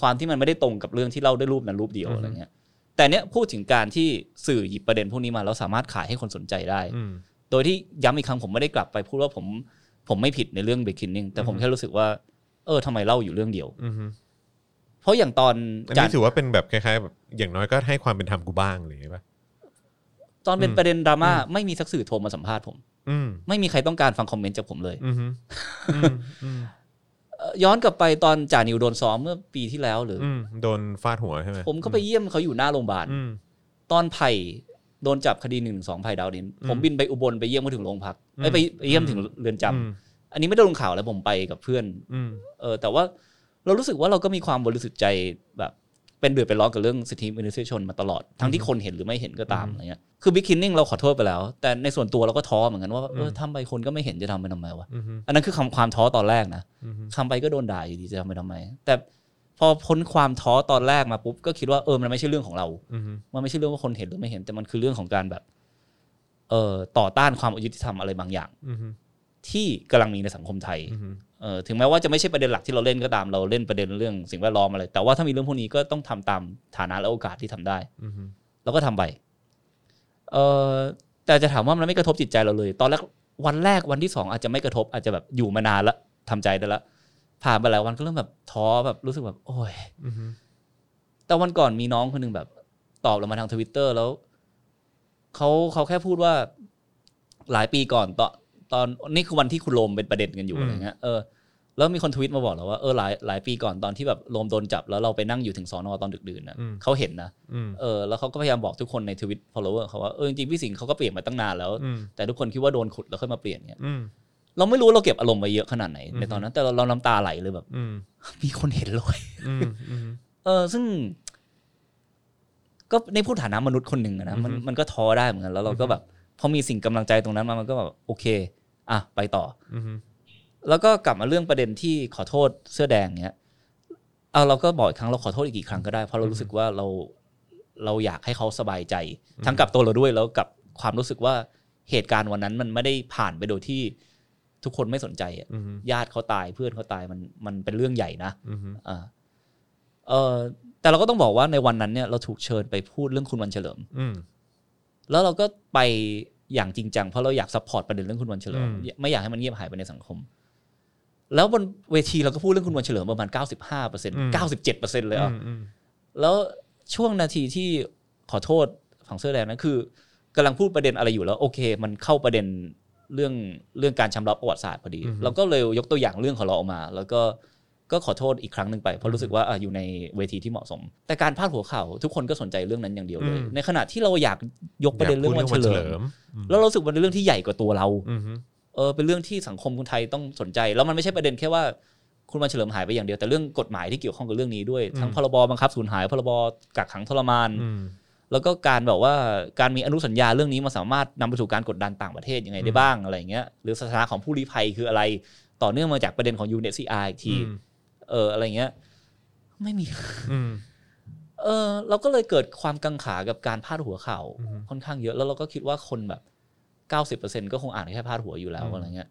[SPEAKER 3] ความที่มันไม่ได้ตรงกับเรื่องที่เล่าด้วยรูปนั้นรูปเดียวอะไรเงี้ยแต่เนี้ยพูดถึงการที่สื่อหยิบประเด็นพวกนี้มาแล้วสามารถขายให้คนสนใจได้
[SPEAKER 2] อืม
[SPEAKER 3] โดยที่ย้ำอีกครั้งผมไม่ได้กลับไปพูดว่าผมผมไม่ผิดในเรื่อง beginning แต่ผมแค่รู้สึกว่า เออทำไมเล่าอยู่เรื่องเดียว
[SPEAKER 2] อืม
[SPEAKER 3] เพราะอย่างตอน
[SPEAKER 2] อัน
[SPEAKER 3] จัด
[SPEAKER 2] นี้ถือว่าเป็นแบบคล้ายๆแบบอย่างน้อยก็ให้ความเป็นธรรมกูบ้างอะไรอย่างเงี้ยป่ะ
[SPEAKER 3] ตอนเป็นประเด็นดราม่าไม่มีสักสื่อโทรมาสัมภาษณ์ผม
[SPEAKER 2] อืม
[SPEAKER 3] ไม่มีใครต้องการฟังคอมเมนต์จากผมเลย
[SPEAKER 2] อืมอืมอื ม
[SPEAKER 3] เอ่อย้อนกลับไปตอนจ่านิวโดนซ้อมเมื่อปีที่แล้วหรืออ
[SPEAKER 2] อืมโดนฟาดหัวใช่ไหม
[SPEAKER 3] ผมก็ไปเยี่ยมเขาอยู่หน้าโรงพยาบาล
[SPEAKER 2] อืม
[SPEAKER 3] ตอนไผ่โดนจับคดีหนึ่งสองไผ่ดาวดิน ผมบินไปอุบลไปเยี่ยมเขาถึงโรงพักเอ้ยไปไปเยี่ยมถึงเรือนจำ
[SPEAKER 2] อืม
[SPEAKER 3] อันนี้ไม่ได้ลงข่าวแล้วผมไปกับเพื่อน
[SPEAKER 2] อืม
[SPEAKER 3] เออแต่ว่าเรารู้สึกว่าเราก็มีความบริสุทธิ์ใจแบบเป็นเดือดเป็นร้อนกับเรื่องสิทธิมนุษยชนมาตลอด ทั้งที่คนเห็นหรือไม่เห็นก็ตามอะไรเงี้ยคือบิ๊กคินนิ่งเราขอโทษไปแล้ว แต่ในส่วนตัวเราก็ท้อเหมือนกันว่าเออทำไปคนก็ไม่เห็นจะทำไปทำไมวะ
[SPEAKER 2] อืม
[SPEAKER 3] อันนั้นคือคำความท้อตอนแรกนะ
[SPEAKER 2] อืม
[SPEAKER 3] ทำไปก็โดนด่าอยู่ดีจะทำไปทำไม แต่พอพ้นความท้อตอนแรกมาปุ๊บก็คิดว่าเออมันไม่ใช่เรื่องของเรา
[SPEAKER 2] อืม
[SPEAKER 3] มันไม่ใช่เรื่องว่าคนเห็นหรือไม่เห็น แต่มันคือเรื่องของการแบบ เอ่อต่อต้านความอายุติธรรมอะไรบางอย่าง
[SPEAKER 2] อืม
[SPEAKER 3] ที่กำลังมีในสังคมไทย
[SPEAKER 2] อือฮึ
[SPEAKER 3] เออถึงแม้ว่าจะไม่ใช่ประเด็นหลักที่เราเล่นก็ตามเราเล่นประเด็นเรื่องสิ่งแวดล้อมอะไร แต่ว่าถ้ามีเรื่องพวกนี้ก็ต้องทำตามฐานะและโอกาสที่ทำได้
[SPEAKER 2] อืม
[SPEAKER 3] เราก็ทำไป เออแต่จะถามว่ามันไม่กระทบจิตใจเราเลย ตอนแรกวันแรกวันที่สองอาจจะไม่กระทบอาจจะแบบอยู่มานานละทำใจได้ละผ่านไปหลายวันก็เริ่มแบบท้อแบบรู้สึกแบบ โอ้ย
[SPEAKER 2] อืม
[SPEAKER 3] แต่วันก่อนมีน้องคนหนึ่งแบบ ตอบเรามาทางทวิตเตอร์แล้วเขาเขาแค่พูดว่าหลายปีก่อนตอนตอนนี่คือวันที่คุณโรมเป็นประเด็นกันอยู่
[SPEAKER 2] อืม
[SPEAKER 3] อะไรเงี้ยเออแล้วมีคนทวิตมาบอกเราว่าเออหลายหลายปีก่อนตอนที่แบบโรมโดนจับ แล้วเราไปนั่งอยู่ถึงสอนอตอนดึกดื่นนะเขาเห็นนะ
[SPEAKER 2] อืม
[SPEAKER 3] เออแล้วเขาก็พยายามบอกทุกคนในทวิต follower เขาว่าเออจริงๆพี่สิงห์เขาก็เปลี่ยนมาตั้งนานแล้ว
[SPEAKER 2] อืม
[SPEAKER 3] แต่ทุกคนคิดว่าโดนขุดแล้วค่อยมาเปลี่ยนเงี้ย
[SPEAKER 2] อืม
[SPEAKER 3] เราไม่รู้เราเก็บอารมณ์ไว้เยอะขนาดไหนในตอนนั้น แต่เราเราน้ำตาไหลเลยแบบ
[SPEAKER 2] อืม
[SPEAKER 3] มีคนเห็นเลย
[SPEAKER 2] อืม อืม
[SPEAKER 3] เออซึ่ง ก็ในพูดฐานะมนุษย์คนหนึ่งอะนะมันมันก็ท้อได้เหมือนกันแล้วเราก็แบบพอมีสิ่งกำลังใจตรงนั้นมามันก็แบบโอเค อ่ะไปต่อ
[SPEAKER 2] อืม
[SPEAKER 3] แล้วก็กลับมาเรื่องประเด็นที่ขอโทษเสื้อแดงเนี้ยเอาเราก็บอกอีกครั้งเราขอโทษอีกกี่ครั้งก็ได้ เพราะเรารู้สึกว่าเราเราอยากให้เขาสบายใจ ทั้งกับตัวเราด้วยแล้วกับความรู้สึกว่าเหตุการณ์วันนั้นมันไม่ได้ผ่านไปโดยที่ทุกคนไม่สนใจอะ
[SPEAKER 2] อืม
[SPEAKER 3] ญาติเขาตายเพื่อนเขาตายมันมันเป็นเรื่องใหญ่นะ
[SPEAKER 2] อืม
[SPEAKER 3] อ่าเออแต่เราก็ต้องบอกว่าในวันนั้นเนี่ยเราถูกเชิญไปพูดเรื่องคุณวันเฉลิม
[SPEAKER 2] อืม
[SPEAKER 3] แล้วเราก็ไปอย่างจริงจังเพราะเราอยากซัพพอร์ตประเด็นเรื่องคุณวันเฉลิม
[SPEAKER 2] อืม
[SPEAKER 3] ไม่อยากให้มันเงียบหายไปในสังคม แล้วบนเวทีเราก็พูดเรื่องคุณวันเฉลิมประมาณ 95เปอร์เซ็นต์97เปอร์เซ็นต์เลยอ่ะ
[SPEAKER 2] อืม
[SPEAKER 3] แล้วช่วงนาทีที่ขอโทษฝั่งเสื้อแดงนั้นคือกำลังพูดประเด็นอะไรอยู่แล้ว โอเค มันเข้าประเด็นเรื่องเรื่องการชำระประวัติศาสตร์พอดี เราก็เลยยกตัวอย่างเรื่องของเราออกมา แล้วก็ ก็ขอโทษอีกครั้งหนึ่งไปเพราะรู้สึกว่าอ่ะอยู่ในเวทีที่เหมาะสม แต่การพาดหัวข่าวทุกคนก็สนใจเรื่องนั้นอย่างเดียวเลย
[SPEAKER 2] อืม
[SPEAKER 3] ในขณะที่เราอยากยกประเด็นเรื่องวันเฉลิม แล้วเรารู้สึกว่าเป็นเรื่องที่ใหญ่กว่าตัวเรา
[SPEAKER 2] อืมฮึ
[SPEAKER 3] เออเป็นเรื่องที่สังคมคนไทยต้องสนใจ แล้วมันไม่ใช่ประเด็นแค่ว่าคุณวันเฉลิมหายไปอย่างเดียวแต่เรื่องกฎหมายที่เกี่ยวข้องกับเรื่องนี้ด้วย ทั้งพรบบังคับสูญหายพรบกักขังทรมาน
[SPEAKER 2] อืม
[SPEAKER 3] แล้วก็การแบบว่าการมีอนุสัญญาเรื่องนี้มันสามารถนำไปสู่การกดดันต่างประเทศยังไงได้บ้างอะไรอย่างเงี้ยหรือสถานะของผู้ลี้ภัยคืออะไร ต่อเนื่องมาจากประเด็นของ UNHCR อีกที
[SPEAKER 2] อืม
[SPEAKER 3] เอออะไรเงี้ยไม่มี
[SPEAKER 2] อืม
[SPEAKER 3] เออเราก็เลยเกิดความกังขากับการพาดหัวข่าว
[SPEAKER 2] อือฮึ
[SPEAKER 3] ค่อนข้างเยอะแล้วเราก็คิดว่าคนแบบเก้าสิบเปอร์เซ็นก็คงอ่านแค่พาดหัวอยู่แล้ว
[SPEAKER 2] อืม
[SPEAKER 3] อะไรเงี้ย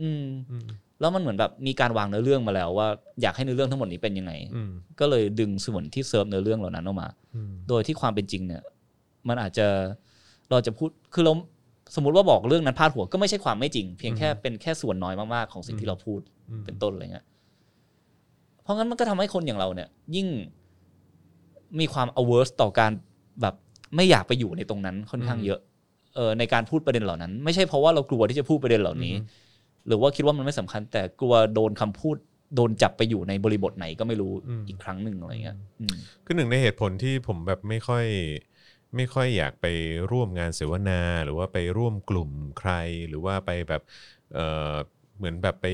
[SPEAKER 3] อืม
[SPEAKER 2] อืม
[SPEAKER 3] แล้วมันเหมือนแบบมีการวางเนื้อเรื่องมาแล้วว่าอยากให้เนื้อเรื่องทั้งหมดนี้เป็นยังไง
[SPEAKER 2] อืม
[SPEAKER 3] ก็เลยดึงส่วนที่เซิร์ฟเนื้อเรื่องเหล่านั้นออกมา
[SPEAKER 2] อืม
[SPEAKER 3] โดยที่ความเป็นจริงเนี่ย มันอาจจะเราจะพูดคือเราสมมติว่าบอกเรื่องนั้นพาดหัวก็ไม่ใช่ความไม่จริง เพียงแค่เป็นแค่ส่วนน้อยมากๆของสิ่งที่เราพูด
[SPEAKER 2] อืม
[SPEAKER 3] เป็นต้นอะไรเงี้ย เพราะงั้นมันก็ทำให้คนอย่างเราเนี่ย ยิ่งมีความ averse ต่อการแบบไม่อยากไปอยู่ในตรงนั้นค่อนข้างเยอะ เออในการพูดประเด็นเหล่านั้น ไม่ใช่เพราะว่าเรากลัวที่จะพูดประเด็นเหล่านี้ หรือว่าคิดว่ามันไม่สำคัญ แต่กลัวโดนคำพูด โดนจับไปอยู่ในบริบทไหนก็ไม่รู้อีกครั้งหนึ่งอะไรเงี้ยอืม
[SPEAKER 2] คือหนึ่งในเหตุผลที่ผมแบบไม่ค่อย ไม่ค่อยอยากไปร่วมงานเสวนา หรือว่าไปร่วมกลุ่มใคร หรือว่าไปแบบเอ่อเหมือนแบบไป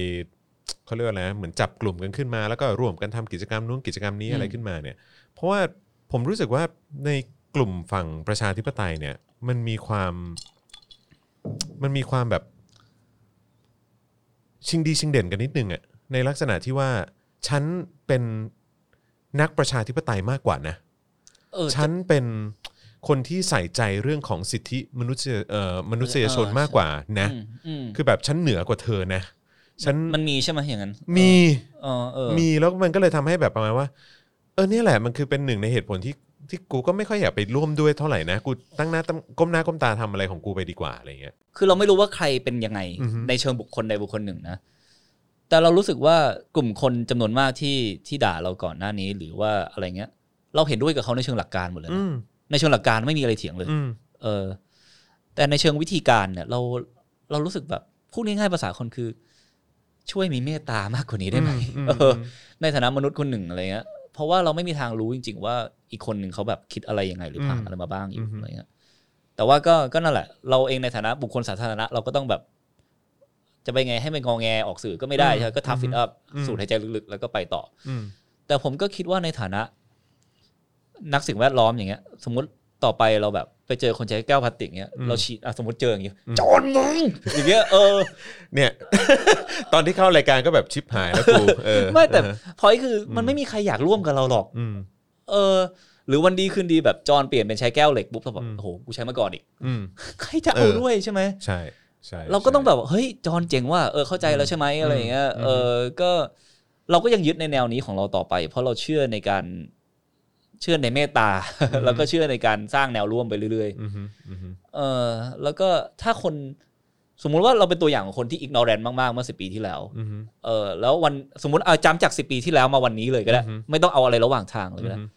[SPEAKER 2] เขาเรียกว่าอะไรนะเหมือนจับกลุ่มกันขึ้นมา แล้วก็ร่วมกันทำกิจกรรมนู้นกิจกรรมนี้
[SPEAKER 3] อืม
[SPEAKER 2] อะไรขึ้นมาเนี่ย เพราะว่าผมรู้สึกว่าในกลุ่มฝั่งประชาธิปไตยเนี่ย มันมีความ มันมีความแบบ ชิงดีชิงเด่นกันนิดนึงอะในลักษณะที่ว่าฉันเป็นนักประชาธิปไตยมากกว่านะ
[SPEAKER 3] เออ
[SPEAKER 2] ฉันเป็นคนที่ใส่ใจเรื่องของสิทธิมนุษยเอ่อมนุษยชน
[SPEAKER 3] เออ
[SPEAKER 2] มากกว่านะ
[SPEAKER 3] อืมอืม
[SPEAKER 2] คือแบบฉันเหนือกว่าเธอนะ ฉัน
[SPEAKER 3] มันมีใช่ไหมอย่างนั้น
[SPEAKER 2] มี
[SPEAKER 3] เออเออ
[SPEAKER 2] มีแล้วมันก็เลยทำให้แบบประมาณว่า เออเนี่ยแหละมันคือเป็นหนึ่งในเหตุผลที่ที่กูก็ไม่ค่อยอยากไปร่วมด้วยเท่าไหร่นะ กูตั้งหน้าตั้งก้มหน้าก้มตาทำอะไรของกูไปดีกว่าอะไรเงี้ย
[SPEAKER 3] คือเราไม่รู้ว่าใครเป็นยังไง
[SPEAKER 2] อือฮึ
[SPEAKER 3] ในเชิงบุคคลใดบุคคลหนึ่งนะ แต่เรารู้สึกว่ากลุ่มคนจำนวนมากที่ที่ด่าเราก่อนหน้านี้ หรือว่าอะไรเงี้ย เราเห็นด้วยกับเขาในเชิงหลักการหมดเลย
[SPEAKER 2] อื
[SPEAKER 3] นะ
[SPEAKER 2] ม
[SPEAKER 3] ในเชิงหลักการไม่มีอะไรเถียงเลย
[SPEAKER 2] อืม
[SPEAKER 3] เออ แต่ในเชิงวิธีการเนี่ย เราเรารู้สึกแบบพูดง่ายๆภาษาคนคือ ช่วยมีเมตตามากกว่านี้ได้ไหม
[SPEAKER 2] อื
[SPEAKER 3] เออ
[SPEAKER 2] ม
[SPEAKER 3] ในฐานะมนุษย์คนหนึ่งอะไรเงี้ย เพราะว่าเราไม่มีทางรู้จริง ๆ ว่าอีกคนหนึ่งเขาแบบคิดอะไรยังไงหรือผ่าน
[SPEAKER 2] อืม
[SPEAKER 3] อะไรมาบ้างอยู่
[SPEAKER 2] อือฮึ
[SPEAKER 3] อะไรเงี้ย แต่ว่าก็ก็นั่นแหละ เราเองในฐานะบุคคลสาธารณะเราก็ต้องแบบ จะไปไงให้มันงอแงออกสื่อก็ไม่ได้ใช่ไหมก็ทัฟฟิตอัพสูดหายใจลึกๆ แล้วก็ไปต่อ
[SPEAKER 2] อืม
[SPEAKER 3] แต่ผมก็คิดว่าในฐานะ นักสิ่งแวดล้อมอย่างเงี้ย สมมติต่อไปเราแบบ ไปเจอคนใช้แก้วพลาสติกเงี้ยเราฉีดอ่ะสมมติเจออย่างเงี้ยจอนมึงอย่างเงี้ยเออ
[SPEAKER 2] เนี่ย ตอนที่เข้ารายการก็แบบชิปหายแล้วกูเออ
[SPEAKER 3] ไม่แต่
[SPEAKER 2] เออ
[SPEAKER 3] พอยคือมันไม่มีใครอยากร่วมกับเราหรอก
[SPEAKER 2] อืม
[SPEAKER 3] เออหรือวันดีคืนดีแบบจอนเปลี่ยนเป็นใช้แก้วเหล็กปุ๊บเราแบบ
[SPEAKER 2] อืม
[SPEAKER 3] โอ้โหกูใช้มาก่อนอีก
[SPEAKER 2] อืม
[SPEAKER 3] ใครจะ
[SPEAKER 2] เอ
[SPEAKER 3] เอา
[SPEAKER 2] อ
[SPEAKER 3] ด้วยใช่ไหม
[SPEAKER 2] ใช่ใช่
[SPEAKER 3] เราก็ต้อง
[SPEAKER 2] ใช่
[SPEAKER 3] แบบว่าเฮ้ยจอนเจ๋งว่าเออเข้าใจแล้วใช่ไหมอะไรอย่างเงี้ย
[SPEAKER 2] อืม
[SPEAKER 3] เออก็เราก็ยังยึดในแนวนี้ของเราต่อไป เพราะเราเชื่อในการเชื่อในเมตตา แล้วก็เชื่อในการสร้างแนวร่วมไปเรื่อย
[SPEAKER 2] อืมฮึอืมฮึ
[SPEAKER 3] ๆเออแล้วก็ถ้าคนสมมุติว่าเราเป็นตัวอย่างของคนที่อิกนอแรนมากๆเมื่อสิปีที่แล้ว
[SPEAKER 2] อืมฮึ
[SPEAKER 3] เออแล้ววันสมมติเอาจำจากสิปีที่แล้วมาวันนี้เลยก็ได้
[SPEAKER 2] อือฮึ
[SPEAKER 3] ไม่ต้องเอาอะไรระหว่างทางเลยก็ได้
[SPEAKER 2] อืมฮึ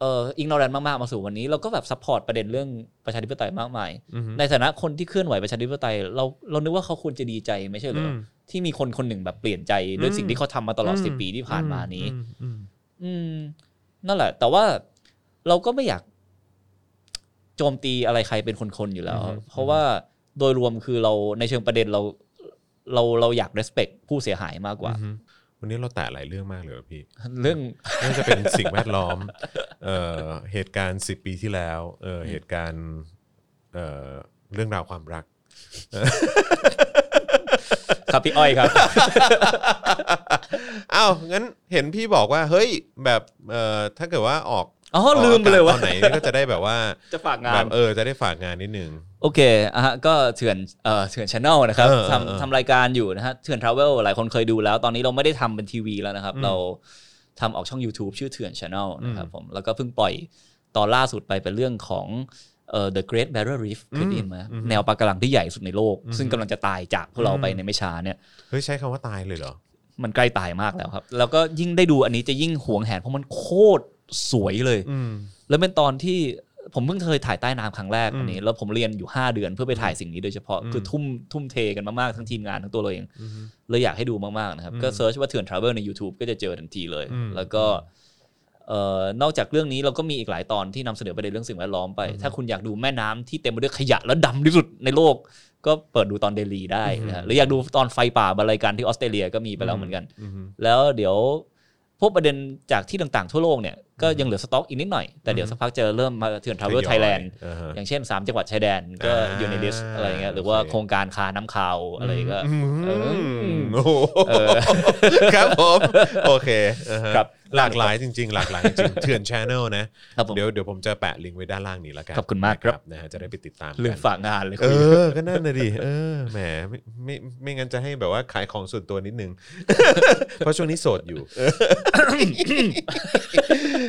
[SPEAKER 3] เอออิงนอแรนมาก ๆ มาสู่วันนี้ เราก็แบบซัพพอร์ตประเด็นเรื่องประชาธิปไตยมากมาย
[SPEAKER 2] อือฮึ
[SPEAKER 3] ในฐานะคนที่เคลื่อนไหวประชาธิปไตย เราเรานึกว่าเขาควรจะดีใจไม่ใช่เหรอ
[SPEAKER 2] ม
[SPEAKER 3] ที่มีคนคนหนึ่งแบบเปลี่ยนใจด้วย
[SPEAKER 2] อืม
[SPEAKER 3] สิ่งที่เขาทำมาตลอดสิปีที่ผ่านมานี้
[SPEAKER 2] อือืม
[SPEAKER 3] อืม นั่นแหละ แต่ว่าเราก็ไม่อยากโจมตีอะไรใครเป็นคน ๆ อยู่แล้ว เพราะว่าโดยรวมคือเราในเชิงประเด็นเรา เราเราอยาก respect ผู้เสียหายมากกว่า
[SPEAKER 2] อืมวันนี้เราแตะหลายเรื่องมากเลยว่ะพี่
[SPEAKER 3] เรื่อง
[SPEAKER 2] ไม่ว่าจะเป็นสิ่งแวดล้อม เอ่อเหตุการณ์สิบปีที่แล้วเอ่อเหตุการณ์เอ่อเรื่องราวความรัก
[SPEAKER 3] ครับพี่อ้อยครับ
[SPEAKER 2] อ้าวงั้นเห็นพี่บอกว่าเฮ้ยแบบเอ่อถ้าเกิดว่าออก
[SPEAKER 3] อ๋อลืมไปเล
[SPEAKER 2] อ
[SPEAKER 3] ย
[SPEAKER 2] อก
[SPEAKER 3] ว่า
[SPEAKER 2] อากาศตอนไหนก็จะได้แบบว่า
[SPEAKER 3] จะฝาก งา
[SPEAKER 2] แบ
[SPEAKER 3] น
[SPEAKER 2] บเออจะได้ฝากงานนิดนึง
[SPEAKER 3] โอเคอ่ะฮะก็เถื่อนเอ่อเถื่อนชาแนลนะครับ
[SPEAKER 2] เออเออเออ
[SPEAKER 3] ทำทำรายการอยู่นะฮะเถื่อนทราเวลหลายคนเคยดูแล้ว ตอนนี้เราไม่ได้ทำเป็นทีวีแล้วนะครับ เราทำออกช่อง YouTube ชื่อเถื่อนชาแนลนะครับผมแล้วก็เพิ่งปล่อยตอนล่าสุดไปเป็นเรื่องของเอ่อ The Great Barrier Reef เคยได้ยินไหมแนวปะการังที่ใหญ่สุดในโลก ซึ่งกำลังจะตายจากพวกเราไปในไม่ช้าเนี่ย
[SPEAKER 2] เฮ้ยใช้คำว่าตายเลยเหรอ
[SPEAKER 3] มันใกล้ตายมากแล้วครับ แล้วก็ยิ่งได้ดูอันนี้จะยิ่งหวงแหนเพราะมันโคตรสวยเลย
[SPEAKER 2] อืม
[SPEAKER 3] แล้วเป็นตอนที่ ผมเพิ่งเคยถ่ายใต้น้ำครั้งแรกอันนี้ แล้วผมเรียนอยู่ 5 เดือนเพื่อไปถ่ายสิ่งนี้โดยเฉพาะ คือทุ่มทุ่มเทกันมากๆทั้งทีมงานทั้งตัวเราเอง เลยอยากให้ดูมากๆนะครับ ก็เซิร์ชว่าเถื่อนทราเวลใน YouTube ก็จะเจอทันทีเลย แล้วก็เอ่อนอกจากเรื่องนี้เราก็มีอีกหลายตอนที่นำเสนอประเด็นเรื่องสิ่งแวดล้อมไป ถ้าคุณอยากดูแม่น้ำที่เต็มไปด้วยขยะและดำที่สุดในโลก ก็เปิดดูตอนเดลีได้นะฮะหรืออยากดูตอนไฟป่าบรรายการที่ออสเตรเลียก็ มีไปแล้วเหมือนกัน แล้วเดี๋ยวพวกประเด็นจากที่ต่างๆทั่วโลกเนี่ยก็ยังเหลือสต็อกอีกนิดหน่อย แต่เดี๋ยวสักพักจะเริ่มมาเถื่อนทราเวลไทยแลนด์
[SPEAKER 2] อ่าฮะ
[SPEAKER 3] อย่างเช่น 3 จังหวัดชายแดนก็
[SPEAKER 2] อ่า
[SPEAKER 3] อยู่ในลิสต์อะไรเงี้ยหรือว่า
[SPEAKER 2] โอเค
[SPEAKER 3] โครงการคาน้ำขาวอะไรก็เออ
[SPEAKER 2] อืมโอ้โหครับผมโอเคอ่าฮะ
[SPEAKER 3] ครับ
[SPEAKER 2] หลากหลายจริง ๆ หลากหลายจริงๆเถื่อนชแนลนะ
[SPEAKER 3] ครับผม
[SPEAKER 2] เดี๋ยวเดี๋ยวผมจะแปะลิงก์ไว้ด้านล่างนี้แล้วกัน
[SPEAKER 3] ขอบคุณมากครับ
[SPEAKER 2] นะฮะจะได้ไปติดตาม
[SPEAKER 3] ลื
[SPEAKER 2] กั
[SPEAKER 3] ม
[SPEAKER 2] น
[SPEAKER 3] ฝากงานเลย
[SPEAKER 2] เอ
[SPEAKER 3] คุย
[SPEAKER 2] อ ก็นั่นน่ะดิ เออ แหม ไม่ไม่ไม่งั้นจะให้แบบว่าขายของส่วนตัวนิด นึง เพราะช่วงนี้โสด อยู่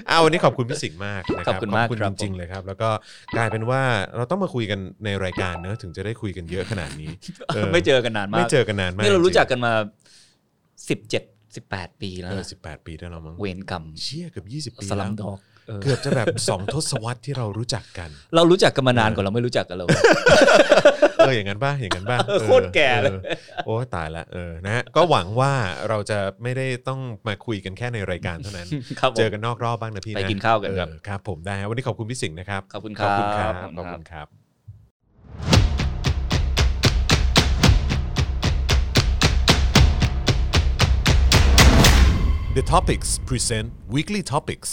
[SPEAKER 2] เอาวันนี้ขอบคุณพี่สิงห์มากนะค
[SPEAKER 3] ข
[SPEAKER 2] รับ
[SPEAKER 3] อ
[SPEAKER 2] บ
[SPEAKER 3] คุณมาก
[SPEAKER 2] ขอบคุณ
[SPEAKER 3] ครับ
[SPEAKER 2] จริง
[SPEAKER 3] ผ
[SPEAKER 2] ๆ
[SPEAKER 3] ม
[SPEAKER 2] เลยครับ แล้วก็กลายเป็นว่าเราต้องมาคุยกันในรายการเนอะถึงจะได้คุยกันเยอะขนาดนี้เออ
[SPEAKER 3] ไม่เจอกันนานมาก
[SPEAKER 2] ไม่เจอกันนานมาก
[SPEAKER 3] นี่เรารู้จัก
[SPEAKER 2] จง
[SPEAKER 3] กันมา 17 18 ปี
[SPEAKER 2] ๆ
[SPEAKER 3] แล้ว
[SPEAKER 2] เออ
[SPEAKER 3] นะ
[SPEAKER 2] สิบแปดปีได้แล้วมั้ง
[SPEAKER 3] เวรกรรม
[SPEAKER 2] เชี่ยเกือบยี่สิบปี
[SPEAKER 3] สลัมด
[SPEAKER 2] แล้ว
[SPEAKER 3] อกเออ
[SPEAKER 2] เกือบจะแบบสองทศวรรษที่เรารู้จักกัน
[SPEAKER 3] เรารู้จักกันมานานกว่า เราไม่รู้จักกันเลย
[SPEAKER 2] เอออย่างนั้นป่ะอย่างนั้นป่ะ
[SPEAKER 3] เออโคตรแก่เล
[SPEAKER 2] อ
[SPEAKER 3] ย
[SPEAKER 2] อโอ้ตายละเออนะฮะก็หวังว่าเราจะไม่ได้ต้องมาคุยกันแค่ในรายการเท่านั้น
[SPEAKER 3] ครับผม
[SPEAKER 2] เจอกันนอกรอบบ้างนะพี่ะ
[SPEAKER 3] ไปกินข้าวกันครับ
[SPEAKER 2] เออครับผมได้ฮะวันนี้ขอบคุณพี่สิงห์นะครับ
[SPEAKER 3] ขอบคุณครับ
[SPEAKER 2] ขอบคุณครับ
[SPEAKER 3] ขอบ
[SPEAKER 2] ขอบ
[SPEAKER 3] คุณครับ
[SPEAKER 2] คุณครับ The Topics present Weekly Topics